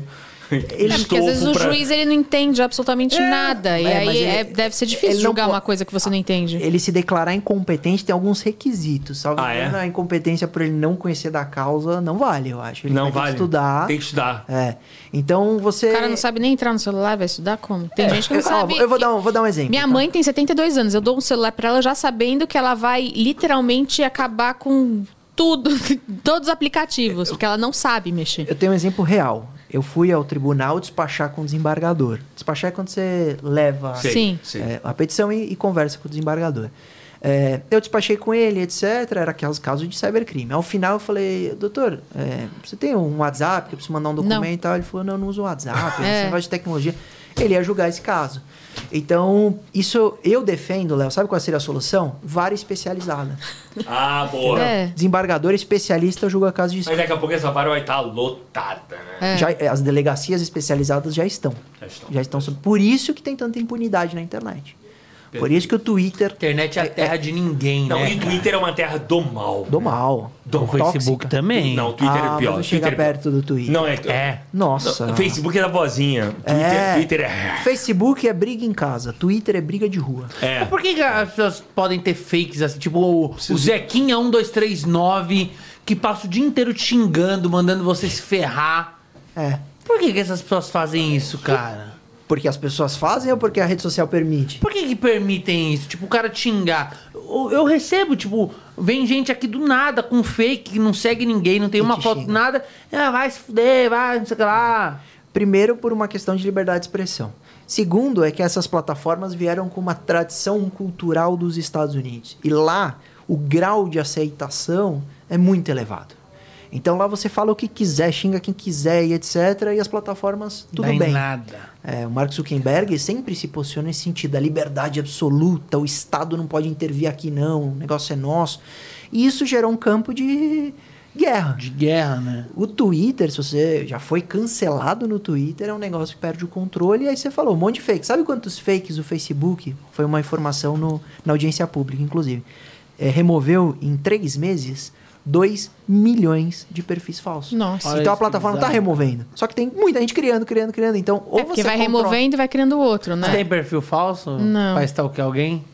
[SPEAKER 3] Ele
[SPEAKER 2] é, porque às
[SPEAKER 5] estou
[SPEAKER 2] vezes o
[SPEAKER 5] pra-
[SPEAKER 2] juiz ele não entende absolutamente nada. E
[SPEAKER 3] É,
[SPEAKER 2] aí
[SPEAKER 3] mas ele-
[SPEAKER 2] é- deve ser
[SPEAKER 3] ele
[SPEAKER 2] difícil
[SPEAKER 3] não
[SPEAKER 2] julgar
[SPEAKER 3] po-
[SPEAKER 2] uma coisa que você não entende.
[SPEAKER 3] Ele se declarar incompetente tem alguns requisitos. Salvo
[SPEAKER 5] Ah, é?
[SPEAKER 3] engano, a incompetência por ele não conhecer da causa não vale, eu acho. Ele vai
[SPEAKER 5] Não
[SPEAKER 3] ter que
[SPEAKER 5] vale.
[SPEAKER 3] estudar.
[SPEAKER 5] Tem que estudar.
[SPEAKER 3] É. Então você.
[SPEAKER 2] O cara não sabe nem entrar no celular, vai estudar como? Tem gente que não
[SPEAKER 3] É, eu, ó,
[SPEAKER 2] sabe.
[SPEAKER 3] eu vou dar um, vou dar um exemplo.
[SPEAKER 2] Minha
[SPEAKER 3] tá?
[SPEAKER 2] mãe tem 72 anos. Eu dou um celular pra ela já sabendo que ela vai literalmente acabar com tudo, *laughs* todos os aplicativos, porque ela não sabe mexer.
[SPEAKER 3] Eu tenho um exemplo real. Eu fui ao tribunal despachar com o desembargador. Despachar é quando você leva
[SPEAKER 5] Sei,
[SPEAKER 2] Sim.
[SPEAKER 5] sei.
[SPEAKER 3] é, a petição e, e conversa com o desembargador. É, eu despachei com ele, etc. Era aqueles casos de cybercrime. Ao final eu falei, doutor, é, você tem um WhatsApp que eu preciso mandar um documento e tal? Ele falou, não, eu não
[SPEAKER 2] *laughs*
[SPEAKER 3] uso WhatsApp,
[SPEAKER 2] É.
[SPEAKER 3] esse negócio de tecnologia. Ele ia julgar esse caso. Então, isso eu defendo, Léo. Sabe qual seria a solução? Vara especializada.
[SPEAKER 5] Ah, boa.
[SPEAKER 2] É.
[SPEAKER 3] Desembargador especialista julga casos de
[SPEAKER 5] Mas daqui a pouco essa vara vai estar lotada, né?
[SPEAKER 2] É.
[SPEAKER 3] Já- é, as delegacias especializadas já estão.
[SPEAKER 5] Já estão.
[SPEAKER 3] Já estão sob- Por isso que tem tanta impunidade na internet. Por isso que o Twitter
[SPEAKER 1] Internet é a terra de ninguém,
[SPEAKER 5] Não,
[SPEAKER 1] né?
[SPEAKER 5] e o
[SPEAKER 1] cara?
[SPEAKER 5] Twitter é uma terra do mal.
[SPEAKER 3] do mal.
[SPEAKER 1] O Facebook também.
[SPEAKER 5] Não, o Twitter
[SPEAKER 3] Ah,
[SPEAKER 5] é pior.
[SPEAKER 3] mas não
[SPEAKER 5] O
[SPEAKER 3] chega
[SPEAKER 5] Twitter é pior.
[SPEAKER 3] perto do Twitter.
[SPEAKER 5] Não, é.
[SPEAKER 1] É.
[SPEAKER 3] Nossa.
[SPEAKER 5] O Facebook é da vozinha. Twitter
[SPEAKER 3] É.
[SPEAKER 5] é. Twitter é.
[SPEAKER 3] Facebook é briga em casa. Twitter é briga de rua.
[SPEAKER 1] Mas
[SPEAKER 5] É.
[SPEAKER 1] Por que, que as pessoas podem ter fakes assim? Tipo, o, o Zequinha 1239, que passa o dia inteiro te xingando, mandando você se ferrar.
[SPEAKER 3] É.
[SPEAKER 1] Por que, que essas pessoas fazem isso, cara?
[SPEAKER 3] Porque as pessoas fazem ou porque a rede social permite?
[SPEAKER 1] Por que, que permitem isso? Tipo, o cara te xingar. Eu, eu recebo, tipo, vem gente aqui do nada com fake, que não segue ninguém, não tem
[SPEAKER 3] Que
[SPEAKER 1] uma
[SPEAKER 3] te
[SPEAKER 1] foto,
[SPEAKER 3] xinga.
[SPEAKER 1] nada. Ah, vai se fuder, vai, não sei o que lá.
[SPEAKER 3] Primeiro, por uma questão de liberdade de expressão. Segundo, é que essas plataformas vieram com uma tradição cultural dos Estados Unidos. E lá, o grau de aceitação é muito elevado. Então lá você fala o que quiser, xinga quem quiser e etc. E as plataformas, tudo
[SPEAKER 1] Dá em
[SPEAKER 3] bem.
[SPEAKER 1] nada.
[SPEAKER 3] É, o Mark Zuckerberg sempre se posiciona nesse sentido, da liberdade absoluta, o Estado não pode intervir aqui não, o negócio é nosso. E isso gerou um campo de guerra.
[SPEAKER 1] De guerra, né?
[SPEAKER 3] O Twitter, se você já foi cancelado no Twitter, é um negócio que perde o controle. E aí você falou um monte de fake. Sabe quantos fakes o Facebook? Foi uma informação no- na audiência pública, inclusive. É, removeu em três meses 2 milhões de perfis falsos.
[SPEAKER 2] Nossa.
[SPEAKER 1] Olha isso
[SPEAKER 3] então a
[SPEAKER 1] que
[SPEAKER 3] plataforma tá
[SPEAKER 1] bizarro.
[SPEAKER 3] removendo. Só que tem muita gente criando, criando, criando. Então, ou
[SPEAKER 2] É porque
[SPEAKER 3] você
[SPEAKER 2] vai
[SPEAKER 3] controla-
[SPEAKER 2] removendo e vai criando outro,
[SPEAKER 1] Você
[SPEAKER 2] né?
[SPEAKER 1] tem perfil falso?
[SPEAKER 2] Não.
[SPEAKER 1] Pra stalkear alguém?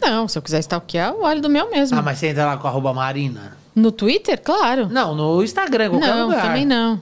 [SPEAKER 2] Não, se eu quiser stalkear, eu olho do meu mesmo.
[SPEAKER 1] Ah, mas você entra lá com arroba marina.
[SPEAKER 2] No Twitter, claro.
[SPEAKER 1] Não, no Instagram, qualquer
[SPEAKER 2] Não,
[SPEAKER 1] lugar.
[SPEAKER 2] também não.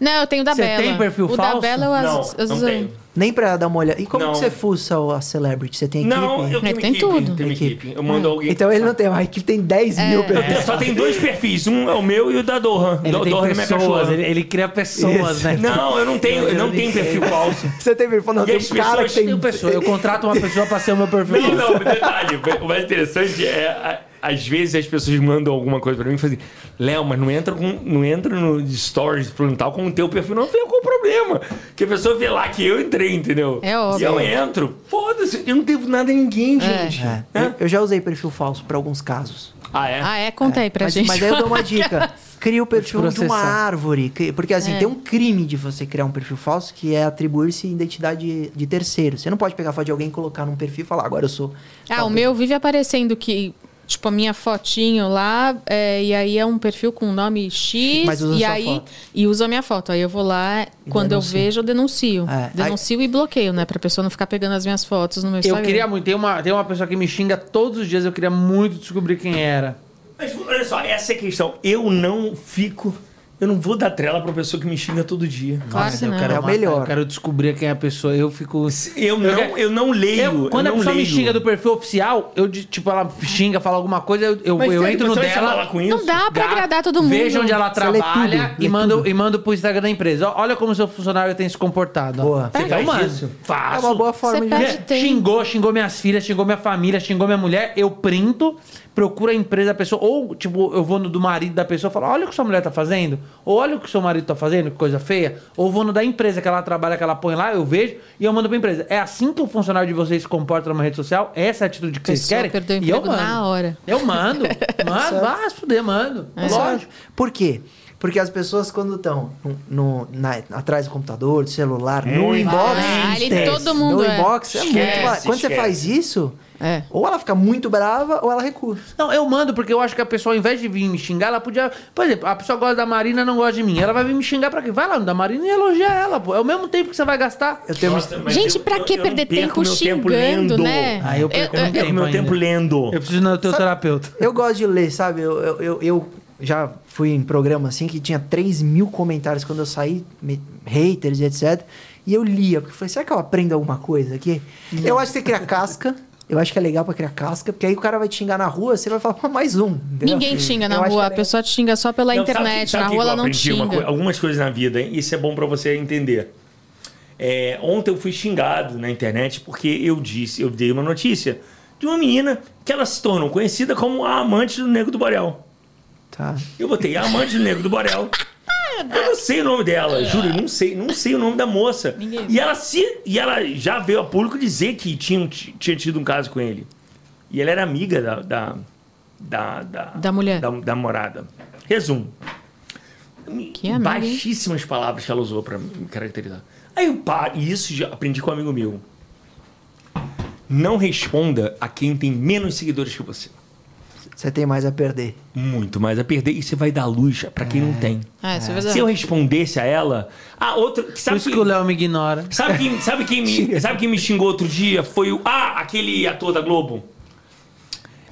[SPEAKER 2] Não, eu tenho o da
[SPEAKER 1] Você
[SPEAKER 2] Bela.
[SPEAKER 1] tem perfil
[SPEAKER 2] o
[SPEAKER 1] falso?
[SPEAKER 2] da Bela eu
[SPEAKER 5] Não,
[SPEAKER 2] às às
[SPEAKER 5] não
[SPEAKER 2] vezes eu-
[SPEAKER 5] tenho.
[SPEAKER 3] Nem pra dar uma olhada. E como
[SPEAKER 5] Não.
[SPEAKER 3] que você fuça o- a celebrity? Você é. tem equipe?
[SPEAKER 5] Não, eu tenho
[SPEAKER 2] Ele tem
[SPEAKER 5] equipe,
[SPEAKER 2] tudo.
[SPEAKER 5] Tem equipe. Eu mando alguém.
[SPEAKER 3] Então ele não tem, a equipe tem 10 mil perfis.
[SPEAKER 5] É, só tem dois perfis. Um é o meu e o da Dohan.
[SPEAKER 1] Ele
[SPEAKER 5] Do,
[SPEAKER 1] tem
[SPEAKER 5] Dohan é minha
[SPEAKER 1] pessoas,
[SPEAKER 5] cachorra.
[SPEAKER 1] ele, ele cria pessoas, né?
[SPEAKER 5] Não, eu não tenho, eu não tenho perfil falso.
[SPEAKER 3] Você tem perfil? Não,
[SPEAKER 5] É. E
[SPEAKER 3] tem
[SPEAKER 5] as
[SPEAKER 3] um cara que
[SPEAKER 5] pessoas-
[SPEAKER 3] tem...
[SPEAKER 1] Eu, pessoa, eu contrato uma pessoa pra ser o meu perfil.
[SPEAKER 5] Não, não, detalhe. O mais interessante é. a- Às vezes as pessoas mandam alguma coisa pra mim e falam assim: Léo, mas não entra, com, não entra no stories falando tal com o teu perfil, não tem algum problema. Que a pessoa vê lá que eu entrei, entendeu?
[SPEAKER 2] É óbvio.
[SPEAKER 5] E eu entro. Foda-se, eu não devo nada a ninguém,
[SPEAKER 2] É.
[SPEAKER 5] gente.
[SPEAKER 3] É, eu- Eu já usei perfil falso pra alguns casos.
[SPEAKER 5] Ah, é?
[SPEAKER 2] Ah, é? Conta aí pra
[SPEAKER 3] mas,
[SPEAKER 2] gente.
[SPEAKER 3] mas aí eu dou uma dica. Cria o perfil de uma
[SPEAKER 1] processar.
[SPEAKER 3] árvore. que- Porque
[SPEAKER 2] É.
[SPEAKER 3] assim, tem um crime de você criar um perfil falso que é atribuir-se identidade de terceiro. Você não pode pegar a foto de alguém, colocar num perfil e falar, agora eu sou.
[SPEAKER 2] *laughs* Ah, o meu vive aparecendo que, tipo, a minha fotinho lá, é, e aí é um perfil com o nome X,
[SPEAKER 3] Mas usa
[SPEAKER 2] e
[SPEAKER 3] sua
[SPEAKER 2] aí.
[SPEAKER 3] foto.
[SPEAKER 2] E usa a minha foto. Aí eu vou lá, quando
[SPEAKER 3] denuncia.
[SPEAKER 2] eu vejo, eu denuncio.
[SPEAKER 3] É, aí-
[SPEAKER 2] Denuncio e bloqueio, né? Pra pessoa não ficar pegando as minhas fotos no meu
[SPEAKER 1] Eu
[SPEAKER 2] Instagram.
[SPEAKER 1] queria muito. Tem uma, tem uma pessoa que me xinga todos os dias, eu queria muito descobrir quem era.
[SPEAKER 5] Mas olha só, essa é a questão. Eu não fico. Eu não vou dar trela pra pessoa que me xinga todo dia.
[SPEAKER 2] Claro que
[SPEAKER 1] eu
[SPEAKER 2] não.
[SPEAKER 1] quero
[SPEAKER 3] É o melhor.
[SPEAKER 1] Eu quero descobrir quem é a pessoa. Eu fico.
[SPEAKER 5] Eu não, eu não leio.
[SPEAKER 1] Eu-
[SPEAKER 5] eu
[SPEAKER 1] quando a
[SPEAKER 5] não
[SPEAKER 1] pessoa me
[SPEAKER 5] leio.
[SPEAKER 1] xinga do perfil oficial, eu de- tipo, ela xinga, fala alguma coisa, eu, eu,
[SPEAKER 5] Mas
[SPEAKER 1] eu
[SPEAKER 5] sério,
[SPEAKER 1] entro no
[SPEAKER 5] você vai
[SPEAKER 1] dela.
[SPEAKER 5] falar com
[SPEAKER 2] Não
[SPEAKER 5] isso?
[SPEAKER 2] dá pra
[SPEAKER 1] gato,
[SPEAKER 2] agradar todo mundo.
[SPEAKER 1] Vejo onde ela
[SPEAKER 3] Você lê
[SPEAKER 1] trabalha
[SPEAKER 3] tudo, lê
[SPEAKER 1] e, mando,
[SPEAKER 3] tudo.
[SPEAKER 1] e mando pro Instagram da empresa. Ó, Olha como o seu funcionário tem se comportado. ó.
[SPEAKER 3] Boa.
[SPEAKER 5] Você
[SPEAKER 1] Eu
[SPEAKER 5] faz
[SPEAKER 1] mando.
[SPEAKER 5] isso?
[SPEAKER 3] É
[SPEAKER 1] Faço.
[SPEAKER 3] uma boa forma
[SPEAKER 2] Você
[SPEAKER 3] de.
[SPEAKER 2] perde tempo.
[SPEAKER 1] Xingou, xingou minhas filhas, xingou minha família, xingou minha mulher. Eu printo, procuro a empresa da pessoa. Ou, tipo, eu vou no do marido da pessoa e falo: olha o que sua mulher tá fazendo. Ou olha o que seu marido tá fazendo, que coisa feia. Ou vou no da empresa que ela trabalha, que ela põe lá, eu vejo e eu mando pra empresa. É assim que o funcionário de vocês se comporta numa rede social? Essa é a atitude que vocês
[SPEAKER 2] Pessoa
[SPEAKER 1] querem?
[SPEAKER 2] perdeu o
[SPEAKER 1] e eu
[SPEAKER 2] emprego
[SPEAKER 1] mando.
[SPEAKER 2] na hora. *laughs* É
[SPEAKER 1] Eu mando. Mando, ah, se fuder, mando.
[SPEAKER 3] Lógico.
[SPEAKER 1] Lógico.
[SPEAKER 3] Por quê? Porque as pessoas, quando estão no, no- na- atrás do computador, do celular, no
[SPEAKER 5] Muito
[SPEAKER 3] inbox,
[SPEAKER 2] É. Ah, ali
[SPEAKER 3] tem.
[SPEAKER 2] todo mundo
[SPEAKER 3] no
[SPEAKER 2] é.
[SPEAKER 3] inbox, é
[SPEAKER 5] Esquece,
[SPEAKER 3] muito mal. Quando você
[SPEAKER 5] esquece.
[SPEAKER 3] faz isso,
[SPEAKER 2] É.
[SPEAKER 3] ou ela fica muito brava, ou ela recua.
[SPEAKER 1] Não, eu mando porque eu acho que a pessoa, ao invés de vir me xingar, ela podia. Por exemplo, a pessoa gosta da Marina, não gosta de mim. Ela vai vir me xingar pra quê? Vai lá no da Marina e elogia ela, pô. É o mesmo tempo que você vai gastar.
[SPEAKER 3] Eu tenho
[SPEAKER 5] Nossa, mas
[SPEAKER 2] Gente,
[SPEAKER 5] eu-
[SPEAKER 2] pra
[SPEAKER 5] eu-
[SPEAKER 2] que
[SPEAKER 5] eu não
[SPEAKER 2] perder
[SPEAKER 5] perco
[SPEAKER 2] tempo
[SPEAKER 5] meu tempo
[SPEAKER 2] xingando,
[SPEAKER 5] lendo. É,
[SPEAKER 2] né?
[SPEAKER 1] Ah, eu perco
[SPEAKER 5] Eu não perco meu
[SPEAKER 1] ainda.
[SPEAKER 5] tempo lendo.
[SPEAKER 1] Eu preciso ir no teu terapeuta.
[SPEAKER 3] Eu gosto de ler, sabe? Eu, eu, eu- eu já fui em programa assim que tinha 3 mil comentários quando eu saí, me- haters e etc. E eu lia, porque eu falei, será que eu aprendo alguma coisa aqui? Eu acho que você cria casca. Eu acho que é legal pra criar casca, porque aí o cara vai te xingar na rua, você vai falar, "Ah, mais um. entendeu?
[SPEAKER 2] Ninguém te xinga na
[SPEAKER 3] Eu acho
[SPEAKER 2] rua, a
[SPEAKER 3] que é legal.
[SPEAKER 2] pessoa te xinga só pela
[SPEAKER 5] Não, sabe
[SPEAKER 2] internet.
[SPEAKER 5] que- sabe
[SPEAKER 2] na
[SPEAKER 5] que
[SPEAKER 2] rua
[SPEAKER 5] eu
[SPEAKER 2] ela não te
[SPEAKER 5] aprendi uma
[SPEAKER 2] xinga.
[SPEAKER 5] coi- algumas coisas na vida, hein? isso é bom pra você entender. É, ontem eu fui xingado na internet porque eu disse, eu dei uma notícia de uma menina que ela se tornou conhecida como a amante do Negro do Borel.
[SPEAKER 3] Tá.
[SPEAKER 5] Eu botei a amante do Negro do Borel. Eu não sei o nome dela, juro, eu não sei, não sei o nome da moça.
[SPEAKER 2] Ninguém.
[SPEAKER 5] E ela se, e ela já veio a público dizer que tinha, tinha tido um caso com ele. E ela era amiga da da da,
[SPEAKER 2] Da mulher.
[SPEAKER 5] da, da morada. Resumo.
[SPEAKER 2] Que amiga, hein?
[SPEAKER 5] Baixíssimas palavras que ela usou pra me caracterizar. Aí eu paro, e isso já aprendi com um amigo meu. Não responda a quem tem menos seguidores que você.
[SPEAKER 3] Você tem mais a perder.
[SPEAKER 5] Muito mais a perder e você vai dar luz pra quem não tem.
[SPEAKER 2] Ah, isso é verdade.
[SPEAKER 5] Se eu respondesse a ela. Ah, outro.
[SPEAKER 1] Por
[SPEAKER 5] Sabe,
[SPEAKER 1] isso que o
[SPEAKER 5] que,
[SPEAKER 1] Léo me ignora.
[SPEAKER 5] sabe, quem, sabe, quem me, sabe quem me xingou outro dia? Foi o. Ah, aquele ator da Globo.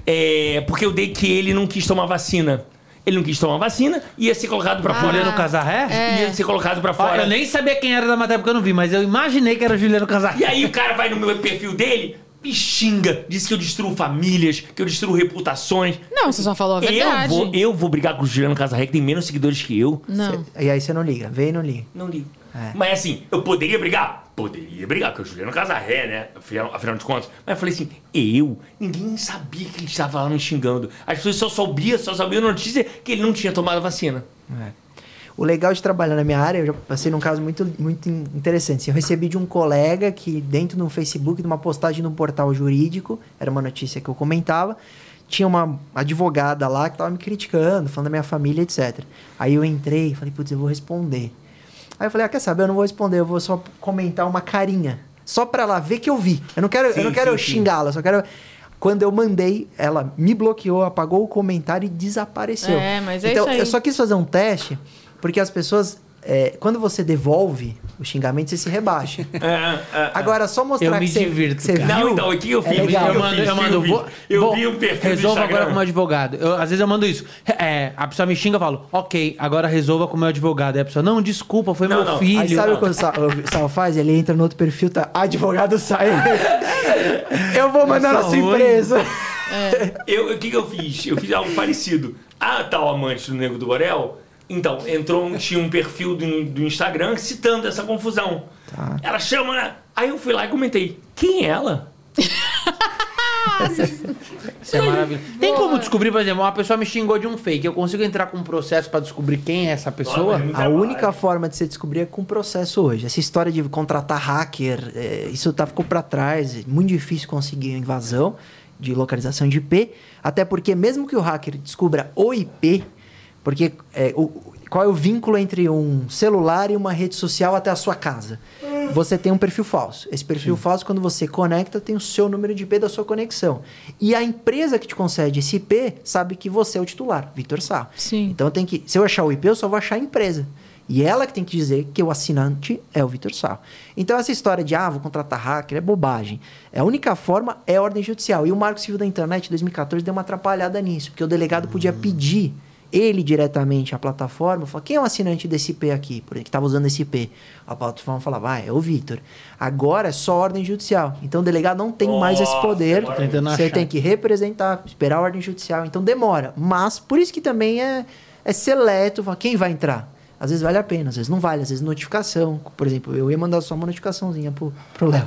[SPEAKER 5] É. Porque eu dei que ele não quis tomar vacina. Ele não quis tomar vasina, ia ser colocado
[SPEAKER 2] Ah,
[SPEAKER 5] pra fora.
[SPEAKER 1] Ah, Juliano Casarré?
[SPEAKER 2] é.
[SPEAKER 5] Ia ser colocado pra
[SPEAKER 1] Olha,
[SPEAKER 5] fora.
[SPEAKER 1] Eu nem sabia quem era da matéria porque eu não vi, mas eu imaginei que era o Juliano Casarré.
[SPEAKER 5] E aí o cara vai no meu perfil dele, me xinga, diz que eu destruo famílias, que eu destruo reputações.
[SPEAKER 2] Não, você só falou a
[SPEAKER 5] Eu
[SPEAKER 2] é verdade.
[SPEAKER 5] vou, eu vou brigar com o Juliano Casarré, que tem menos seguidores que eu.
[SPEAKER 2] Não.
[SPEAKER 3] E aí você não liga, vem e não liga.
[SPEAKER 5] Não ligo.
[SPEAKER 3] É.
[SPEAKER 5] Mas assim, eu poderia brigar? Poderia brigar, porque o Juliano Casarré, né? Afinal, afinal de contas. Mas eu falei assim, eu? Ninguém sabia que ele estava lá me xingando. As pessoas só sabiam, só sabiam a notícia que ele não tinha tomado a vacina.
[SPEAKER 3] É. O legal de trabalhar na minha área, eu já passei num caso muito, muito in- interessante. assim, Eu recebi de um colega que, dentro do Facebook, de uma postagem num portal jurídico, era uma notícia que eu comentava, tinha uma advogada lá que estava me criticando, falando da minha família, etc. Aí eu entrei e falei, putz, eu vou responder. Aí eu falei, ah, quer saber? Eu não vou responder, eu vou só comentar uma carinha. Só pra ela ver que eu vi. Eu não quero,
[SPEAKER 5] Sim,
[SPEAKER 3] eu não quero
[SPEAKER 5] sim, sim.
[SPEAKER 3] xingá-la, só quero. Quando eu mandei, ela me bloqueou, apagou o comentário e desapareceu.
[SPEAKER 2] É, mas é
[SPEAKER 3] então,
[SPEAKER 2] isso aí.
[SPEAKER 3] eu só só quis fazer um teste, porque as pessoas. é, quando você devolve o xingamento, você se
[SPEAKER 5] *laughs*
[SPEAKER 3] rebaixa. Agora, só mostrar
[SPEAKER 1] Eu me
[SPEAKER 3] que você,
[SPEAKER 1] divirto,
[SPEAKER 3] que você
[SPEAKER 1] cara.
[SPEAKER 5] É, Não,
[SPEAKER 3] viu.
[SPEAKER 5] então, o que eu fiz?
[SPEAKER 3] É legal.
[SPEAKER 1] Eu
[SPEAKER 5] Eu
[SPEAKER 1] mando,
[SPEAKER 5] fiz,
[SPEAKER 1] eu mando.
[SPEAKER 5] eu vi.
[SPEAKER 1] vou-
[SPEAKER 5] Eu
[SPEAKER 1] vou-
[SPEAKER 5] vi um perfil do
[SPEAKER 1] Resolva
[SPEAKER 5] Instagram.
[SPEAKER 1] agora com o
[SPEAKER 5] *laughs*
[SPEAKER 1] meu advogado. Eu- às vezes eu mando isso. É, a pessoa me xinga e falo, ok, agora resolva com o meu advogado. Aí a pessoa, não, desculpa, foi
[SPEAKER 5] Não,
[SPEAKER 1] meu
[SPEAKER 5] não.
[SPEAKER 1] filho.
[SPEAKER 3] Aí sabe o que o Sal, o Sal faz? Ele entra no outro perfil, tá advogado sai.
[SPEAKER 1] *laughs*
[SPEAKER 3] eu vou mandar na
[SPEAKER 1] Nossa,
[SPEAKER 3] sua
[SPEAKER 1] ruim.
[SPEAKER 3] empresa.
[SPEAKER 5] Eu, o que, que eu fiz? Eu fiz algo parecido. Ah, tal amante do Nego do Borel. Então, entrou um, tinha um perfil do, do Instagram citando essa confusão. Ela chama. né? Aí eu fui lá e comentei: quem é ela?
[SPEAKER 1] Isso é maravilhoso.
[SPEAKER 2] Uhum.
[SPEAKER 1] Tem como descobrir, por exemplo, uma pessoa me xingou de um fake. Eu consigo entrar com um processo pra descobrir quem é essa pessoa?
[SPEAKER 5] Olha,
[SPEAKER 3] A única forma de você descobrir é com processo hoje. Essa história de contratar hacker, é, isso tá, ficou pra trás. É muito difícil conseguir invasão de localização de IP. Até porque, mesmo que o hacker descubra o IP, porque é, o- o- qual é o vínculo entre um celular e uma rede social até a sua casa? Você tem um perfil falso. Esse perfil falso, quando você conecta, tem o seu número de IP da sua conexão. E a empresa que te concede esse IP sabe que você é o titular, Vitor Sá.
[SPEAKER 5] *laughs*
[SPEAKER 2] Sim.
[SPEAKER 3] Então tem que. Se eu achar o IP, eu só vou achar a empresa. E ela que tem que dizer que o assinante é o Vitor Sal. Então essa história de ah, vou contratar hacker é bobagem. A única forma é a ordem judicial. E o Marco Civil da Internet, em 2014, deu uma atrapalhada nisso, porque o delegado podia pedir ele diretamente à plataforma, falar, quem é o assinante desse IP aqui, por exemplo, que estava usando esse IP? A plataforma falava, ah, é o Vitor. Agora é só ordem judicial. Então o delegado não tem mais esse
[SPEAKER 5] Nossa,
[SPEAKER 3] poder.
[SPEAKER 5] agora
[SPEAKER 1] Tentando
[SPEAKER 3] Você
[SPEAKER 1] achar.
[SPEAKER 3] tem que representar, esperar a ordem judicial. Então demora. Mas por isso que também é, é seleto fala, quem vai entrar. Às vezes vale a pena, às vezes não vale, às vezes notificação. Por exemplo, eu ia mandar só uma notificaçãozinha pro, pro Léo.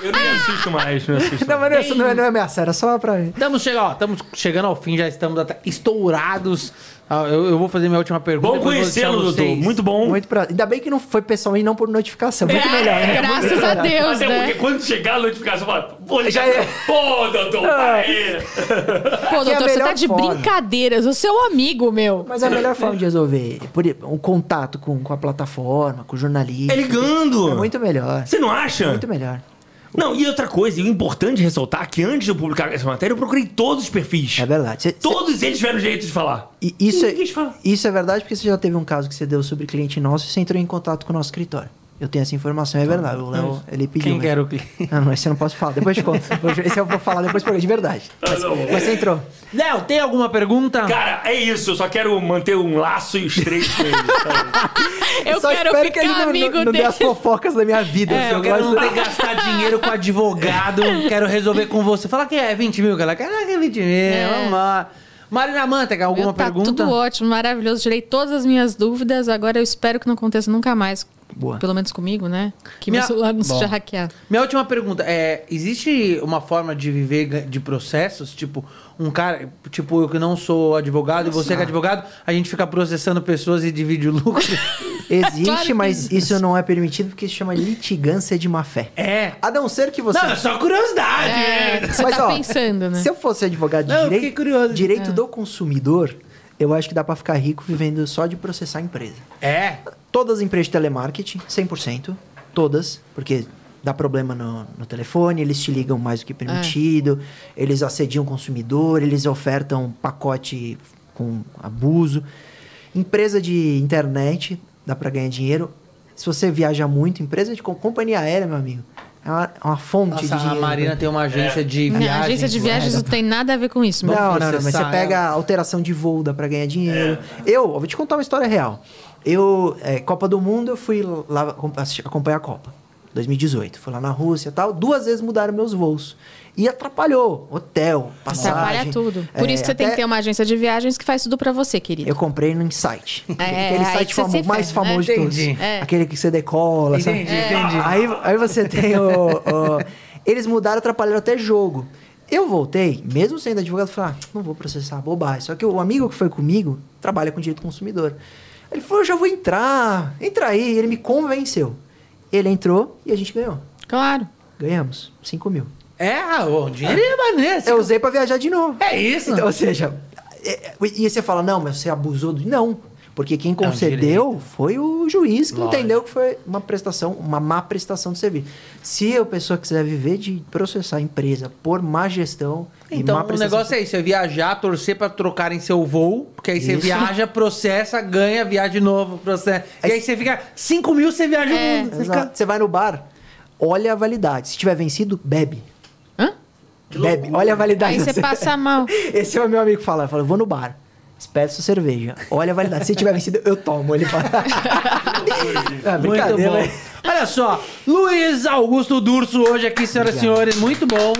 [SPEAKER 5] Eu nem assisto mais, não assisto.
[SPEAKER 3] *laughs* não, mas não, é- isso não é, não é ameaça, era só pra.
[SPEAKER 1] Estamos chegando, ó, estamos chegando ao fim, já estamos até estourados. Ah, Eu, eu vou fazer minha última pergunta.
[SPEAKER 5] Bom
[SPEAKER 1] depois eu vou deixar
[SPEAKER 5] conhecê-lo, doutor.
[SPEAKER 1] vocês.
[SPEAKER 5] Muito bom.
[SPEAKER 3] Muito pra... Ainda bem que não foi pessoalmente, não por notificação. Muito melhor, né?
[SPEAKER 2] Graças a Deus,
[SPEAKER 5] Até
[SPEAKER 2] né?
[SPEAKER 5] porque quando chegar a notificação, fala, Pô, já é. Pô, doutor, peraí.
[SPEAKER 2] Pô, doutor, você tá
[SPEAKER 3] é melhor
[SPEAKER 2] de
[SPEAKER 3] forma.
[SPEAKER 2] brincadeiras. O seu amigo, meu.
[SPEAKER 3] Mas é a melhor forma de resolver é por um contato com, com a plataforma, com o jornalista.
[SPEAKER 5] É ligando.
[SPEAKER 3] É muito melhor.
[SPEAKER 5] Você não acha?
[SPEAKER 3] Muito melhor.
[SPEAKER 5] Não, e outra coisa, e o importante é ressaltar que antes de eu publicar essa matéria, eu procurei todos os perfis.
[SPEAKER 3] É verdade. Cê- cê-
[SPEAKER 5] Todos eles tiveram jeito de falar.
[SPEAKER 3] E isso, é,
[SPEAKER 5] Ninguém quis falar.
[SPEAKER 3] isso é verdade porque você já teve um caso que você deu sobre cliente nosso e você entrou em contato com o nosso escritório. Eu tenho essa informação,
[SPEAKER 2] Tá.
[SPEAKER 3] é verdade. O Léo, ele pediu.
[SPEAKER 1] Quem
[SPEAKER 3] mas-
[SPEAKER 1] que era o cliente?
[SPEAKER 3] Ah, mas você não posso falar, depois eu te conto. Depois- Esse eu vou falar depois por de verdade.
[SPEAKER 1] Tá,
[SPEAKER 3] Mas,
[SPEAKER 5] não.
[SPEAKER 3] mas você entrou.
[SPEAKER 1] Léo, tem alguma pergunta?
[SPEAKER 5] Cara, é isso. Eu só quero manter um laço e os três com eles.
[SPEAKER 2] Eu
[SPEAKER 3] Só
[SPEAKER 2] quero
[SPEAKER 3] espero
[SPEAKER 2] ficar
[SPEAKER 3] que ele não,
[SPEAKER 2] amigo
[SPEAKER 3] não, não dê
[SPEAKER 2] dele. É,
[SPEAKER 3] as fofocas da minha vida. assim,
[SPEAKER 1] É, eu
[SPEAKER 3] eu
[SPEAKER 1] quero
[SPEAKER 3] gosto-
[SPEAKER 1] não ter que gastar
[SPEAKER 5] *laughs*
[SPEAKER 1] dinheiro com advogado, quero resolver com você. Fala que é 20 mil que ela quer, ah, que é 20 mil, vamos lá. Marina Mantega, alguma
[SPEAKER 2] Meu, tá
[SPEAKER 1] pergunta?
[SPEAKER 2] tudo ótimo, maravilhoso. Tirei todas as minhas dúvidas. Agora eu espero que não aconteça nunca mais.
[SPEAKER 3] Boa.
[SPEAKER 2] Pelo menos comigo, né? Que
[SPEAKER 1] Minha-
[SPEAKER 2] meu celular não seja
[SPEAKER 1] Bom.
[SPEAKER 2] hackeado.
[SPEAKER 1] Minha última pergunta é: existe uma forma de viver ga- de processos? Tipo, um cara, tipo, eu que não sou advogado e você que é advogado, a gente fica processando pessoas e divide o lucro.
[SPEAKER 3] Existe,
[SPEAKER 2] Claro que
[SPEAKER 3] mas isso não é permitido porque se chama litigância de má fé.
[SPEAKER 1] é.
[SPEAKER 3] A não ser que você.
[SPEAKER 1] Não, é só curiosidade.
[SPEAKER 2] É,
[SPEAKER 1] né?
[SPEAKER 2] você
[SPEAKER 3] Mas,
[SPEAKER 2] tá
[SPEAKER 3] ó,
[SPEAKER 2] pensando, né? É.
[SPEAKER 3] Se eu fosse advogado de
[SPEAKER 1] Não, eu fiquei
[SPEAKER 3] direito,
[SPEAKER 1] curioso.
[SPEAKER 3] direito do consumidor, eu acho que dá pra ficar rico vivendo só de processar a empresa.
[SPEAKER 1] É.
[SPEAKER 3] Todas as empresas de telemarketing, 100%, todas, porque dá problema no, no telefone, eles te ligam mais do que permitido,
[SPEAKER 1] É.
[SPEAKER 3] eles assediam o consumidor, eles ofertam pacote com abuso. Empresa de internet, dá pra ganhar dinheiro. Se você viaja muito, empresa de co- companhia aérea, meu amigo, é uma, é uma fonte de
[SPEAKER 1] Nossa,
[SPEAKER 3] dinheiro. né?
[SPEAKER 1] a Marina tem uma agência de
[SPEAKER 2] Não,
[SPEAKER 1] viagens.
[SPEAKER 2] É, agência
[SPEAKER 3] é,
[SPEAKER 2] de viagens não tem nada a ver com isso, meu.
[SPEAKER 3] Não, não, não, mas você
[SPEAKER 1] processar
[SPEAKER 3] pega
[SPEAKER 1] ela.
[SPEAKER 3] a alteração de voo, dá pra ganhar dinheiro.
[SPEAKER 2] É.
[SPEAKER 3] Eu, eu vou te contar uma história real. Eu, é, Copa do Mundo, eu fui lá acom- assistir- acompanhar a Copa, 2018. Fui lá na Rússia e tal, duas vezes mudaram meus voos. E atrapalhou, hotel, passagem.
[SPEAKER 2] Atrapalha tudo. Por
[SPEAKER 3] É,
[SPEAKER 2] isso que você tem que
[SPEAKER 3] até
[SPEAKER 2] ter uma agência de viagens que faz tudo pra você, querido.
[SPEAKER 3] Eu comprei no Insight.
[SPEAKER 2] É,
[SPEAKER 3] aquele
[SPEAKER 2] aí
[SPEAKER 3] site
[SPEAKER 2] você se
[SPEAKER 3] famo- mais
[SPEAKER 2] ferra,
[SPEAKER 3] famoso
[SPEAKER 1] né?
[SPEAKER 3] de todos.
[SPEAKER 1] Entendi.
[SPEAKER 2] É.
[SPEAKER 3] Aquele que você decola, sabe? É.
[SPEAKER 1] Entendi, entendi.
[SPEAKER 3] Aí, aí você tem o, o- Eles mudaram, atrapalharam até jogo. Eu voltei, mesmo sendo advogado, falei, ah, não vou processar, bobagem. Só que o amigo que foi comigo trabalha com direito do consumidor. Ele falou, eu já vou entrar, entra aí. Ele me convenceu. Ele entrou e a gente ganhou.
[SPEAKER 2] Claro.
[SPEAKER 3] Ganhamos, 5 mil.
[SPEAKER 1] É, ah, o dinheiro é maneiro.
[SPEAKER 3] Eu usei pra viajar de novo.
[SPEAKER 1] É isso.
[SPEAKER 3] Então, ou seja, é- é- e você fala, não, mas você abusou do. Não. Porque quem
[SPEAKER 1] um
[SPEAKER 3] concedeu foi o juiz que
[SPEAKER 1] Lógico.
[SPEAKER 3] entendeu que foi uma prestação, uma má prestação de serviço. Se a pessoa quiser viver de processar a empresa por má gestão e
[SPEAKER 1] Então,
[SPEAKER 3] má
[SPEAKER 1] o
[SPEAKER 3] prestação.
[SPEAKER 1] negócio é isso: é viajar, torcer pra trocarem seu voo, porque aí você
[SPEAKER 3] Isso.
[SPEAKER 1] viaja, processa, ganha, viaja de novo, processa. E
[SPEAKER 3] Aí-
[SPEAKER 1] aí você fica 5 mil, você viaja
[SPEAKER 2] É.
[SPEAKER 1] o mundo. Você
[SPEAKER 3] Exato.
[SPEAKER 1] assim fica...
[SPEAKER 3] Você vai no bar, olha a validade. Se tiver vencido, bebe.
[SPEAKER 2] Hã?
[SPEAKER 3] Bebe, olha a validade.
[SPEAKER 2] Aí você passa mal.
[SPEAKER 3] *laughs* Esse é o meu amigo que fala, fala, vou no bar. Peço cerveja. Olha a validade. Se tiver vencido, eu tomo.
[SPEAKER 2] *laughs*
[SPEAKER 3] Ele fala. é,
[SPEAKER 1] Muito
[SPEAKER 3] brincadeira,
[SPEAKER 1] bom.
[SPEAKER 3] né?
[SPEAKER 1] Ah, Olha só, Luiz Augusto Durso hoje aqui, senhoras e senhores, muito bom.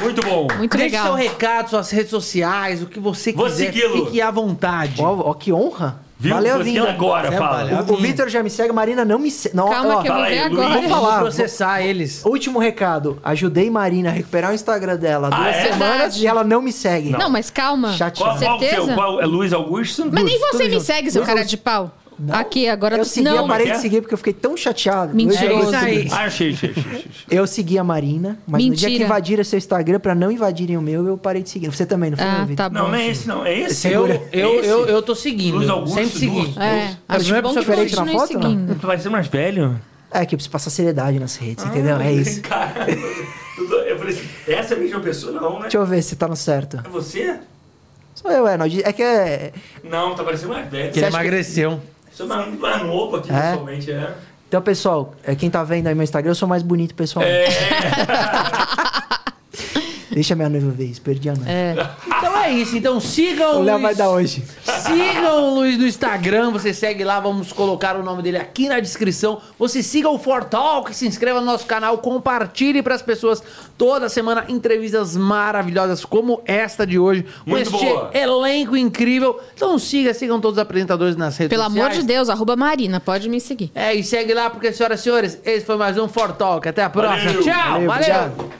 [SPEAKER 5] Muito bom.
[SPEAKER 2] Muito
[SPEAKER 1] Deixe seu
[SPEAKER 2] legal.
[SPEAKER 1] recado, suas redes sociais, o que você
[SPEAKER 5] Vou
[SPEAKER 1] quiser,
[SPEAKER 5] segui-lo.
[SPEAKER 1] fique à vontade.
[SPEAKER 3] Ó, ó, que honra.
[SPEAKER 5] Viu?
[SPEAKER 3] Valeu,
[SPEAKER 5] Você
[SPEAKER 3] Vinda.
[SPEAKER 5] agora,
[SPEAKER 1] Você
[SPEAKER 5] fala.
[SPEAKER 1] valeu.
[SPEAKER 3] O, o Vitor já me segue, a Marina não me segue. Não,
[SPEAKER 2] Calma
[SPEAKER 3] ó,
[SPEAKER 2] que eu vou
[SPEAKER 5] Fala
[SPEAKER 2] ver
[SPEAKER 5] aí, Luiz.
[SPEAKER 2] agora.
[SPEAKER 3] Vou falar.
[SPEAKER 1] Vamos processar eles.
[SPEAKER 3] Último recado. Ajudei Marina a recuperar o Instagram dela há duas
[SPEAKER 5] Ah, é?
[SPEAKER 3] semanas
[SPEAKER 2] Verdade.
[SPEAKER 3] e ela não me segue.
[SPEAKER 2] Não, mas calma.
[SPEAKER 3] Chateado.
[SPEAKER 5] Qual, qual que é?
[SPEAKER 2] Certeza?
[SPEAKER 5] Qual é Luiz Augusto?
[SPEAKER 2] Mas nem
[SPEAKER 3] tudo
[SPEAKER 2] você me
[SPEAKER 3] junto.
[SPEAKER 2] segue, seu
[SPEAKER 3] Não,
[SPEAKER 2] cara
[SPEAKER 3] eu-
[SPEAKER 2] de pau. Aqui, agora
[SPEAKER 3] Eu
[SPEAKER 2] tu-
[SPEAKER 3] segui, eu
[SPEAKER 2] não.
[SPEAKER 3] parei de
[SPEAKER 5] Como é que é?
[SPEAKER 3] seguir porque eu fiquei tão chateado.
[SPEAKER 2] Mentira.
[SPEAKER 1] É
[SPEAKER 3] Eu, cheguei-
[SPEAKER 1] isso aí.
[SPEAKER 5] Ah, achei, achei, achei, achei.
[SPEAKER 3] eu segui a Marina, mas no dia que
[SPEAKER 2] Mentira.
[SPEAKER 3] invadiram seu Instagram pra não invadirem o meu, eu parei de seguir. Você também, não foi,
[SPEAKER 2] Ah,
[SPEAKER 3] meu, Vitor?
[SPEAKER 2] tá bom.
[SPEAKER 5] Não, não é esse, não. É esse?
[SPEAKER 1] Eu,
[SPEAKER 5] Segura.
[SPEAKER 1] eu,
[SPEAKER 5] Esse?
[SPEAKER 1] eu, eu tô seguindo.
[SPEAKER 5] Luiz Augusto
[SPEAKER 1] sempre segui.
[SPEAKER 5] Durso.
[SPEAKER 2] É,
[SPEAKER 1] A
[SPEAKER 2] acho
[SPEAKER 1] primeira
[SPEAKER 2] bom
[SPEAKER 1] pessoa
[SPEAKER 2] que
[SPEAKER 1] que
[SPEAKER 3] diferente na
[SPEAKER 2] continue
[SPEAKER 3] foto, não?
[SPEAKER 2] seguindo.
[SPEAKER 5] Tu vai ser mais velho?
[SPEAKER 3] É que eu preciso passar seriedade nas redes, entendeu?
[SPEAKER 2] Ah,
[SPEAKER 3] É isso.
[SPEAKER 5] *laughs* Cara, eu falei assim, essa é a mesma pessoa? Não, né?
[SPEAKER 3] Deixa eu ver se tá no certo.
[SPEAKER 5] É você?
[SPEAKER 3] Sou eu, é. Nod. É que é.
[SPEAKER 5] Não, tá parecendo mais velho.
[SPEAKER 1] Que
[SPEAKER 3] Você
[SPEAKER 1] ele
[SPEAKER 3] acha que-
[SPEAKER 1] emagreceu.
[SPEAKER 5] Sou mais, mais novo aqui,
[SPEAKER 3] É?
[SPEAKER 5] pessoalmente, é.
[SPEAKER 3] Então, pessoal, é, quem tá vendo aí meu Instagram, eu sou mais bonito pessoalmente.
[SPEAKER 5] É.
[SPEAKER 3] Deixa minha noiva ver isso, perdi a noiva.
[SPEAKER 2] É.
[SPEAKER 1] Então é isso. Então sigam
[SPEAKER 3] O Léo
[SPEAKER 1] Luiz-
[SPEAKER 3] vai dar hoje.
[SPEAKER 1] Sigam o Luiz no Instagram, você segue lá, vamos colocar o nome dele aqui na descrição. Você siga o Fortalk, se inscreva no nosso canal, compartilhe pras pessoas toda semana entrevistas maravilhosas como esta de hoje, com
[SPEAKER 5] Muito
[SPEAKER 1] este
[SPEAKER 5] boa.
[SPEAKER 1] elenco incrível. Então siga, sigam todos os apresentadores nas redes
[SPEAKER 2] Pelo
[SPEAKER 1] sociais.
[SPEAKER 2] amor de Deus, arroba Marina, pode me seguir.
[SPEAKER 1] É, e segue lá, porque, senhoras e senhores, esse foi mais um Fortalk. Até a próxima.
[SPEAKER 5] Valeu.
[SPEAKER 1] Tchau,
[SPEAKER 3] Valeu,
[SPEAKER 1] valeu.
[SPEAKER 3] tchau.